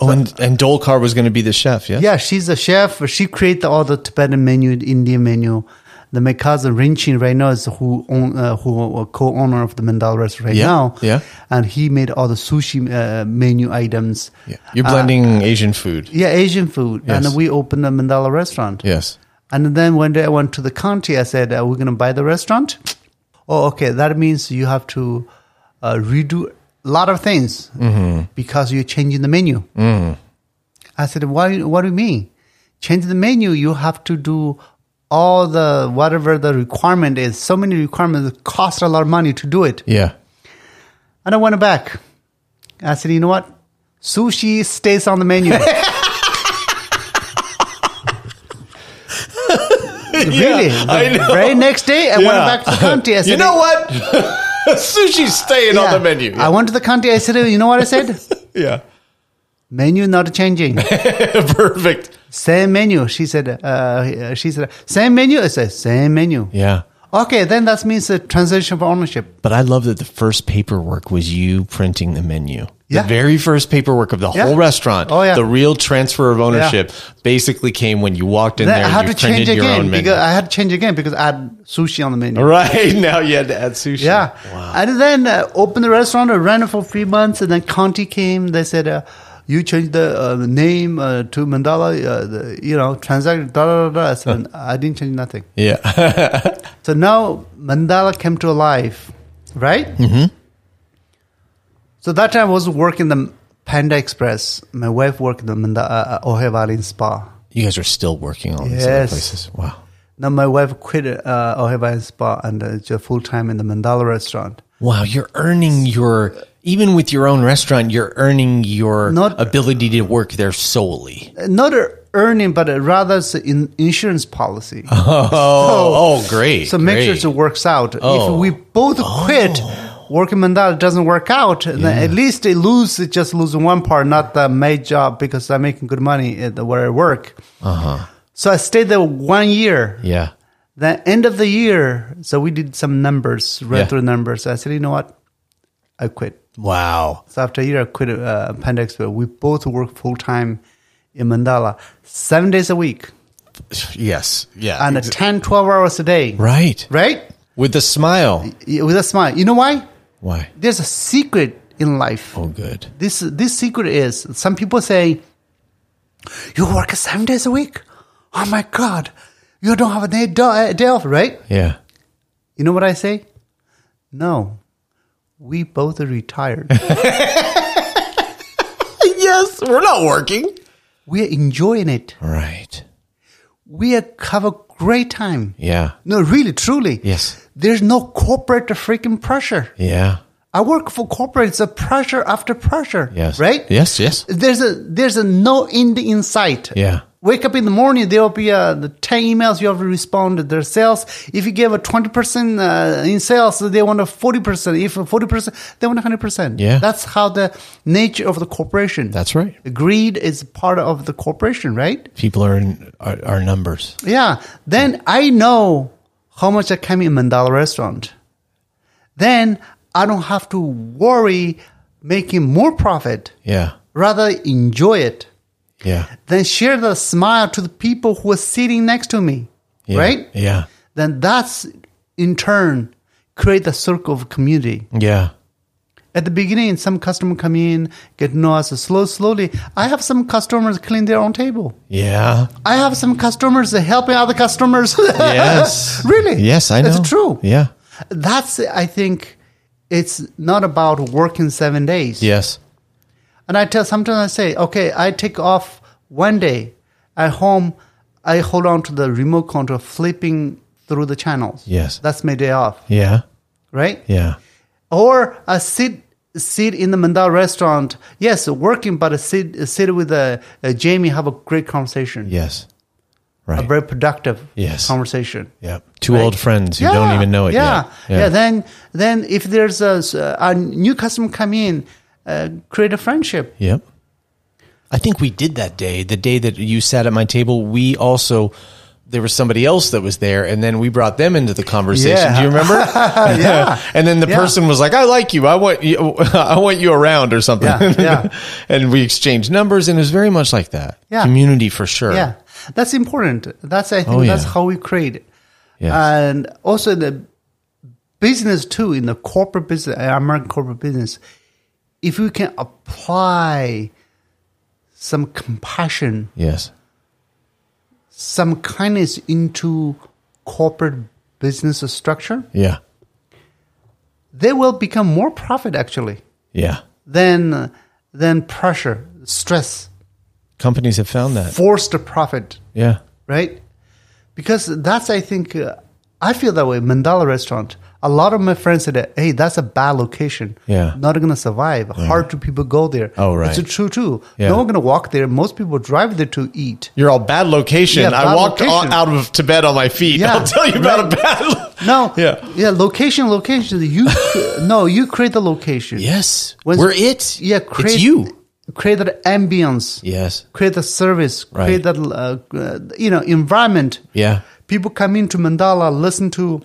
Speaker 1: Oh, and, and Dolcar was going to be the chef, yes?
Speaker 2: Yeah, she's a chef. She created all the Tibetan menu, Indian menu. The my cousin Rinchin right now is who own, uh, who uh, co-owner of the Mandala restaurant right
Speaker 1: Yeah,
Speaker 2: now.
Speaker 1: yeah.
Speaker 2: and he made all the sushi uh, menu items. Uh,
Speaker 1: Yeah. You're blending Asian food.
Speaker 2: Yeah, Asian food,
Speaker 1: Yes.
Speaker 2: and we opened the Mandala restaurant.
Speaker 1: Yes.
Speaker 2: And then one day I went to the county. I said, "Are we going to buy the restaurant?" Oh, okay. That means you have to uh, redo a lot of things because you're changing the menu. I said, "Why? What do you mean? Change the menu? You have to do all the whatever the requirement is. So many requirements it cost a lot of money to do it."
Speaker 1: Yeah.
Speaker 2: And I went back. I said, "You know what? Sushi stays on the menu." Really?
Speaker 1: I
Speaker 2: The
Speaker 1: know.
Speaker 2: Very next day, I
Speaker 1: Yeah.
Speaker 2: went back to the county. I said,
Speaker 1: you know what? Sushi's staying
Speaker 2: Yeah.
Speaker 1: on the menu.
Speaker 2: I went to the county. I said, "Oh, you know what I said?
Speaker 1: yeah.
Speaker 2: menu not changing.
Speaker 1: Perfect.
Speaker 2: same menu. She said, uh, she said, same menu. I said, same menu.
Speaker 1: Yeah.
Speaker 2: Okay, then that means a transition for ownership.
Speaker 1: But I love that the first paperwork was you printing the menu.
Speaker 2: Yeah.
Speaker 1: The very first paperwork of the
Speaker 2: Yeah.
Speaker 1: whole restaurant.
Speaker 2: Oh, yeah.
Speaker 1: The real transfer of ownership basically came when you walked in
Speaker 2: Then
Speaker 1: there
Speaker 2: I
Speaker 1: and
Speaker 2: had
Speaker 1: you
Speaker 2: to change
Speaker 1: printed your
Speaker 2: again
Speaker 1: own menu.
Speaker 2: because I had to change again because I had sushi on the menu.
Speaker 1: right. Now you had to add sushi.
Speaker 2: Yeah. And then uh, opened the restaurant, I ran it for three months, and then county came. They said, uh, you changed the uh, name uh, to Mandala, uh, the, you know, transaction, da da da da. I said, I didn't change nothing.
Speaker 1: Yeah.
Speaker 2: So now Mandala came to life, right? Mm-hmm. So that time I was working the Panda Express. My wife worked in the Manda- uh, uh, Ohe Valley Spa.
Speaker 1: you guys are still working on these other
Speaker 2: Yes.
Speaker 1: places. Wow.
Speaker 2: Now my wife quit uh, Ohe Valley Spa and uh, just full time in the Mandala restaurant.
Speaker 1: Wow. You're earning your, even with your own restaurant, you're earning your
Speaker 2: Not-
Speaker 1: ability to work there solely.
Speaker 2: Not earning, but rather it's an insurance policy.
Speaker 1: Oh, oh, great.
Speaker 2: So make sure
Speaker 1: great.
Speaker 2: it works out.
Speaker 1: Oh.
Speaker 2: If we both quit working on that, it doesn't work out. and Then at least they lose, it just losing one part, not the main job because I'm making good money at the, where I work.
Speaker 1: Uh-huh.
Speaker 2: So I stayed there one year.
Speaker 1: Yeah.
Speaker 2: The end of the year, so we did some numbers, ran
Speaker 1: Yeah.
Speaker 2: through numbers. I said, you know what? I quit.
Speaker 1: Wow.
Speaker 2: So after a year, I quit uh, Pandex, but we both work full time in Mandala, seven days a week,
Speaker 1: Yes. Yeah.
Speaker 2: and uh, 10, 12 hours a day.
Speaker 1: right.
Speaker 2: Right?
Speaker 1: With the smile.
Speaker 2: Yeah, With a smile. You know why?
Speaker 1: Why?
Speaker 2: There's a secret in life.
Speaker 1: Oh, good.
Speaker 2: This this secret is some people say, you work seven days a week. Oh my God, you don't have a day, do- eh, day off, right?
Speaker 1: Yeah.
Speaker 2: You know what I say? No, we both are retired.
Speaker 1: Yes, we're not working.
Speaker 2: we are enjoying it.
Speaker 1: Right.
Speaker 2: We are have a great time.
Speaker 1: Yeah.
Speaker 2: No, really, truly.
Speaker 1: Yes.
Speaker 2: There's no corporate freaking pressure.
Speaker 1: Yeah.
Speaker 2: I work for corporate. It's a pressure after pressure.
Speaker 1: Yes.
Speaker 2: Right?
Speaker 1: Yes. Yes.
Speaker 2: There's a there's a no end in sight.
Speaker 1: Yeah.
Speaker 2: Wake up in the morning, there will be uh, the 10 emails you have to respond to their sales. If you give a 20% uh, in sales, they want a 40%. If a 40%, they want 100%.
Speaker 1: Yeah.
Speaker 2: That's how the nature of the corporation.
Speaker 1: That's right.
Speaker 2: Greed is part of the corporation, right?
Speaker 1: People are in are, are numbers.
Speaker 2: Yeah. Then I know how much I can in Mandala restaurant. Then I don't have to worry making more profit.
Speaker 1: Yeah.
Speaker 2: Rather enjoy it.
Speaker 1: Yeah.
Speaker 2: Then share the smile to the people who are sitting next to me.
Speaker 1: yeah.
Speaker 2: Right?
Speaker 1: Yeah.
Speaker 2: Then that's in turn create the circle of community.
Speaker 1: Yeah.
Speaker 2: At the beginning, some customer come in, get to know us slow, slowly. I have some customers clean their own table.
Speaker 1: Yeah.
Speaker 2: I have some customers helping other customers.
Speaker 1: Yes.
Speaker 2: really?
Speaker 1: Yes, I know.
Speaker 2: That's true.
Speaker 1: Yeah.
Speaker 2: That's, I think, it's not about working seven days.
Speaker 1: Yes.
Speaker 2: And I tell, sometimes I say, okay, I take off one day at home. I hold on to the remote control, flipping through the channels.
Speaker 1: Yes.
Speaker 2: That's my day off,
Speaker 1: Yeah.
Speaker 2: right?
Speaker 1: Yeah.
Speaker 2: Or I sit, sit in the Mandal restaurant. Yes, working, but I sit, sit with uh, uh, Jamie, have a great conversation.
Speaker 1: Yes.
Speaker 2: A
Speaker 1: Right.
Speaker 2: very productive
Speaker 1: Yes.
Speaker 2: conversation.
Speaker 1: yeah. Two old friends who don't even know it
Speaker 2: yeah.
Speaker 1: yet.
Speaker 2: Yeah. Then, then if there's a, a new customer come in, uh, create a friendship.
Speaker 1: Yep. I think we did that day. The day that you sat at my table, we also there was somebody else that was there, and then we brought them into the conversation.
Speaker 2: Yeah.
Speaker 1: Do you remember?
Speaker 2: Yeah.
Speaker 1: and then the
Speaker 2: Yeah.
Speaker 1: person was like, "I like you. I want you. I want you around or something."
Speaker 2: Yeah, yeah.
Speaker 1: and we exchanged numbers, and it was very much like that.
Speaker 2: Yeah.
Speaker 1: Community for sure.
Speaker 2: Yeah, that's important. That's I think
Speaker 1: Oh,
Speaker 2: that's
Speaker 1: yeah.
Speaker 2: how we create. it.
Speaker 1: Yes.
Speaker 2: And also in the business too, in the corporate business, uh, American corporate business, if we can apply some compassion,
Speaker 1: Yes.
Speaker 2: some kindness into corporate business structure,
Speaker 1: Yeah.
Speaker 2: they will become more profit actually
Speaker 1: Yeah.
Speaker 2: than than pressure, stress,
Speaker 1: Companies have found that.
Speaker 2: forced profit.
Speaker 1: Yeah.
Speaker 2: right? Because that's, I think, uh, I feel that way. Mandala restaurant. A lot of my friends said, that, "Hey, that's a bad location.
Speaker 1: Yeah.
Speaker 2: not gonna survive. Hard to people go there.
Speaker 1: Oh, right.
Speaker 2: It's true too.
Speaker 1: Yeah.
Speaker 2: No one gonna walk there. Most people drive there to eat.
Speaker 1: You're all bad location.
Speaker 2: Yeah, bad
Speaker 1: I walked
Speaker 2: location.
Speaker 1: out of Tibet on my feet.
Speaker 2: Yeah,
Speaker 1: I'll tell you about a bad.
Speaker 2: No,
Speaker 1: Yeah.
Speaker 2: yeah. Location, location. You no, you create the location.
Speaker 1: Yes.
Speaker 2: When-
Speaker 1: We're it.
Speaker 2: Yeah, create
Speaker 1: it's you.
Speaker 2: Create that ambience.
Speaker 1: Yes.
Speaker 2: Create the service.
Speaker 1: Right.
Speaker 2: Create that uh, uh, you know environment.
Speaker 1: Yeah.
Speaker 2: people come into Mandala, listen to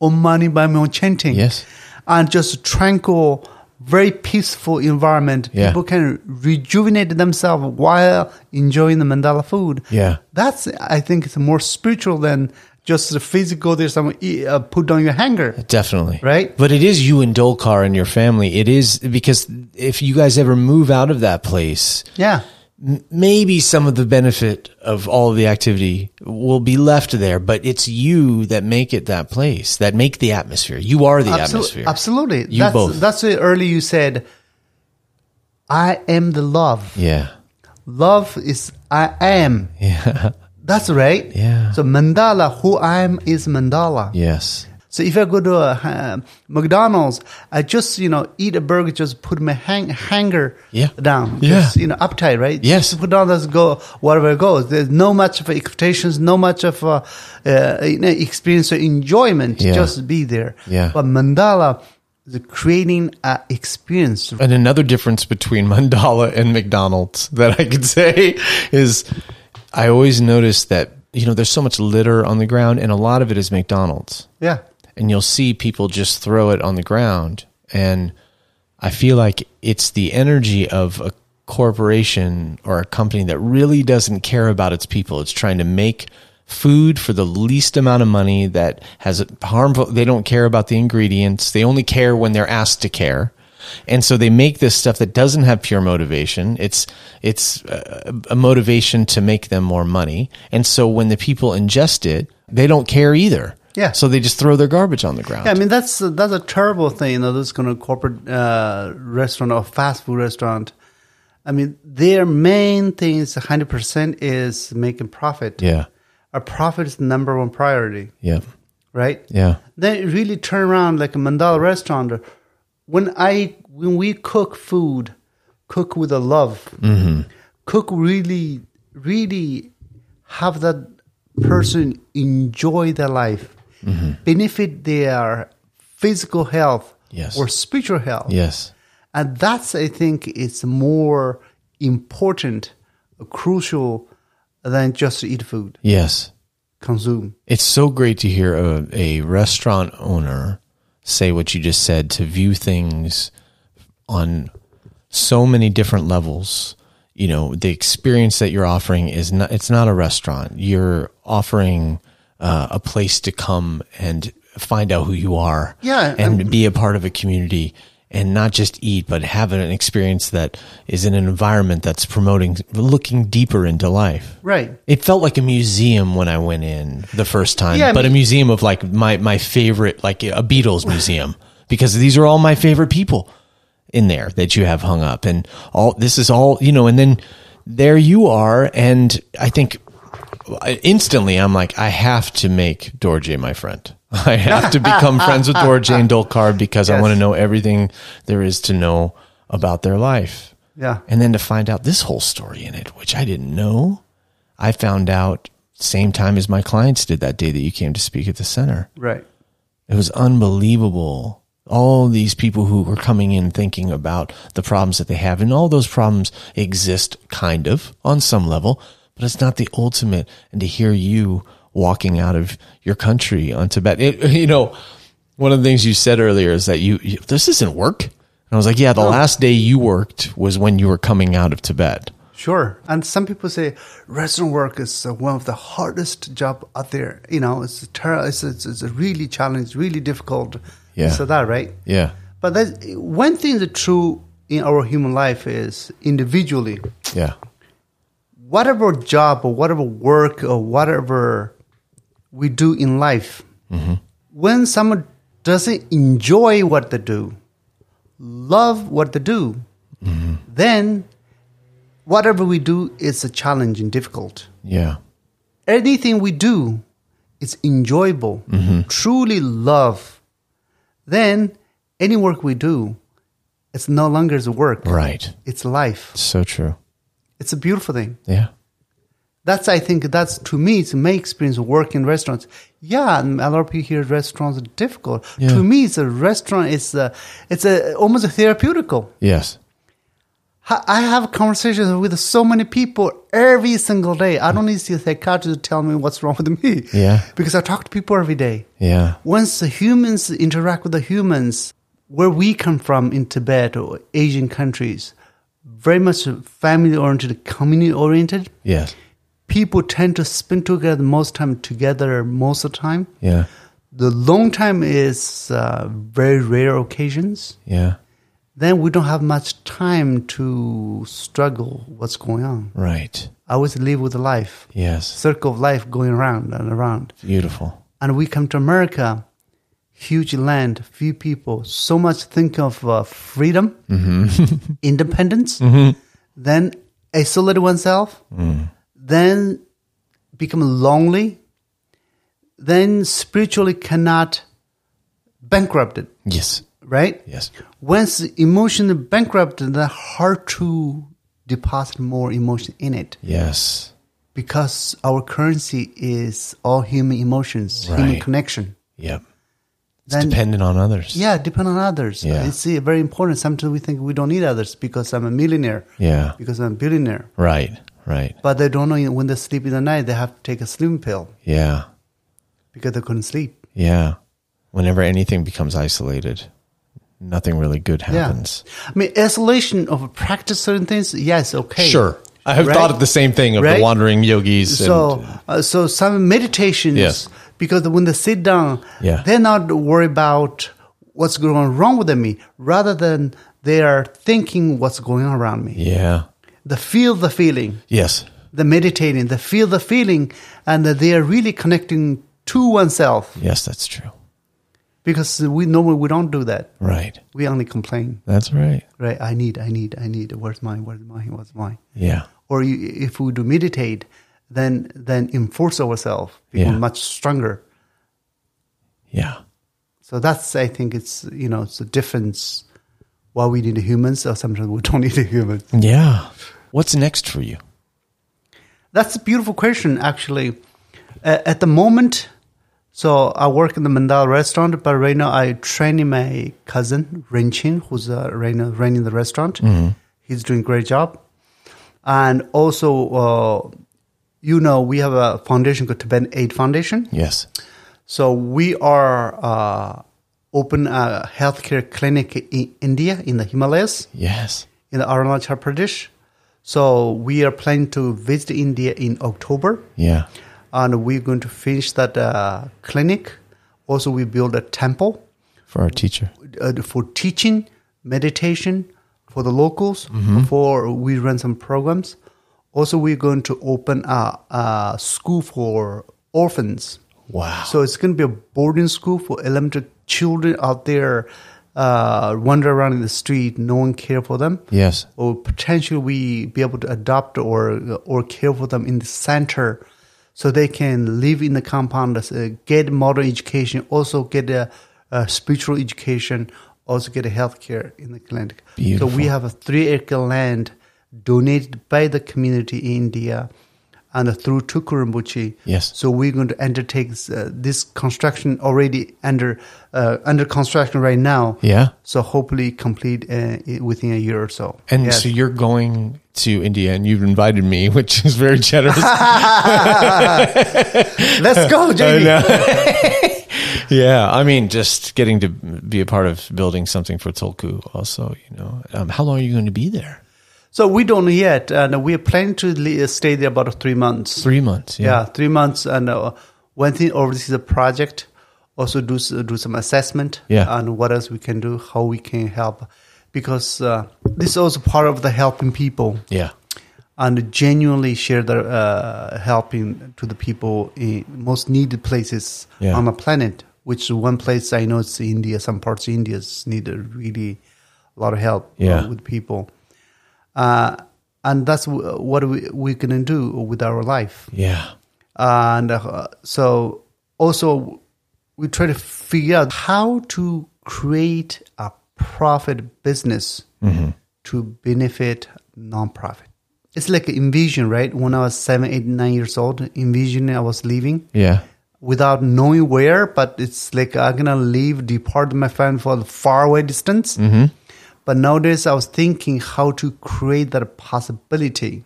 Speaker 2: Om Mani Padme Hum chanting.
Speaker 1: Yes.
Speaker 2: And just tranquil, very peaceful environment.
Speaker 1: Yeah.
Speaker 2: People can rejuvenate themselves while enjoying the Mandala food.
Speaker 1: Yeah.
Speaker 2: That's, I think, it's more spiritual than just the physical. There's some eat, uh, put down your hanger.
Speaker 1: Definitely.
Speaker 2: Right?
Speaker 1: But it is you and Dolcar and your family. It is because if you guys ever move out of that place,
Speaker 2: Yeah.
Speaker 1: m- maybe some of the benefit of all the activity will be left there, but it's you that make it that place, that make the atmosphere. You are the
Speaker 2: Absol-
Speaker 1: atmosphere.
Speaker 2: Absolutely.
Speaker 1: You
Speaker 2: that's,
Speaker 1: both.
Speaker 2: That's why earlier you said, I am the love.
Speaker 1: Yeah.
Speaker 2: Love is I am.
Speaker 1: Yeah.
Speaker 2: That's right.
Speaker 1: Yeah.
Speaker 2: So mandala, who I am is mandala.
Speaker 1: yes.
Speaker 2: So if I go to a uh, McDonald's, I just you know eat a burger, just put my hang- hanger
Speaker 1: Yeah.
Speaker 2: down,
Speaker 1: Yeah.
Speaker 2: just, you know uptight, right?
Speaker 1: Yes.
Speaker 2: Just put down, let's go wherever it goes. There's no much of expectations, no much of uh, uh, you know, experience or enjoyment.
Speaker 1: Yeah.
Speaker 2: Just be there.
Speaker 1: Yeah.
Speaker 2: But mandala is creating an experience.
Speaker 1: And another difference between Mandala and McDonald's that I could say is I always notice that, you know, there's so much litter on the ground and a lot of it is McDonald's.
Speaker 2: Yeah.
Speaker 1: And you'll see people just throw it on the ground. And I feel like it's the energy of a corporation or a company that really doesn't care about its people. It's trying to make food for the least amount of money that has a harmful they don't care about the ingredients. They only care when they're asked to care. And so they make this stuff that doesn't have pure motivation. It's it's a, a motivation to make them more money. And so when the people ingest it, they don't care either.
Speaker 2: Yeah.
Speaker 1: So they just throw their garbage on the ground.
Speaker 2: Yeah, I mean that's that's a terrible thing. You know, this kind of corporate uh, restaurant or fast food restaurant. I mean, their main thing is hundred percent is making profit.
Speaker 1: yeah.
Speaker 2: a profit is the number one priority,
Speaker 1: Yeah.
Speaker 2: right?
Speaker 1: Yeah.
Speaker 2: Then it really turn around like a mandala restaurant. When I when we cook food, cook with a love.
Speaker 1: Mm-hmm.
Speaker 2: Cook really, really have that person enjoy their life,
Speaker 1: Mm-hmm.
Speaker 2: benefit their physical health
Speaker 1: Yes.
Speaker 2: or spiritual health.
Speaker 1: Yes.
Speaker 2: And that's, I think, it's more important, crucial than just to eat food,
Speaker 1: Yes.
Speaker 2: consume.
Speaker 1: It's so great to hear a, a restaurant owner say what you just said to view things on so many different levels. You know, the experience that you're offering is not, it's not a restaurant. You're offering uh, a place to come and find out who you are
Speaker 2: Yeah,
Speaker 1: and be a part of a community and not just eat, but have an experience that is in an environment that's promoting looking deeper into life.
Speaker 2: Right.
Speaker 1: It felt like a museum when I went in the first time,
Speaker 2: Yeah, I
Speaker 1: but
Speaker 2: mean-
Speaker 1: a museum of like my my favorite, like a Beatles museum, because these are all my favorite people in there that you have hung up, and all this is all you know. And then there you are, and I think uh, instantly I'm like, I have to make Dorje my friend. I have to become friends with Dorje and Dolcar because I want to know everything there is to know about their life.
Speaker 2: Yeah.
Speaker 1: And then to find out this whole story in it, which I didn't know, I found out same time as my clients did that day that you came to speak at the center.
Speaker 2: Right.
Speaker 1: It was unbelievable. All these people who were coming in thinking about the problems that they have, and all those problems exist kind of on some level, but it's not the ultimate. And to hear you walking out of your country on Tibet, it, you know, one of the things you said earlier is that you, you this isn't work. And I was like, yeah, the last day you worked was when you were coming out of Tibet.
Speaker 2: Sure. And some people say restaurant work is uh, one of the hardest job out there. You know, it's a ter- it's, it's, it's a really challenge, really difficult.
Speaker 1: Yeah.
Speaker 2: So that right.
Speaker 1: Yeah.
Speaker 2: But that's, one thing that's true in our human life is individually,
Speaker 1: Yeah.
Speaker 2: whatever job or whatever work or whatever we do in life, when someone doesn't enjoy what they do, love what they do, then whatever we do is a challenge and difficult.
Speaker 1: Yeah.
Speaker 2: Anything we do is enjoyable, truly love. Then any work we do, it's no longer is work.
Speaker 1: Right.
Speaker 2: It's life.
Speaker 1: So true.
Speaker 2: It's a beautiful thing.
Speaker 1: Yeah.
Speaker 2: That's I think that's to me it's my experience of working in restaurants. Yeah, and a lot of people here restaurants are difficult.
Speaker 1: Yeah.
Speaker 2: To me, it's a restaurant. It's a, it's a almost a therapeutical.
Speaker 1: Yes.
Speaker 2: Ha- I have conversations with so many people every single day. I don't need to see a psychiatrist to tell me what's wrong with me.
Speaker 1: Yeah.
Speaker 2: because I talk to people every day.
Speaker 1: Yeah.
Speaker 2: Once the humans interact with the humans, where we come from in Tibet or Asian countries, very much family oriented, community oriented
Speaker 1: Yes.
Speaker 2: people tend to spend together most time together most of the time.
Speaker 1: Yeah.
Speaker 2: The long time is uh, very rare occasions.
Speaker 1: Yeah.
Speaker 2: Then we don't have much time to struggle what's going on.
Speaker 1: Right.
Speaker 2: I always live with life,
Speaker 1: Yes.
Speaker 2: circle of life going around and around.
Speaker 1: Beautiful.
Speaker 2: And we come to America, huge land, few people, so much think of uh, freedom,
Speaker 1: Mm-hmm.
Speaker 2: independence, then isolate oneself,
Speaker 1: Mm.
Speaker 2: then become lonely, then spiritually cannot bankrupted,
Speaker 1: Yes.
Speaker 2: right?
Speaker 1: Yes.
Speaker 2: Once the emotion is bankrupted, then hard to deposit more emotion in it
Speaker 1: Yes.
Speaker 2: because our currency is all human emotions, human
Speaker 1: Right.
Speaker 2: connection.
Speaker 1: Yep. It's
Speaker 2: Then-
Speaker 1: dependent on others.
Speaker 2: Yeah, depend on others.
Speaker 1: Yeah.
Speaker 2: It's uh, very important. Sometimes we think we don't need others because I'm a millionaire,
Speaker 1: Yeah.
Speaker 2: because I'm a billionaire.
Speaker 1: Right. Right.
Speaker 2: But they don't know when they sleep in the night, they have to take a sleeping pill
Speaker 1: Yeah.
Speaker 2: because they couldn't sleep.
Speaker 1: Yeah. Whenever anything becomes isolated, nothing really good happens.
Speaker 2: I mean, isolation of practice certain things, yes, okay.
Speaker 1: I have
Speaker 2: Right?
Speaker 1: thought of the same thing of
Speaker 2: Right?
Speaker 1: the wandering yogis.
Speaker 2: So,
Speaker 1: and,
Speaker 2: uh, so some meditations,
Speaker 1: Yes.
Speaker 2: because when they sit down,
Speaker 1: Yeah.
Speaker 2: they're not worried about what's going wrong with me, rather than they are thinking what's going on around me.
Speaker 1: yeah.
Speaker 2: They feel the feeling,
Speaker 1: Yes.
Speaker 2: the meditating, they feel the feeling, and that they are really connecting to oneself.
Speaker 1: Yes, that's true.
Speaker 2: Because we normally we don't do that.
Speaker 1: Right.
Speaker 2: We only complain,
Speaker 1: That's right.
Speaker 2: right? I need, I need, I need. Where's mine? Where's mine? Where's mine?
Speaker 1: Yeah.
Speaker 2: or you, if we do meditate, then then enforce ourselves become
Speaker 1: Yeah.
Speaker 2: much stronger.
Speaker 1: Yeah.
Speaker 2: So that's I think it's you know it's the difference. Why we need humans, or sometimes we don't need humans.
Speaker 1: Yeah. What's next for you?
Speaker 2: That's a beautiful question, actually. A- at the moment, so I work in the Mandala restaurant, but right now I training my cousin Renqin, who's uh, right now running the restaurant. He's doing a great job, and also, uh, you know, we have a foundation called Tibetan Aid Foundation.
Speaker 1: Yes.
Speaker 2: So we are uh, open a healthcare clinic in India, in the Himalayas,
Speaker 1: Yes.
Speaker 2: in the Arunachal Pradesh. So we are planning to visit India in October,
Speaker 1: Yeah.
Speaker 2: and we're going to finish that uh, clinic. Also, we build a temple
Speaker 1: For our teacher.
Speaker 2: uh, for teaching, meditation for the locals. For we run some programs. Also, we're going to open a, a school for orphans.
Speaker 1: Wow.
Speaker 2: So it's going to be a boarding school for elementary children out there, uh, wander around in the street. No one care for them,
Speaker 1: yes.
Speaker 2: or potentially we be able to adopt or or care for them in the center, so they can live in the compound, uh, get modern education, also get a, a spiritual education, also get a health care in the clinic. So we
Speaker 1: Beautiful.
Speaker 2: have a three acre land donated by the community in India. And through Tukurambuchi,
Speaker 1: Yes.
Speaker 2: so we're going to undertake uh, this construction already under uh, under construction right now.
Speaker 1: Yeah.
Speaker 2: So hopefully complete uh, i- within a year or so.
Speaker 1: And
Speaker 2: Yes.
Speaker 1: so you're going to India and you've invited me, which is very generous.
Speaker 2: let's go, JD.
Speaker 1: yeah. I mean, just getting to be a part of building something for Tolku also, you know. Um, how long are you going to be there?
Speaker 2: So we don't know yet, and we are planning to li- uh, stay there about three months.
Speaker 1: Three months.
Speaker 2: Yeah, three months. And uh, one thing, oversee the project, also do s- do some assessment.
Speaker 1: Yeah.
Speaker 2: and what else we can do, how we can help, because uh, this is also part of the helping people.
Speaker 1: Yeah.
Speaker 2: and genuinely share their uh, helping to the people in most needed places
Speaker 1: Yeah.
Speaker 2: on the planet. Which one place I know it's India. Some parts of India need a really a lot of help uh,
Speaker 1: Yeah.
Speaker 2: with people, uh, and that's w- what we we're gonna do with our life.
Speaker 1: Yeah.
Speaker 2: And uh, so also we try to figure out how to create a profit business to benefit nonprofit. It's like envision, right? When I was seven, eight, nine years old, envisioning I was leaving
Speaker 1: Yeah.
Speaker 2: without knowing where, but it's like I'm gonna leave, depart my family for a faraway distance. But nowadays, I was thinking how to create that possibility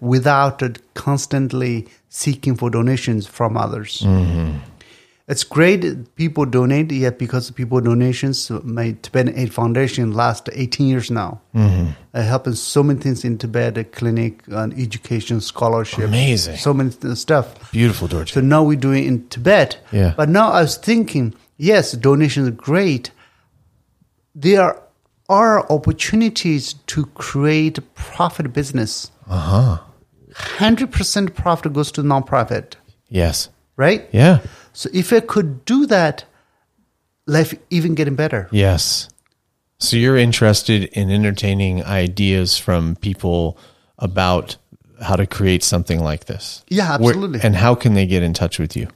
Speaker 2: without it constantly seeking for donations from others. It's great that people donate, yet because of people donations, my Tibetan Aid Foundation last 18 years now, uh, helping so many things in Tibet, a clinic, and education, scholarship,
Speaker 1: Amazing.
Speaker 2: so many th- stuff.
Speaker 1: Beautiful, George.
Speaker 2: So now we're doing it in Tibet.
Speaker 1: Yeah.
Speaker 2: But now I was thinking, yes, donations are great. There are opportunities to create profit business. Uh
Speaker 1: Uh-huh.
Speaker 2: huh. Hundred percent profit goes to nonprofit,
Speaker 1: yes.
Speaker 2: right?
Speaker 1: Yeah.
Speaker 2: So if I could do that, life even getting better.
Speaker 1: Yes. So you're interested in entertaining ideas from people about how to create something like this.
Speaker 2: Yeah,
Speaker 1: Where-
Speaker 2: absolutely.
Speaker 1: and how can they get in touch with you?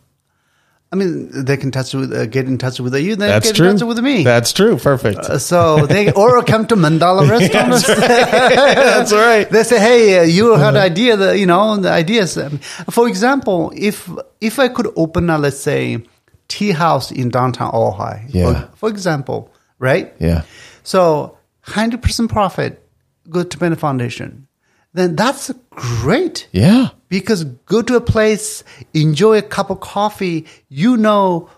Speaker 2: I mean, they can touch with, uh, get in touch with you. They
Speaker 1: That's
Speaker 2: get
Speaker 1: true.
Speaker 2: in touch with me.
Speaker 1: That's true. Perfect.
Speaker 2: Uh, so they or come to Mandala Restaurant.
Speaker 1: That's right. Mm-hmm.
Speaker 2: They say, "Hey, uh, you had idea that you know the ideas." Um, For example, if if I could open a let's say tea house in downtown Ojai,
Speaker 1: Yeah.
Speaker 2: for, for example, right?
Speaker 1: Yeah.
Speaker 2: So hundred percent profit go to Bennett Foundation. Then that's great
Speaker 1: Yeah.
Speaker 2: because go to a place, enjoy a cup of coffee. You know,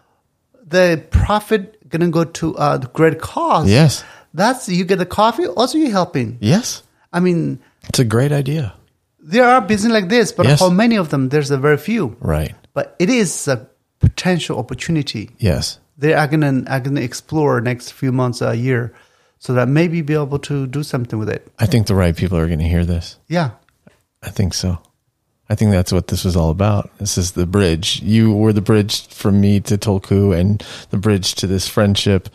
Speaker 2: the profit gonna go to a great cause.
Speaker 1: Yes.
Speaker 2: that's you get the coffee. Also, you're helping.
Speaker 1: Yes.
Speaker 2: I mean,
Speaker 1: It's a great idea.
Speaker 2: there are business like this, but
Speaker 1: Yes.
Speaker 2: how many of them? There's a very few.
Speaker 1: Right.
Speaker 2: But it is a potential opportunity.
Speaker 1: Yes.
Speaker 2: They are gonna are gonna explore next few months, a year, so that maybe be able to do something with it.
Speaker 1: I think the right people are going to hear this.
Speaker 2: Yeah.
Speaker 1: I think so. I think that's what this was all about. This is the bridge. You were the bridge from me to Tolku and the bridge to this friendship.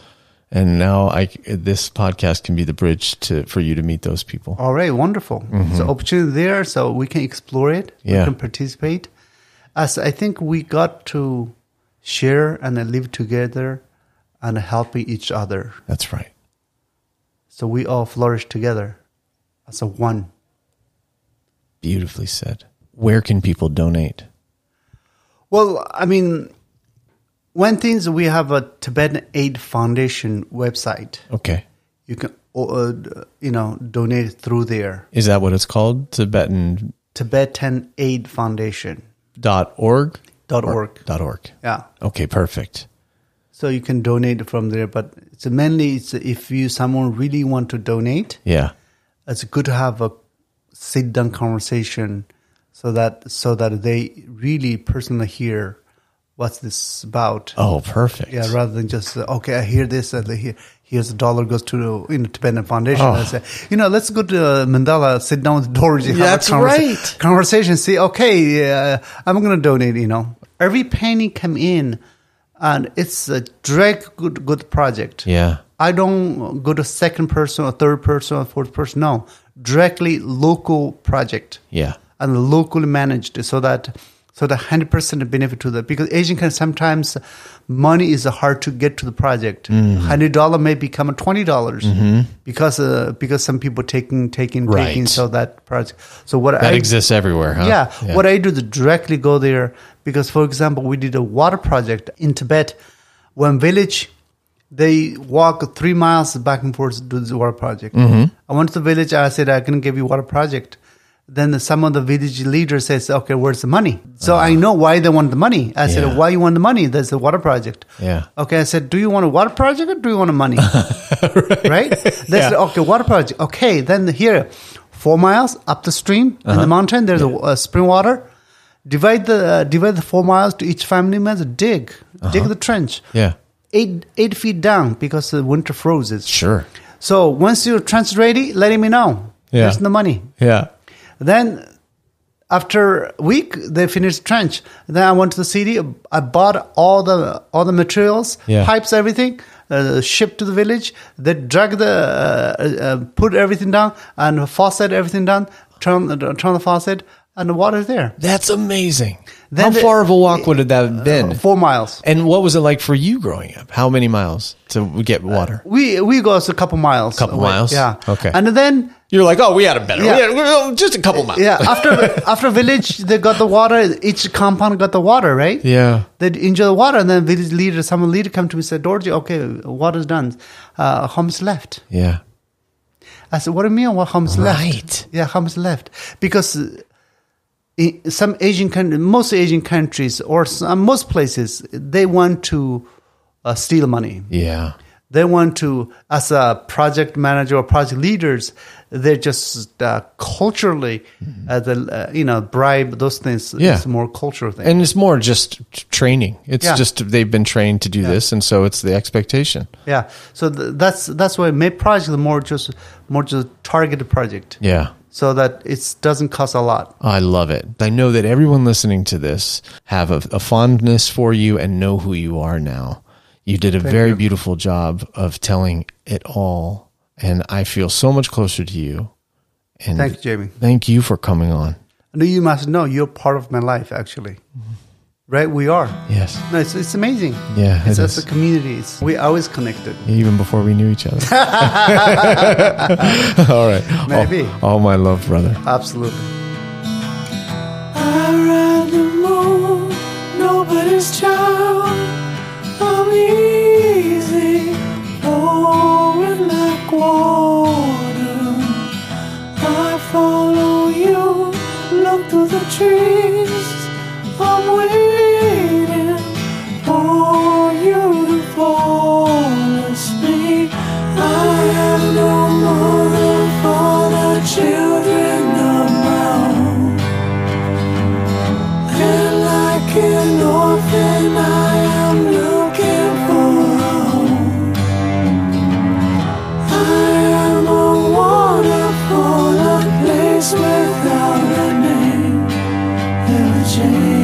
Speaker 1: And now I this podcast can be the bridge to for you to meet those people.
Speaker 2: All right, wonderful. So opportunity there, so we can explore it.
Speaker 1: Yeah.
Speaker 2: We can participate. As I think we got to share and then live together and helping each other.
Speaker 1: That's right.
Speaker 2: So we all flourish together as a one.
Speaker 1: Beautifully said. Where can people donate?
Speaker 2: Well, I mean, one thing is we have a Tibetan Aid Foundation website.
Speaker 1: Okay.
Speaker 2: You can, uh, you know, donate through there.
Speaker 1: Is that what it's called? Tibetan
Speaker 2: Tibetan Aid Foundation.
Speaker 1: dot org?
Speaker 2: Dot
Speaker 1: Or-
Speaker 2: org.
Speaker 1: Dot org.
Speaker 2: Yeah.
Speaker 1: Okay, perfect.
Speaker 2: so you can donate from there but it's mainly it's if you someone really want to donate
Speaker 1: Yeah.
Speaker 2: it's good to have a sit down conversation so that so that they really personally hear what's this about
Speaker 1: Oh, perfect.
Speaker 2: yeah rather than just uh, okay i hear this and they hear Here's a dollar goes to the you know, Tibetan Foundation.
Speaker 1: Oh.
Speaker 2: I say, you know, let's go to uh, Mandala, sit down with Dorji, have
Speaker 1: That's
Speaker 2: a conversa-
Speaker 1: right.
Speaker 2: conversation. See, okay, uh, I'm going to donate. You know, every penny come in, and it's a direct good good project.
Speaker 1: Yeah.
Speaker 2: I don't go to second person or third person or fourth person. No, directly local project
Speaker 1: Yeah.
Speaker 2: and locally managed so that so the hundred percent benefit to the because Asian can sometimes money is hard to get to the project.
Speaker 1: Mm-hmm.
Speaker 2: Hundred dollar may become twenty dollars because uh, because some people taking taking
Speaker 1: Right.
Speaker 2: taking so that project. So what
Speaker 1: That
Speaker 2: I
Speaker 1: exists everywhere, huh?
Speaker 2: yeah, what I do is directly go there because, for example, we did a water project in Tibet. One village, they walk three miles back and forth to do this water project.
Speaker 1: Mm-hmm.
Speaker 2: I went to the village. I said, "I can give you water project." Then some of the village leader says, "Okay, where's the money?" So I know why they want the money. I
Speaker 1: Uh-huh. Yeah.
Speaker 2: said, "Why you want the money?" That's the water project.
Speaker 1: Yeah.
Speaker 2: Okay, I said, "Do you want a water project or do you want a money?" right? They said, okay, water project. Okay, then here, four miles up the stream in the mountain, there's a, uh spring water. Divide the uh, divide the four miles to each family member. Dig, dig the trench.
Speaker 1: Yeah.
Speaker 2: Eight eight feet down because the winter freezes.
Speaker 1: Sure.
Speaker 2: So once your trench is ready, let me know.
Speaker 1: Yeah.
Speaker 2: Here's the money.
Speaker 1: Yeah.
Speaker 2: Then after a week, they finished trench. Then I went to the city. I bought all the all the materials,
Speaker 1: Yeah.
Speaker 2: pipes, everything. Uh, shipped to the village. They drag the uh, uh, uh, put everything down and faucet everything down. Turn uh, turn the faucet and the water is there.
Speaker 1: That's amazing.
Speaker 2: Then
Speaker 1: How
Speaker 2: the-
Speaker 1: far of a walk would that have been?
Speaker 2: Four miles.
Speaker 1: and what was it like for you growing up? How many miles to get water?
Speaker 2: We we go a couple miles.
Speaker 1: Couple
Speaker 2: away.
Speaker 1: miles?
Speaker 2: Yeah.
Speaker 1: Okay.
Speaker 2: And then
Speaker 1: You're like, oh, we had a better,
Speaker 2: Yeah.
Speaker 1: we had, well, just a couple miles.
Speaker 2: yeah after after village they got the water. Each compound got the water right.
Speaker 1: Yeah.
Speaker 2: they enjoy the water, and then village leader, some leader come to me and said, Dorji, okay, water's done. Uh, home's left.
Speaker 1: Yeah.
Speaker 2: I said, what do you mean, what home's
Speaker 1: Right.
Speaker 2: left? Yeah, home's left. Because uh, in some Asian countries, most Asian countries, or some, most places, they want to uh, steal money.
Speaker 1: Yeah.
Speaker 2: They want to, as a project manager or project leaders, they just uh, culturally, uh, the, uh, you know, bribe those things.
Speaker 1: Mm-hmm. Yeah.
Speaker 2: It's more cultural thing.
Speaker 1: And it's more just t- training. It's
Speaker 2: Yeah.
Speaker 1: just they've been trained to do this, and so it's the expectation.
Speaker 2: Yeah, so th- that's that's why my project is more just more just targeted project,
Speaker 1: Yeah.
Speaker 2: so that it doesn't cost a lot.
Speaker 1: I love it. I know that everyone listening to this have a, a fondness for you and know who you are now. You did a very beautiful job of telling it all, and I feel so much closer to you. And
Speaker 2: Thank you, Jamie.
Speaker 1: Thank you for coming on. Mm-hmm.
Speaker 2: And you must know you're part of my life actually. Right, we are.
Speaker 1: Yes.
Speaker 2: No, it's, it's amazing.
Speaker 1: Yeah,
Speaker 2: it's
Speaker 1: it
Speaker 2: as
Speaker 1: is.
Speaker 2: a community. It's, we always connected.
Speaker 1: Even before we knew each other. all right. All-
Speaker 2: Maybe.
Speaker 1: All, my love, brother.
Speaker 2: Absolutely.
Speaker 3: I ride the moon, nobody's child. I'm easy, flowing like water. I follow you, look through the trees. I'm waiting for you to fall asleep. I have no mother for the children of my own. And like an orphan, I am looking for a home. I am a waterfall, a place without a name. Ever change.